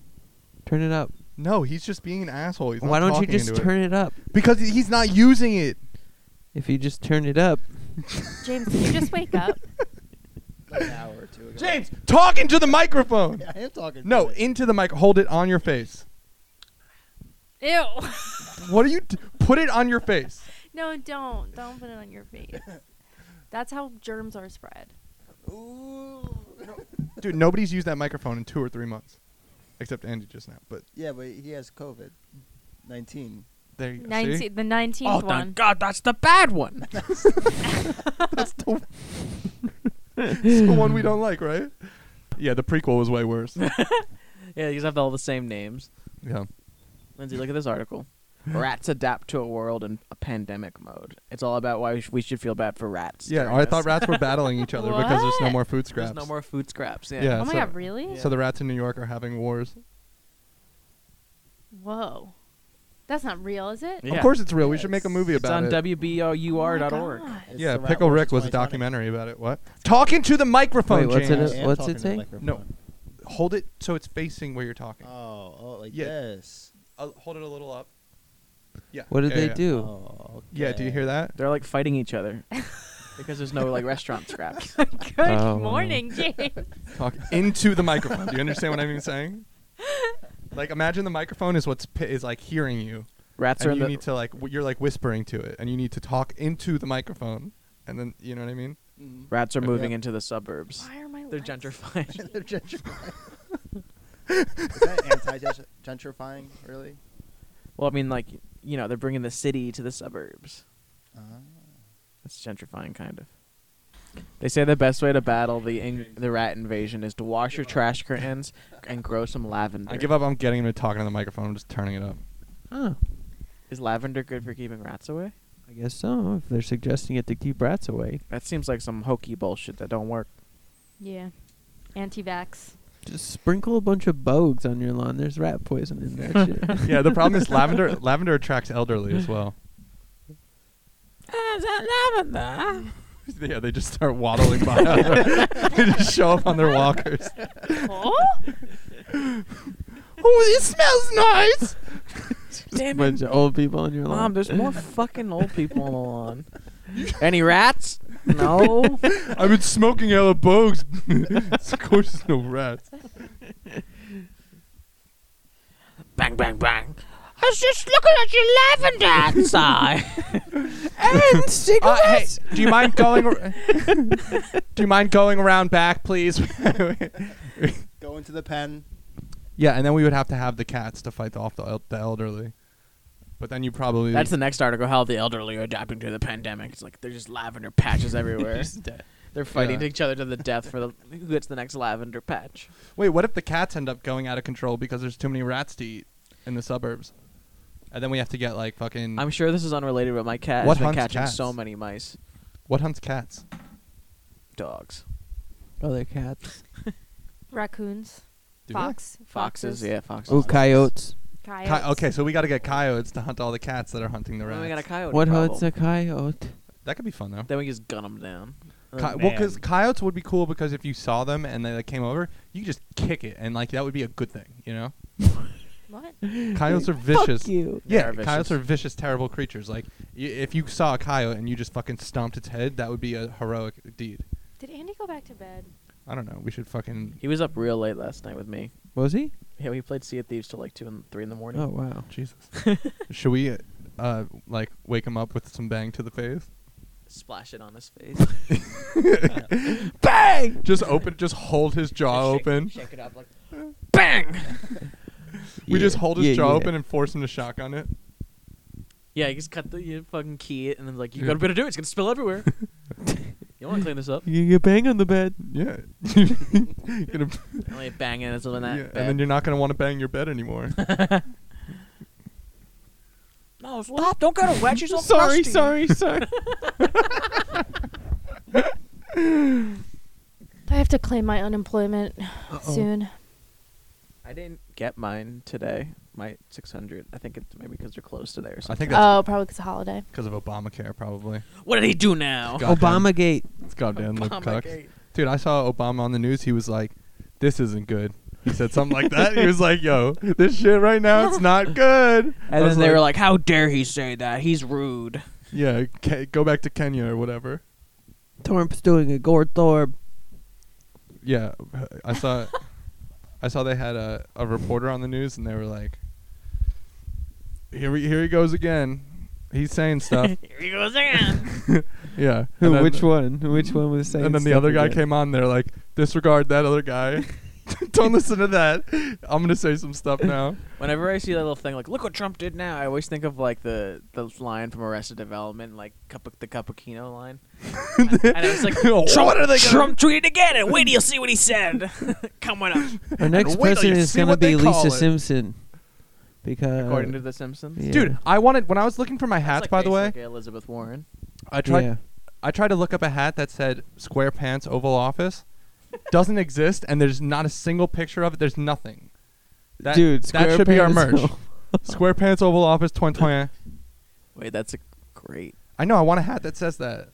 D: Turn it up.
A: No, he's just being an asshole. He's not
D: Why don't you
A: talking
D: just
A: into
D: turn it up?
A: it because he's not using it.
D: If you just turn it up,
E: James, did you just wake up?
J: Like an hour or two
A: *laughs*
J: ago.
A: James, talking to the microphone.
J: Yeah, I am talking. to
A: No,
J: it.
A: into the mic. Hold it on your face.
E: Ew.
A: *laughs* What are you? d Put it on your face.
E: *laughs* no, don't. Don't put it on your face. That's how germs are spread.
A: Dude, nobody's used that microphone in two or three months, except Andy just now. But
J: Yeah, but he has COVID, nineteen.
A: there you go. See?
E: 19, the 19th
F: Oh
E: one.
F: thank God, that's the bad one. *laughs*
A: That's the, *laughs* it's the one we don't like, right? Yeah, the prequel was way worse.
F: yeah, these have all the same names.
A: yeah.
F: Lindsay, look at
A: *laughs*
F: this article. Rats adapt to a world in a pandemic mode. It's all about why we sh- we should feel bad for rats.
A: Yeah,
F: during
A: I
F: this. *laughs*
A: thought rats were battling each other because there's no
E: What?
A: more food scraps.
F: There's no more food scraps. Yeah.
A: Yeah.
E: Oh my
A: so-
E: God, really?
A: So the rats in New York are having wars.
E: Whoa. That's not real, is it?
F: Yeah.
A: Of course it's real. we
J: Yeah,
A: should make a
J: it's-
A: movie
F: It's
A: about
F: on
A: it.
F: WBOUR.org.
E: Oh my
D: *laughs*
E: God.
J: It's
A: yeah,
J: the Rat
A: Pickle
J: Wars
A: Rick was a
J: 2020.
A: documentary about it. What? Talking to the microphone,
D: Wait, what's it
A: James.
D: Uh,
J: I am
D: what's it
J: talking to the
D: say?
J: microphone.
A: No. Hold it so it's facing where you're talking.
J: Oh, oh, like
A: Yeah.
J: this.
A: Uh, hold it a little up. Yeah.
D: what did
A: yeah,
D: they
A: yeah.
D: do?
J: Oh,
A: Yeah, do you hear
J: okay.
A: that?
F: They're like fighting
E: *laughs*
F: each other because there's no like restaurant scraps.
E: Good
D: Oh, wow.
E: morning, James.
A: Talk into the microphone. Do you understand what I'm even saying? Like imagine the microphone is what's pi- is like hearing you.
F: Rats are
A: and
F: in
A: you
F: the
A: need to like w- you're like whispering to it and you need to talk into the microphone and then you know what i mean
F: rats are moving
A: Yeah.
F: into the suburbs.
E: Why are my
F: They're
E: lights-
A: *laughs*
F: gentrified.
J: They're gentrifying. is that anti-gentrifying, really?
F: well, I mean, like you know, they're bringing the city to the suburbs.
J: Uh,
D: Uh-huh.
F: That's gentrifying, kind of. They say the best way to battle the in- the rat invasion is to wash your trash curtains and grow some lavender.
A: i give up on getting him to talking on the microphone i'm just turning it up
D: Oh,
F: Is lavender good for keeping rats away?
D: I guess so. If they're suggesting it to keep rats away,
F: That seems like some hokey bullshit that don't work.
E: Yeah. Anti vax.
D: just sprinkle a bunch of bogues on your lawn. There's rat poison in that shit.
A: *laughs* yeah the problem is
D: *laughs*
A: lavender *laughs* *laughs* lavender attracts elderly as well *laughs* yeah, they just start waddling by. *laughs* they just show up on their walkers. oh, it *laughs* smells nice.
F: Damn it.
D: bunch of old people in your
A: *laughs*
D: lawn.
F: Mom, there's more
D: *laughs*
F: fucking old people on the lawn. Any rats?
A: *laughs*
F: No.
A: I've been smoking hella bugs. *laughs* of course, there's no rats.
F: bang, bang, bang. I was just looking at your lavender outside. and
A: Uh, hey, do you mind going? *laughs* ar- do you mind going around back, please? *laughs*
J: Go into the pen.
A: yeah, and then we would have to have the cats to fight off the, el- the elderly. But then you probably
F: That's the next article. How the elderly are adapting to the pandemic. It's like there's just
D: *laughs*
F: lavender patches everywhere. They're fighting
A: Yeah.
F: each other to the death for the who gets the next lavender patch.
A: Wait, what if the cats end up going out of control because there's too many rats to eat in the suburbs? And then we have to get like
D: Mm.
A: fucking
F: I'm sure this is unrelated, but my cat
A: What
F: has been
A: hunts
F: catching
A: cats?
F: so many mice,
A: what hunts cats?
D: *laughs*
F: dogs,
D: Other cats.
E: Raccoons,
A: Do
E: fox,
F: foxes. Yeah, foxes.
D: Ooh, coyotes.
A: we?
E: coyotes.
A: Coy- okay, so we got to get coyotes to hunt all the cats that are hunting the
F: And
A: rats.
F: then we got a coyote.
D: What
F: problem.
D: hunts a coyote?
A: that could be fun though.
F: Then we just gun them down. oh, Um,
A: Coy- well, because coyotes would be cool because if you saw them and they like, came over, you could just kick it and like that would be a good thing, you know.
E: What?
A: Coyotes
F: *laughs*
A: are vicious.
D: you.
A: Yeah,
F: They are
A: coyotes
F: vicious.
A: are vicious, terrible creatures. Like y- if you saw a coyote and you just fucking stomped its head, that would be a heroic deed.
E: Did Andy go back to bed?
A: I don't know. We should fucking
F: He was up real late last night with me.
D: Was he?
F: Yeah, we played Sea of Thieves till like two and three in the morning.
D: Oh wow.
A: *laughs* Jesus. Should we, uh, uh, like, wake him up with some bang to the
F: *laughs*
A: face?
F: *laughs* Splash it on his face.
A: Bang! Just open, just hold his jaw
F: Shake-
A: open.
F: Shake it up like.
A: We just
D: Yeah,
A: hold his
D: yeah,
A: jaw
D: yeah.
A: open and force him to shotgun it.
F: Yeah, you just cut the you fucking key it, and then like you
A: Yeah.
F: gotta better do it. It's gonna
A: *laughs*
F: spill everywhere. you don't want to clean this up.
D: You get bang on the bed.
A: Yeah.
F: *laughs*
A: Gonna-
F: Only banging and something
A: yeah,
F: that.
A: And then
F: bad.
A: you're not gonna want to bang your bed
F: *laughs*
A: anymore.
F: no, stop! Don't gotta wet yourself.
D: sorry,
F: crusty.
D: sorry, sorry.
E: I have to claim my unemployment soon.
F: I didn't get mine today. My 600. I think it's maybe because they're closed today or
A: I
F: something.
A: think that's
E: Oh, probably 'cause of holiday.
A: because of Obamacare, probably.
F: What did he do now?
A: Goddamn-
D: Obama Gate.
A: It's goddamn lip
F: Obama
A: cuck.
F: gate.
A: Dude, I saw Obama on the news. He was like, "This isn't good." He said something like that. He was like, "Yo, this shit right now, it's
D: *laughs*
A: not good." I
F: And
A: was
F: then they were like, "How dare he say that? He's rude."
A: "Yeah, Ke- go back to Kenya or whatever."
D: Torp's doing a Gord Thorpe.
A: Yeah, I saw, I saw they had a, a reporter on the news, and they were like, "Here we here he goes again. He's saying
D: *laughs*
A: stuff."
F: Here *laughs* he goes again.
A: yeah.
D: Who?
A: and then-
D: Which one? Which one was saying?
A: And then the
D: stuff
A: other guy
D: again?
A: came on. They're like, "Disregard that other
D: *laughs*
A: guy. *laughs* Don't listen to that. I'm gonna say some stuff now."
F: Whenever I see that little thing, like "Look what Trump did now," I always think of like the the line from Arrested Development, like cup the cappuccino
A: *laughs*
F: line. and I was like, *laughs*
A: What
F: "Trump,
A: are they gonna-
F: Trump tweeted again, and wait till you see what he said." *laughs* Come on up.
D: Our next
A: And wait till
D: person
A: you
D: is
A: see
D: gonna
A: what they
D: be
A: call
D: Lisa
A: it.
D: Simpson. Because
F: According to The Simpsons.
D: yeah.
A: Dude, I wanted when I was looking for my
F: That's
A: hats.
F: like
A: by the way,
F: basically Elizabeth Warren.
A: I tried.
D: Yeah.
A: I tried to look up a hat that said SquarePants Oval Office. Doesn't exist, and there's not a single picture of it. There's nothing. That,
D: Dude,
A: that should be our
D: SquarePants
A: merch.
D: Oval
A: SquarePants Oval Office 2020.
F: Wait, that's a great.
A: I know. I want a hat that says that,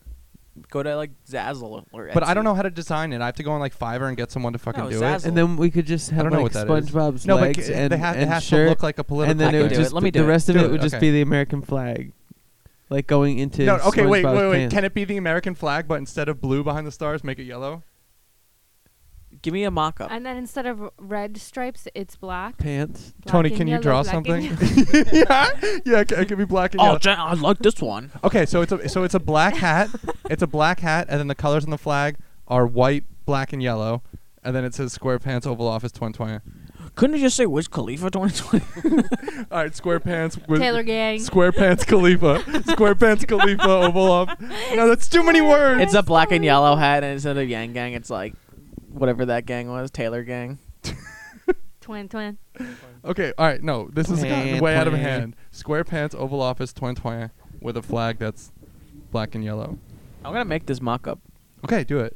F: Go to like Zazzle or.
A: but I don't
F: Etsy.
A: know how to design it. I have to go on like Fiverr and get someone to fucking
F: No,
A: do
F: Zazzle.
A: it.
D: And then we could just have
A: don't know
D: like
A: what that is.
D: SpongeBob's
A: No, but
D: legs
A: c-
D: and
A: they ha- it
D: and
A: has
D: shirt,
A: to look like a political.
D: and then it
F: I
D: would
F: can do it.
D: just
F: Let me
D: the
F: do it.
D: rest of
A: Do
D: it
A: it.
D: would just
A: Okay.
D: be the American flag, like going into
A: No, okay, wait, wait,
D: SpongeBob's
A: wait.
D: pants.
A: Can it be the American flag, but instead of blue behind the stars, make it yellow?
F: Give me a
A: Oh.
F: mock-up.
E: And then instead of red stripes, it's black.
D: pants?
E: Black
A: Tony,
E: and
A: can you
E: yellow,
A: draw
E: black and
A: something? *laughs*
E: yellow.
A: yeah, yeah, it could be black and
F: oh,
A: yellow.
F: Jen, I like this one.
A: Okay, so it's a so it's a black hat. It's a black hat, and then the colors on the flag are white, black, and yellow. And then it says SquarePants Oval Office 2020.
F: Couldn't you just say Wiz
A: *laughs*
F: Khalifa 2020?
A: All right, SquarePants with
E: Taylor gang.
A: SquarePants
E: *laughs*
A: Khalifa, SquarePants Khalifa Oval Office. No, that's too many words.
F: it's a black and yellow hat, and instead of Yang Gang, it's like whatever that gang was, Taylor Gang.
E: Twin, twin.
A: okay, all right, no, this has gotten
D: Plan,
A: way out of
D: plan.
A: hand. SquarePants Oval Office 2020 with a flag that's black and yellow.
F: I'm gonna make this mock-up.
A: Okay, do it.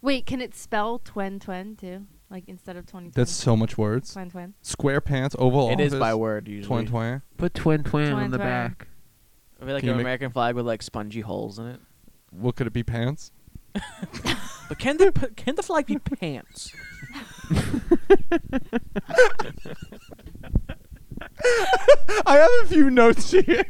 E: Wait, can it spell twin, twin too? Like instead of 20.
A: That's so much words.
E: twin, twin.
A: SquarePants Oval
F: It
A: Office
F: is by word usually.
A: 2020.
D: Put twin twin
E: Twin
D: on the
E: twin.
D: back.
F: It'd be like
A: Can you
F: an
A: make-
F: American flag with like spongy holes in it.
A: what could it be? Pants? *laughs*
F: *laughs* But can the p- can the flag be *laughs* pants?
A: I have a few notes *laughs* here.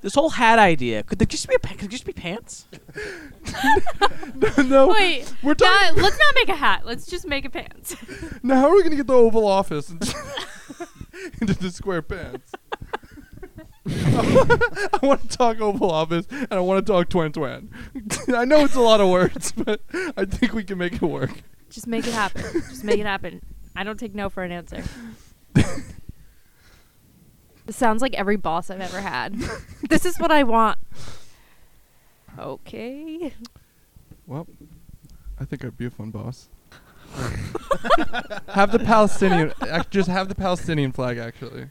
F: This whole hat idea could there just be a pa- could there just be pants?
A: *laughs* *laughs* no,
E: Wait,
A: we're
E: Nah,
A: talking.
E: let's not make a hat. Let's just make a pants.
A: now, how are we gonna get the Oval Office *laughs* into, into the square pants? *laughs* *laughs* I want to talk Oval Office and I want to talk Twan Twan. *laughs* I know it's a lot of words, *laughs* but I think we can make it work.
E: just make it happen. Just make it happen. I don't take no for an answer. this sounds like every boss I've ever had. this is what I want. Okay.
A: *laughs* Well, I think I'd be a fun boss. *laughs* have
F: *laughs*
A: the Palestinian, ac- just have the Palestinian flag. Actually,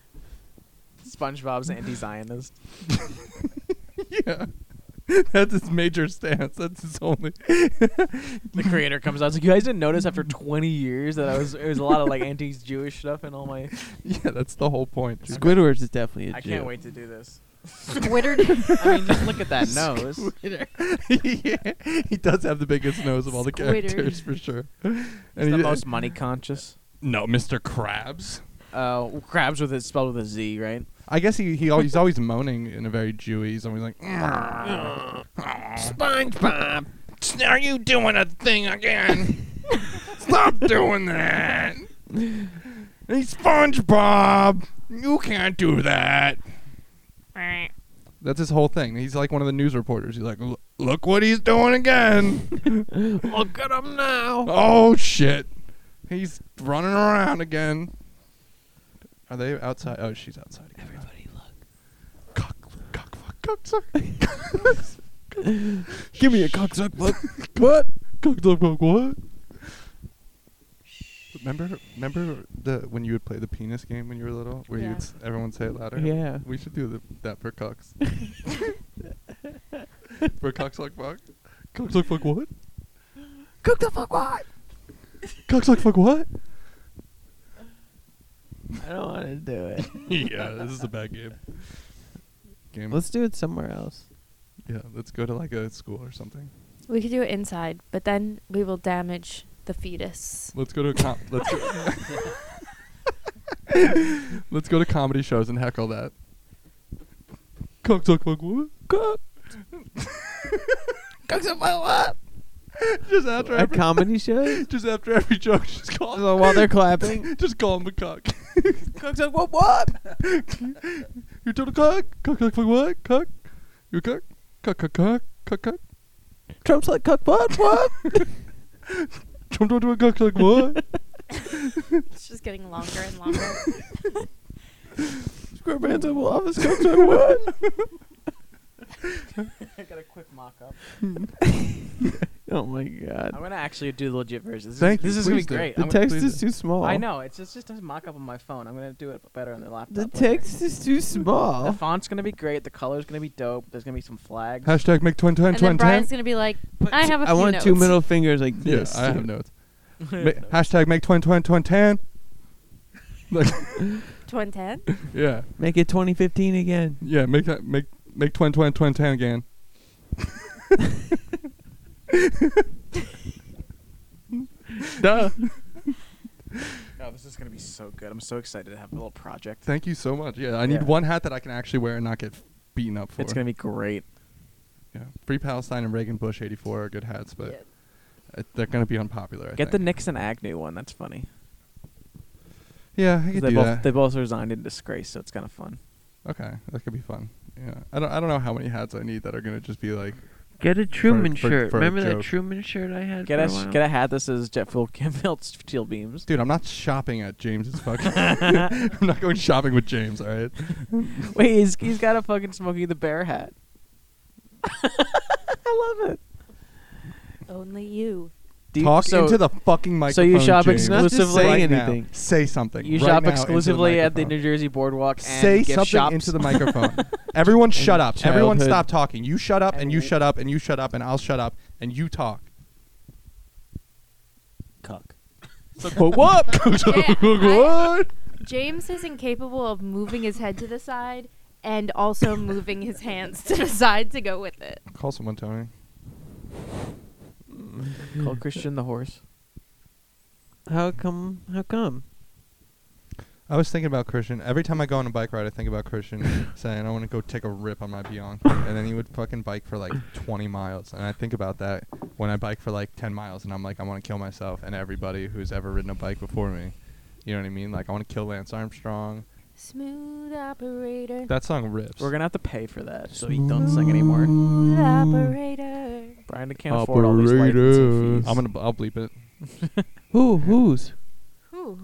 A: *laughs*
F: SpongeBob's anti-Zionist.
A: yeah, that's his major stance. That's his only.
F: *laughs* the creator comes out. It's like you guys didn't notice after 20 years that I was it was a lot of like anti-Jewish stuff and
A: *laughs*
F: all my.
A: *laughs* Yeah, that's the whole point. dude.
D: *laughs* Squidward's is definitely a
F: I
D: Jew.
F: can't wait to do this.
E: Squidward.
F: I mean, just look at
A: *laughs*
F: that nose.
A: yeah, he does have the biggest nose of all the
E: Squidward.
A: characters for sure.
F: It's
A: And
F: the
A: he-
F: most money conscious.
A: no, Mr. Krabs.
F: Uh, crabs with it spelled with a Z,
A: *laughs*
F: right?
A: I guess he, he always, he's always moaning in a very Jewy. He's always like, "Ah." SpongeBob, are you doing a thing *laughs* again? Stop doing *laughs* that. Hey, SpongeBob, you can't do that. That's his whole thing. He's like one of the news reporters. He's like, "Look- look what he's doing again.
F: *laughs* Look at him now.
A: Oh shit. He's running around again. Are they outside? Oh, she's outside. Again. Everybody look. Cock cock fuck cocksuck. Give me a cocksuck look. *laughs* what? Cocksuck look what? Remember remember the when you would play the penis game when you were little where
E: Yeah.
A: you'd s- everyone say it louder?
D: Yeah.
A: We should do the, that for cocks. *laughs* for cocksuck fuck. Cocksuck fuck what?
F: Cook the fuck what?
A: Cocksuck fuck what?
D: I don't want to do it.
A: *laughs* yeah, this is a bad game. Game.
D: Let's do it somewhere else.
A: yeah, let's go to like a school or something.
E: we could do it inside, but then we will damage the fetus.
A: Let's go to a com- let's *laughs* go-
D: *laughs*
A: *laughs* let's go to comedy shows and heckle that. Cock talk fuck what?
D: *laughs*
A: Cock. Cock talk fuck what? Just after
D: At
A: every *laughs*
D: comedy shows?
A: just after every joke, just call
D: So while
A: *laughs*
D: they're clapping?
A: just call him a cock. *laughs* Cock talk what what? you total cock. Cock talk fuck what? Cock. You a cock. Cock cock cock cock cock.
D: *laughs*
A: *laughs*
D: Trump's like, cook what? What? *laughs*
A: Trump don't do a cock like what?
E: *laughs* It's just getting longer
A: *laughs*
E: and longer.
D: Square pants in office cooked like what?
F: *laughs*
A: *laughs*
F: I got a quick mock-up.
D: Oh my god.
F: I'm gonna actually do the legit version. This
A: Thank you,
F: is, This is gonna be
A: please do.
F: great.
D: The
F: I'm gonna-
D: text
A: please
D: is too small.
F: I know it's just just a mock-up on my phone. I'm gonna do it better on the laptop.
D: The
F: later.
D: text is too
F: The
D: small.
F: font's gonna be great. The color's gonna be dope. There's gonna be some flags.
A: Hashtag make twin twin
E: and then
A: twin
E: Brian's
A: twin.
E: gonna be like, I have a
D: I
E: few
D: want
E: notes.
A: *laughs*
D: two middle fingers like
A: Yeah,
D: this.
A: I have
E: *laughs*
A: notes. Ma- hashtag make twin twin twin
F: *laughs*
A: tan. Like,
E: Twin ten.
A: yeah,
D: Make it 2015 again.
A: yeah. Make that make make twin twin twin tan again.
F: *laughs*
A: Duh.
F: Oh, this is gonna be so good. I'm so excited to have a little project.
A: Thank you so much. Yeah, I need
F: Yeah.
A: one hat that I can actually wear and not get f- beaten up for.
F: It's gonna be great.
A: yeah. Free Palestine and Reagan Bush '84 are good hats, but uh, they're gonna be unpopular. I
F: Get the
A: think.
F: Nixon Agnew one. That's funny.
A: yeah. I
F: 'Cause
A: could
F: They
A: do
F: both
A: that.
F: they both resigned in disgrace, so it's kind of fun.
A: Okay, that could be fun. Yeah, I don't. I don't know how many hats I need that are gonna just be like.
D: *laughs* Get a Truman
A: for-
D: shirt.
A: for a
D: Remember that
A: joke.
D: Truman shirt I had?
F: Get
D: for
F: a,
D: a
F: sh-
D: while?
F: get a hat that says Jet Fuel *laughs* Kim Melt Steel Beams.
A: Dude, I'm not shopping at James's
F: *laughs*
A: fucking. *laughs* I'm not going shopping with James. All right.
F: Wait, he's, he's got a fucking Smokey the Bear hat. *laughs* I love it.
E: *laughs* Only you.
F: Do you-
A: Talk
F: so
A: into the fucking
F: so
A: microphone.
F: you shop
A: James.
D: It's not just
F: exclusively
D: saying
A: Right now.
D: anything.
A: Say something.
F: you
A: right
F: shop
A: now into the
F: exclusively at the
A: microphone.
F: New Jersey Boardwalk and
A: Say
F: gift
A: something
F: shops. *laughs*
A: into the microphone. Everyone, shut up. Everyone,
D: childhood.
A: stop talking. You shut up, and you
F: And-
A: shut up, and you shut up, and I'll shut up, and you talk.
J: Cuck.
A: But what?
F: *laughs*
A: *laughs*
E: *laughs* Yeah, I-
A: what?
E: James is incapable of moving his head to the side and also moving his hands to the side to go with it.
A: Call someone, Tony.
F: Call Christian the horse.
D: How come? How come?
A: I was thinking about Christian. Every time I go on a bike ride, I think about Christian saying, I want to go take a rip on my Bianca. and then he would fucking bike for like 20 miles. And I think about that when I bike for like 10 miles and I'm like, I want to kill myself and everybody who's ever ridden a bike before me. You know what I mean? Like, I want to kill Lance Armstrong.
E: Smooth operator.
A: That song rips.
F: We're gonna have to pay for that, so you don't sing anymore.
E: Smooth operator.
F: Brian can't afford all these license fees.
A: I'm gonna. b- I'll bleep it.
D: Who? Who's?
E: Ooh.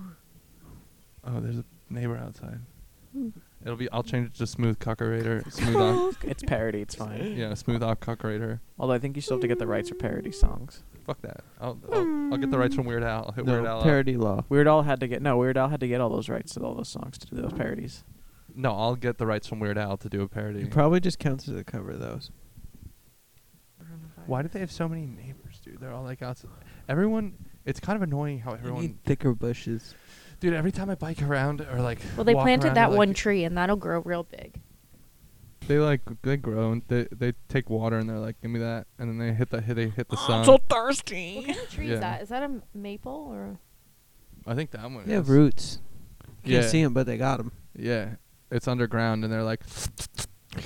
A: Oh, there's a neighbor outside. It'll be. I'll change it to smooth cuckerator. Smooth
F: *laughs*
A: op.
F: *laughs* It's parody.
A: *laughs*
F: It's fine.
A: Yeah, smooth op cuckerator.
F: Although I think you still have to get the rights for parody songs.
A: Fuck that. I'll, I'll, I'll get the rights from Weird Al. I'll hit Weird Al. up.
D: Parody law.
F: Weird Al had to get no. Weird Al had to get all those rights to all those songs to do those parodies.
A: No, I'll get the rights from Weird Al to do a parody.
D: It probably just counts as a cover, though.
A: Why do they have so many neighbors, dude? They're all like outside. Everyone. It's kind of annoying how
D: You
A: everyone.
D: need thicker bushes.
A: Dude, every time I bike around or like.
E: Well, they
A: walk
E: planted
A: around,
E: that
A: like,
E: one tree, and that'll grow real big.
A: They like they grow and they they take water and they're like, give me that, and then they hit the hit they hit *gasps* the sun.
E: What kind of tree
A: Yeah.
E: is that? Is that a maple or?
A: I think that one.
D: They have
A: is.
D: roots. You
A: Yeah,
D: Can't see them, but they got them.
A: yeah. It's underground and they're like,
F: Do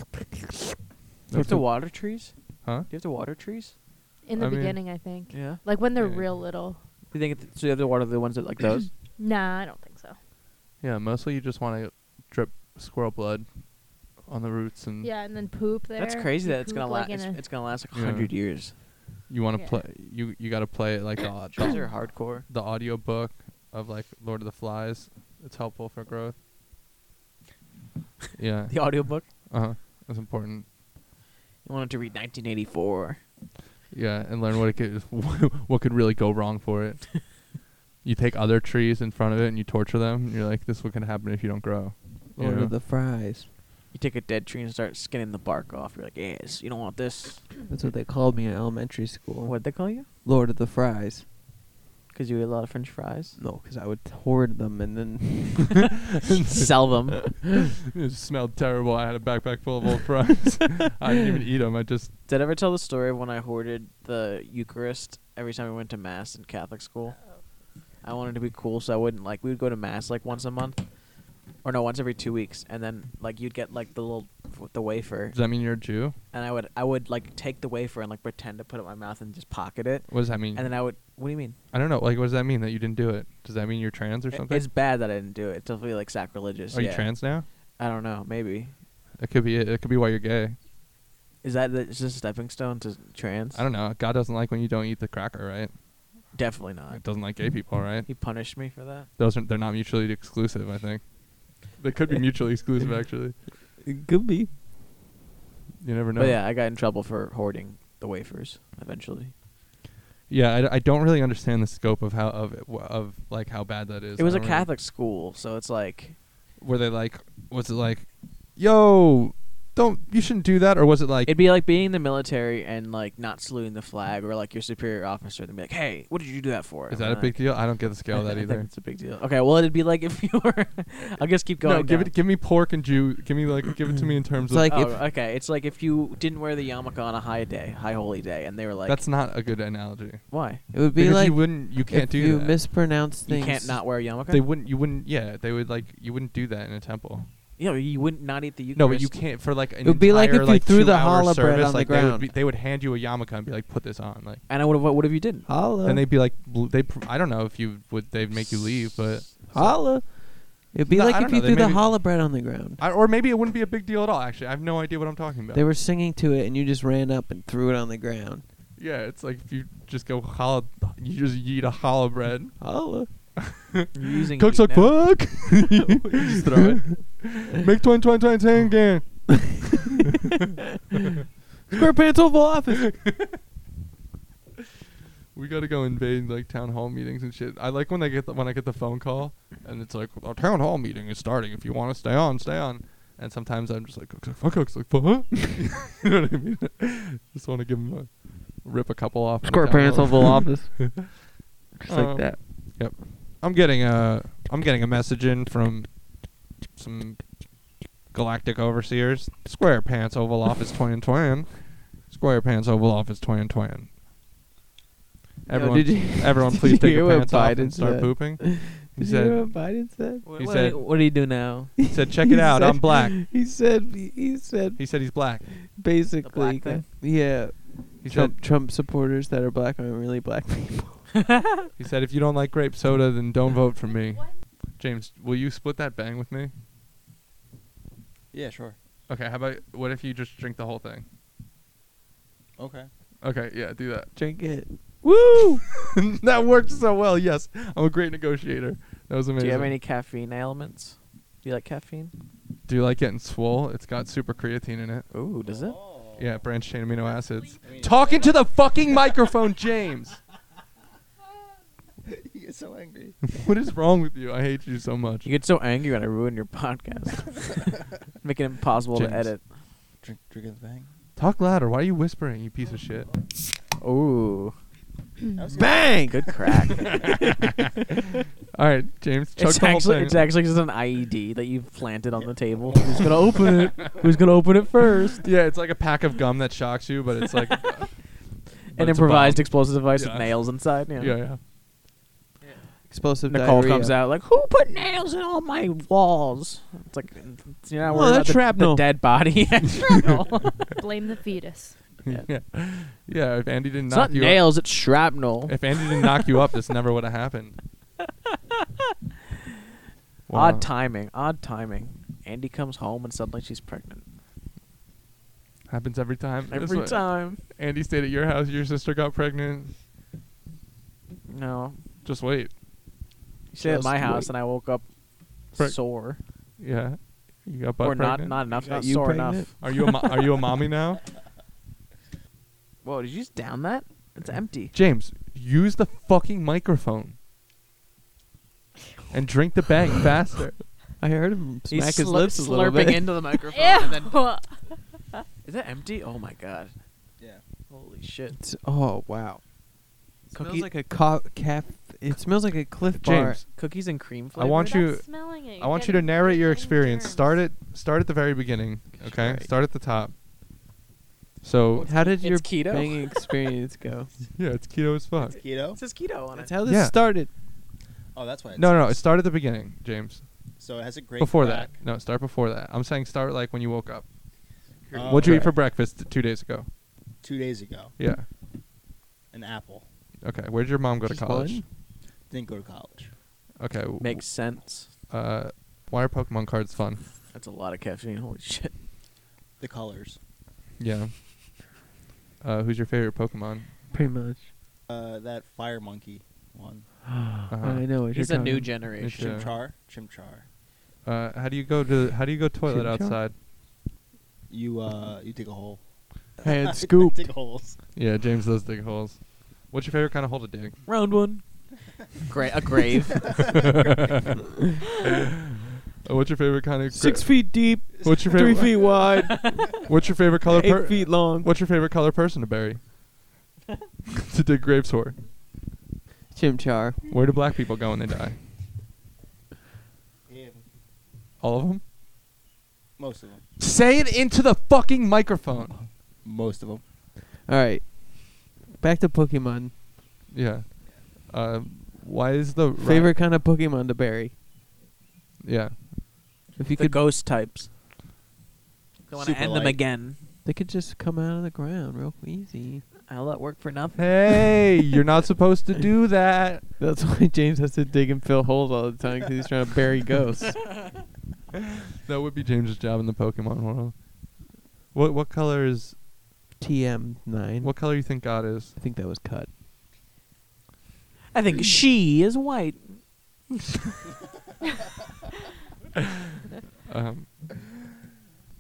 F: you have to water trees?
A: huh?
F: Do you have to water trees?
E: In the
A: I mean-
E: beginning, I think.
F: Yeah.
E: Like when they're
A: Yeah.
E: real little.
F: You think it's, so? You have to water the ones that
E: *clears throat*
F: like those.
E: Nah, I don't think so.
A: Yeah, mostly you just want to drip squirrel blood on the roots and
E: Yeah, and then poop there.
F: That's crazy
E: You
F: that it's gonna
E: poop,
F: last.
E: like, in
F: It's,
E: a-
F: it's gonna last like
A: Yeah.
F: a hundred *clears throat* years.
A: you want to
E: Yeah.
A: play. You you got to play it like the au-
F: Trees
A: the,
F: are hardcore.
A: the audio book of like Lord of the Flies. It's helpful for
F: *laughs*
A: growth. Yeah.
F: The audiobook.
A: Uh huh. That's important.
F: You wanted to read 1984.
A: Yeah, and learn what it could *laughs* what could really go wrong for
F: *laughs*
A: it. you take other trees in front of it and you torture them. And you're like, this is what can happen if you don't grow. You
D: Lord
A: know?
D: of the fries.
F: You take a dead tree and start skinning the bark off. You're like, yes, you don't want this.
D: That's what they called me in elementary school.
F: What'd they call you?
D: Lord of the fries.
F: Because you eat a lot of French fries.
D: No, because I would hoard them and then
F: Sell them.
A: *laughs* It smelled terrible. I had a backpack full
F: *laughs*
A: of old fries. *laughs* I didn't even eat them. I just
F: Did I ever tell the story of when I hoarded the Eucharist every time we went to mass in Catholic school? I wanted to be cool, so I wouldn't like. We would go to mass like once a month, or no, once every two weeks, and then like you'd get like the little the wafer,
A: Does that mean you're a Jew?
F: and I would I would like take the wafer and like pretend to put it in my mouth and just pocket it,
A: What does that mean?
F: and then I would. What do you mean?
A: I don't know. Like, what does that mean that you didn't do it? Does that mean you're trans or
F: I-
A: something?
F: It's bad that I didn't do it. It's definitely like sacrilegious.
A: Are you
F: yeah.
A: trans now?
F: I don't know. Maybe
A: It could be. It, it could be why you're gay.
F: is that the, is this a stepping stone to trans?
A: I don't know. God doesn't like when you don't eat the cracker, right?
F: Definitely not.
A: It doesn't like gay people, right?
F: Uh, He punished me for that.
A: Those are they're not mutually exclusive. I think they could
F: *laughs*
A: be mutually exclusive. Actually,
D: it could be.
A: you never know.
F: But yeah, I got in trouble for hoarding the wafers eventually.
A: Yeah, I, d- I don't really understand the scope of how of it- of like how bad that is.
F: It was
A: I
F: a
A: don't really-
F: Catholic school, so it's like
A: Were they like? Was it like, yo, don't you shouldn't do that? Or was it like?
F: it'd be like being in the military and like not saluting the flag or like your superior officer and be like, "Hey, what did you do that for?"
A: is
F: I'm
A: that a
F: like,
A: big deal? I don't get the scale of
F: I *laughs*
A: that
F: think
A: either.
F: It's a big deal. Okay, well, it'd be like if *laughs* you were. I'll just keep going.
A: no, give
F: down.
A: it. Give me pork and Jew. Give me like. give it to me in terms
D: It's
A: of.
D: like
F: Oh,
D: if
F: okay. It's like if you didn't wear the yarmulke on a high day, high holy day, and they were like,
A: That's not a good analogy.
F: why
D: it would be
A: because
D: like
A: you wouldn't. You can't
D: if
A: do
D: you
A: that.
D: mispronounce things.
F: you can't not wear a yarmulke."
A: they wouldn't. You wouldn't. Yeah, they would like. You wouldn't do that in a temple.
F: yeah, but you wouldn't not eat the Eucharist.
A: No, but you can't for like. An
D: It would be like
A: entire,
D: if you threw the
A: two-hour
D: challah bread
A: service,
D: on the
A: like, They would,
D: ground.
A: be, they would hand you a yarmulke and be like, "Put this on." Like,
F: And I would have. What if you didn't?
D: holla.
A: and they'd be like, bl- "They." Pr- I don't know if you would. They'd make you leave, but
D: holla. It'd be
A: No, I
D: like
A: don't
D: if
A: know,
D: you
A: they
D: threw the
A: maybe-
D: holla bread on the ground.
A: I, or maybe it wouldn't be a big deal at all. Actually, I have no idea what I'm talking about.
D: They were singing to it, and you just ran up and threw it on the ground.
A: yeah, it's like if you just go challah, you just eat a challah bread.
D: Holla.
F: You're using
A: Cooks like
F: meat now.
A: *laughs* fuck. just throw it. *laughs* Make twenty twenty twenty ten
D: *laughs*
A: again. *laughs*
D: Square pants Oval Office.
A: We gotta go invade like town hall meetings and shit. I like when I get the, when I get the phone call and it's like our town hall meeting is starting. If you want to stay on, stay on. And sometimes I'm just like, "Fuck, fuck, fuck, *laughs* like, fuck. you know what I mean? *laughs* just want to give them a rip a couple off. in the
D: Square
A: town
D: pants
A: hall.
D: Oval Office.
A: *laughs*
D: Just
A: Um,
F: Oh.
D: like that.
A: Yep. I'm getting a I'm getting a message in from some Galactic Overseers. Square Pants Oval Office Twin Twin. Square Pants Oval Office Twin Twin.
D: Yo,
A: Everyone,
D: did you-
A: everyone,
D: *laughs* did
A: please
D: you
A: take
D: hear
A: your
D: what
A: pants off
D: Biden
A: and start
D: said?
A: pooping. He
D: Did you hear
A: said,
D: what Biden said?
F: What,
A: He
F: what
A: said-
F: do you, what do you
A: *laughs*
F: do now?
A: he said, check
D: *laughs*
A: it out. I'm black.
D: He said. He, he said
A: He said he's black.
D: basically.
F: thing?
D: Yeah.
A: He
D: Trump
A: said,
D: Trump supporters that are black aren't really black *laughs* people.
A: he said, if you don't like grape soda, then don't vote for me. James, will you split that bang with me?
J: Yeah, sure.
A: Okay, how about what if you just drink the whole thing?
J: Okay.
A: Okay, yeah, do that.
D: Drink it.
A: Woo! *laughs* that worked so well. Yes, I'm a great negotiator. That was amazing.
F: Do you have any caffeine ailments? Do you like caffeine?
A: Do you like getting swole? It's got super creatine in it.
F: Ooh, does it?
J: Oh.
A: *laughs* Yeah, branched chain amino acids.
J: I mean-
A: Talking to the fucking microphone, James.
J: you get
A: *laughs*
J: so angry.
A: what is wrong with you? I hate you so much.
F: You get so angry when I ruin your podcast.
A: *laughs*
F: Make it impossible
A: James.
F: to edit.
J: Drink, drink of the bang.
A: Talk louder. Why are you whispering, you piece of shit?
F: Ooh.
D: Bang.
F: Good *laughs* crack.
A: All right, James, chuck
F: it's
A: the whole
F: actually
A: thing.
F: it's actually just an IED that you've planted on the table. *laughs* Who's gonna open it? Who's gonna open it first?
A: yeah, it's like a pack of gum that shocks you, but
F: *laughs*
A: it's like *laughs*
F: An
A: it's a
F: improvised
A: bomb.
F: explosive device
A: Yeah.
F: with nails inside. Yeah.
A: yeah, yeah.
D: Explosive
F: Nicole
D: diarrhea.
F: comes out like, "Who put nails in all my walls?" It's like, you know,
D: Oh,
F: worried about
D: that's
F: the, the
D: shrapnel.
F: dead *laughs* body.
E: *clears throat*
F: it's
E: Blame the fetus.
A: yeah. *laughs* Yeah, if Andy didn't knock
F: not
A: you
F: nails; it's shrapnel.
A: up, if Andy didn't knock you up, this never would have happened. Wow.
F: *laughs* Odd timing. Odd timing. Andy comes home and suddenly she's pregnant.
A: Happens every time. That's
F: Every
A: what-
F: time.
A: Andy stayed at your house. Your sister got pregnant.
F: No.
A: Just wait.
F: She stayed at
D: Just
F: my house
D: wait.
F: and I woke up
A: Preg-
F: sore.
A: Yeah, you got butt
F: or not
A: pregnant?
F: not enough,
D: got
F: not
D: you
F: sore
D: pregnant?
F: enough.
A: Are you a mo- are
F: *laughs*
A: you a mommy now?
F: Whoa, did you just down that? It's empty.
A: James, use the fucking microphone. And drink the bang faster.
D: I heard him
F: He's
D: smack his
F: slur-
D: lips a little
F: slurping
A: *laughs*
D: bit.
F: into the microphone. and then-
E: *laughs* Ew.
F: is that empty? Oh my god.
J: Yeah.
F: Holy
D: *laughs*
F: shit.
D: It's- oh wow.
F: Cookie-
D: smells like a co- cap. It smells like a Cliff Bar.
A: James,
F: Cookies and cream
A: I
F: flavor.
A: want
E: Stop
A: you
E: smelling it.
A: I want you
E: You're
A: to narrate your
E: getting
A: experience.
E: germs.
A: Start at start at the very beginning, okay?
D: Right.
A: Start at the top. So,
D: How did your
F: It's keto.
D: banging experience
F: *laughs*
D: go?
A: yeah, it's keto as fuck.
J: Keto?
F: It says keto on
D: That's
F: it.
D: how this
A: Yeah.
D: started.
J: Oh, that's why. It's
A: No, no, no, start at the beginning, James.
J: So it has a great.
A: Before
J: crack.
A: that. No, start before that. I'm saying start like when you woke up.
J: Oh,
A: What'd you eat
J: okay.
A: for breakfast t- 2 days ago?
J: Two days ago,
A: Yeah.
J: an apple.
A: Okay. Where'd your mom go
D: Just
A: to college?
D: one?
J: Didn't go to college.
A: Okay. w-
F: Makes sense.
A: Uh, why are Pokemon cards fun?
F: That's a lot of caffeine. Holy shit.
D: *sighs*
J: The colors.
A: Yeah. Uh, who's your favorite Pokemon?
D: Pretty much.
J: Uh, that fire monkey one.
D: I know what
F: He's
D: you're
F: a new
D: talking-
F: generation.
A: Yeah.
J: Chimchar. Chimchar.
A: Uh, how do you go to how do you go toilet
D: Chimchar?
A: outside?
J: You uh, you dig a hole. *laughs*
D: Hand scoop.
J: dig holes.
A: Yeah, James does dig holes. What's your favorite kind of hole to dig?
F: Round one. Gra- a
A: *laughs*
J: *laughs*
F: grave.
A: Uh, what's your favorite kind of gra-
D: Six feet deep,
A: What's your
D: three
A: favorite?
D: feet wide,
A: What's your favorite color? per-
D: eight feet long.
A: What's your favorite color person to
D: *laughs*
A: bury? to dig graves for.
D: *laughs* Chimchar.
A: Where do black people go when they die?
J: Yeah,
A: All of them.
J: most of them.
A: Say it into the fucking microphone.
J: Most of them.
D: All right. Back to Pokemon.
A: Yeah. Uh, why is the ri-
D: Favorite kind of Pokemon to bury.
A: Yeah.
D: If you
F: the
D: could,
F: ghost types. I want to
J: Super
F: end them
J: light.
F: again.
D: they could just come out of the ground real easy.
F: I'll let work for nothing.
A: Hey, you're not supposed to *laughs* do that.
D: That's *laughs* why James has to dig and fill holes all the time because he's trying
A: *laughs*
D: to bury ghosts.
A: That would be James's job in the Pokemon world. What what color is
D: TM nine.
A: what color you think God is?
D: I think that was cut.
F: I think she is white.
A: Um,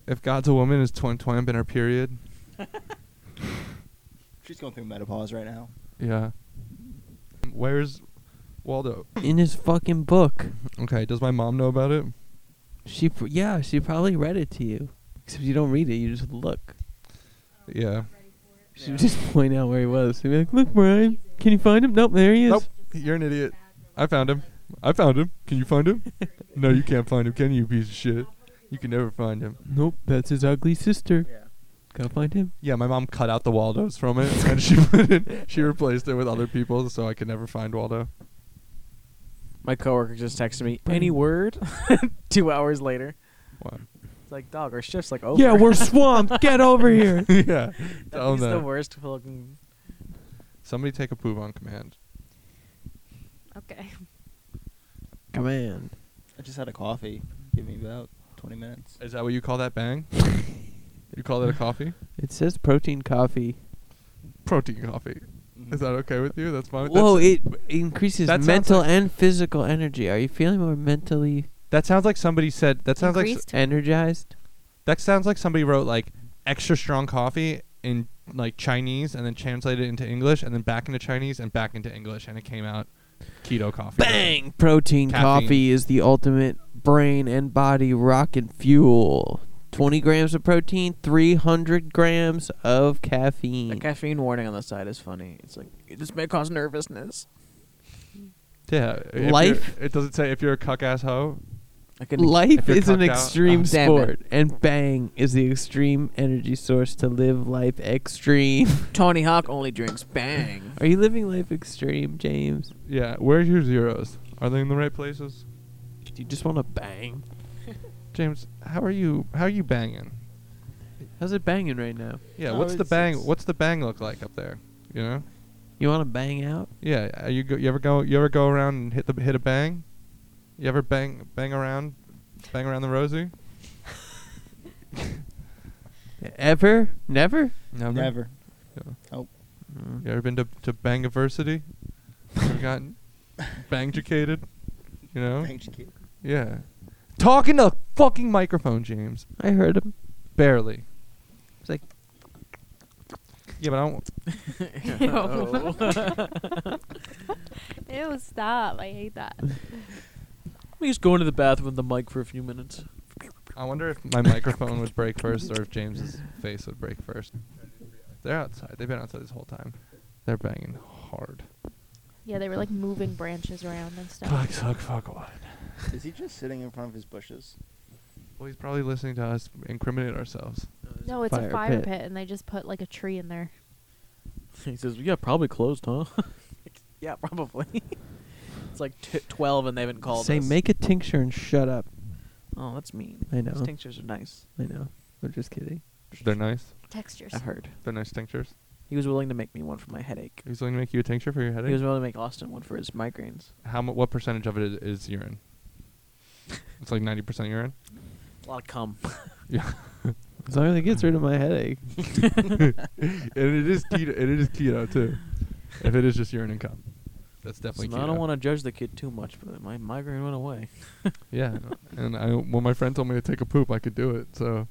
A: if God's a woman, is Twin Twin in her period?
J: *laughs* She's going through menopause right now.
A: Yeah. Where's Waldo?
D: In his fucking book.
A: Okay, does my mom know about it?
D: She pr- yeah, she probably read it to you. Except you don't read it, you just look.
A: Yeah.
D: She would just *laughs* point out where he was. She'd be like, "Look, Brian, can you find him? Nope, there he is."
A: Nope. You're an idiot. *laughs* I found him. I found him. Can you find him? no, you can't find him, can you, piece of shit? You can never find him.
D: Nope, that's his ugly sister.
J: Yeah.
D: Go find him.
A: Yeah, my mom cut out the Waldos from it, and she *laughs* put it, she replaced it with other people, so I could never find Waldo.
F: My coworker just texted me, any word? *laughs* Two hours later.
A: Wow.
F: It's like, dog, our shift's like over.
D: Yeah,
F: *laughs*
D: we're swamped. Get over here.
A: *laughs* yeah,
F: That
A: tell him
F: is the
A: that.
F: worst fucking.
A: Somebody take a poop on command.
E: Okay.
D: Come on.
J: I just had a coffee. Give me about 20 minutes.
A: Is that what you call that
F: *laughs*
A: bang? you call that a coffee?
D: It says protein coffee.
A: Protein coffee.
F: Mm-hmm.
A: Is that okay with you? Oh, That's fine. with-
D: Whoa,
A: that's-
D: it increases
A: that sounds
D: mental
A: like-
D: and physical energy. Are you feeling more mentally
A: That sounds like somebody said. That sounds like s-
E: Increased?
D: energized?
A: that sounds like somebody wrote like extra strong coffee in like Chinese and then translated it into English and then back into Chinese and back into English and it came out keto coffee.
D: Bang! Protein
A: Caffeine.
D: coffee is the ultimate brain and body rocket fuel. 20 grams of protein, 300 grams of
F: The
D: caffeine.
F: caffeine warning on the side is funny. It's like, this may cause nervousness.
A: Yeah. if you're-
D: Life?
A: It doesn't say if you're a cuck ass hoe.
F: I couldn't.
A: If
D: Life
A: you're
D: is an
A: cucked out-
D: extreme
A: Oh,
F: damn it.
D: sport, and bang is the extreme energy source to live life extreme.
F: Tony
D: *laughs*
F: Hawk only drinks bang. *laughs*
D: Are you living life extreme, James?
A: Yeah. Where's your zeros? Are they in the right places?
D: Do you just want to bang?
A: James, how are you? How are you banging?
D: How's it banging right now?
A: Yeah.
F: Oh,
A: what's the
F: it's-
A: bang?
F: it's-
A: What's the bang look like up there? You know.
D: You want to bang out?
A: Yeah, uh, you go, you ever go you ever go around and hit the hit a bang? You ever bang bang around bang around the rosy?
D: Ever? Never?
A: *laughs*
J: Never.
A: You ever been to to bangiversity? you
F: *laughs*
A: ever gotten bangjucated? You know?
J: Thanks, kid.
A: Yeah. Talking to the fucking microphone, James.
D: I heard him.
A: Barely.
D: It's like
A: Yeah, but I don't
E: *laughs*
F: Oh.
E: Ew, stop. I hate that.
F: Let me just go into the bathroom with the mic for a few minutes.
A: I wonder if my microphone would break first or if James's face would break first. They're outside. They've been outside this whole time. They're banging hard.
E: Yeah, they were like moving branches around and stuff.
A: Fuck, suck, fuck, what?
J: Is he just sitting in front of his bushes?
A: Well, he's probably listening to us incriminate ourselves.
E: No, it's
D: Fire
E: a fire
D: pit.
E: pit. and they just put like a tree in there.
F: He says, "Yeah, probably closed, huh?" *laughs* yeah, probably. *laughs* it's like t- twelve, and they haven't called.
D: Say,
F: us.
D: make a tincture and shut up.
F: Oh, that's mean.
D: I know.
F: Those tinctures are nice.
D: I know. We're just kidding.
A: They're nice.
E: Textures.
F: I've heard.
A: They're nice tinctures.
F: He was willing to make me one for my headache.
A: He's willing to make you a tincture for your headache.
F: He was willing to make Austin one for his migraines.
A: How mu- What percentage of it is, is urine? it's like ninety percent urine. *laughs*
F: A lot
D: *laughs*
F: of cum. *laughs*
A: Yeah,
D: As long as it gets rid of my headache.
A: *laughs* and it is keto. And it is keto too. If it is just urine and cum, that's
F: So
A: definitely keto.
F: I don't want to judge the kid too much, but my migraine went away. *laughs*
A: Yeah, and I when my friend told me to take a poop, I could do it. So,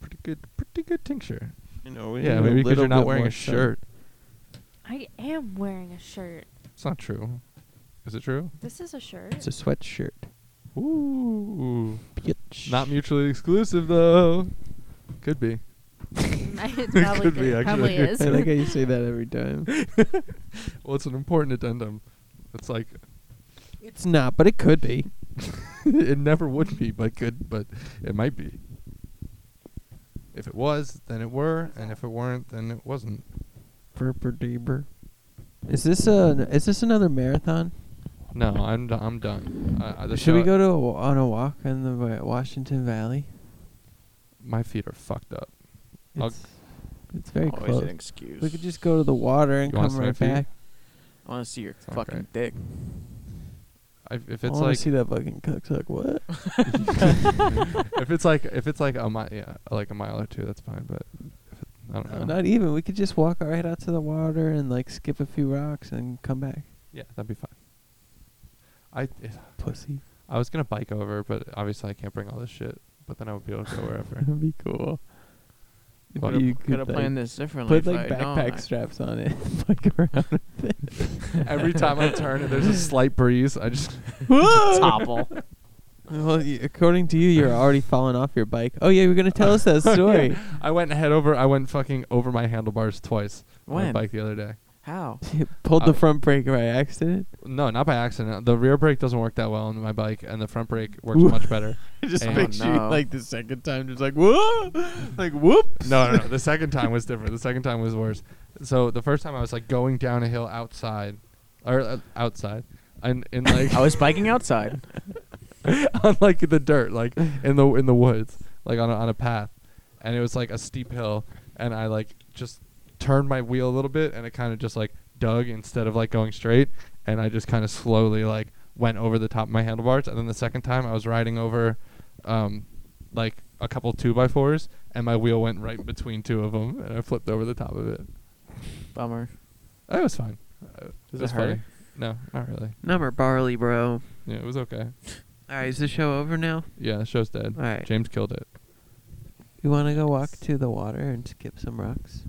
A: pretty good, pretty good tincture.
D: *laughs* You know,
A: Yeah, maybe because you're not wearing a shirt.
E: I am wearing a shirt.
A: It's not true. Is it true?
E: This is a shirt.
D: It's a sweatshirt.
A: Ooh.
D: Bitch.
A: Not
D: *laughs*
A: mutually exclusive though. Could be.
E: *laughs*
A: *laughs*
E: it
A: It
E: probably,
A: could
E: good-
A: be, actually.
E: probably is.
D: I like how you say that every time.
A: *laughs* Well, it's an important addendum. It's like
D: *laughs* it's not, but it could be. *laughs*
A: *laughs* it never would be, but could, but it might be. If it was, then it were, and if it weren't, then it wasn't.
D: Verperdeber. Is this a is this another marathon?
A: No, I'm d- I'm done. I, I, the
D: Should we
A: show-
D: go to a, wa- on a walk in the Wa- Washington Valley?
A: My feet are fucked up. I'll-
D: It's, it's very
F: Always
D: close.
F: an excuse.
D: We could just go to the water and
A: You wanna
D: come
A: see my
D: right
A: feet?
D: back.
F: I want to see your
A: not
F: fucking
A: great.
F: dick.
A: I, if
D: I
A: it's
D: want
A: like
D: to see that fucking cooksuck.
F: *laughs*
D: What?
A: *laughs*
D: *laughs*
A: if it's like if it's like a mile, yeah, like a mile or two, that's fine. But if it, I don't
D: No,
A: know.
D: not e- even. We could just walk right out to the water and like skip a few rocks and come back.
A: yeah, that'd be fine. I
D: Pussy.
A: I was gonna bike over, but obviously I can't bring all this shit. But then I would be able to go wherever. *laughs*
D: That'd be cool. If
A: Well,
D: you
F: Could have
D: like,
F: planned this differently.
D: Put like
F: if I'd known.
D: backpack straps on it. and Fuck *laughs* around.
A: *laughs* Every time I turn and there's a slight breeze,
B: *laughs*
A: I just
F: Topple.
D: *laughs* Well, y- according to
A: *laughs*
D: you, you're already falling off your bike. Oh yeah, you were gonna tell us
A: Oh,
D: that story.
A: I went head over. I went fucking over my handlebars twice on my
F: When?
A: bike the other day.
F: How?
A: *laughs*
D: *laughs* Pulled the
A: Uh,
D: front brake by accident.
A: No, not by accident. The rear brake doesn't work that well on my bike, and the front brake works much
B: *laughs*
A: better.
B: just
A: And-
B: picture you,
F: no.
B: like the second time, just like whoa, like whoops.
A: *laughs* No, no, no. The second time was different. The second time was worse. So the first time I was like going down a hill outside, or uh, outside, and in like
F: *laughs* I was biking
D: *laughs*
F: outside.
A: *laughs* on like the dirt, like in the in the woods, like on a, on a path, and it was like a steep hill, and I like just turned my wheel a little bit, and it kind of just like dug instead of like going straight, and I just kind of slowly like went over the top of my handlebars, and then the second time I was riding over, um, like a couple two by fours, and my wheel went right between two of them, and I flipped over the top of it.
F: Bummer.
A: It was fine. Uh,
F: Does it
A: was
F: hurt?
A: funny. No, not really.
D: Number barley, bro.
A: Yeah, it was okay.
D: All right, is the show over now?
A: Yeah, the show's dead.
D: All right.
A: James killed it.
D: You want to go walk to the water and skip some rocks?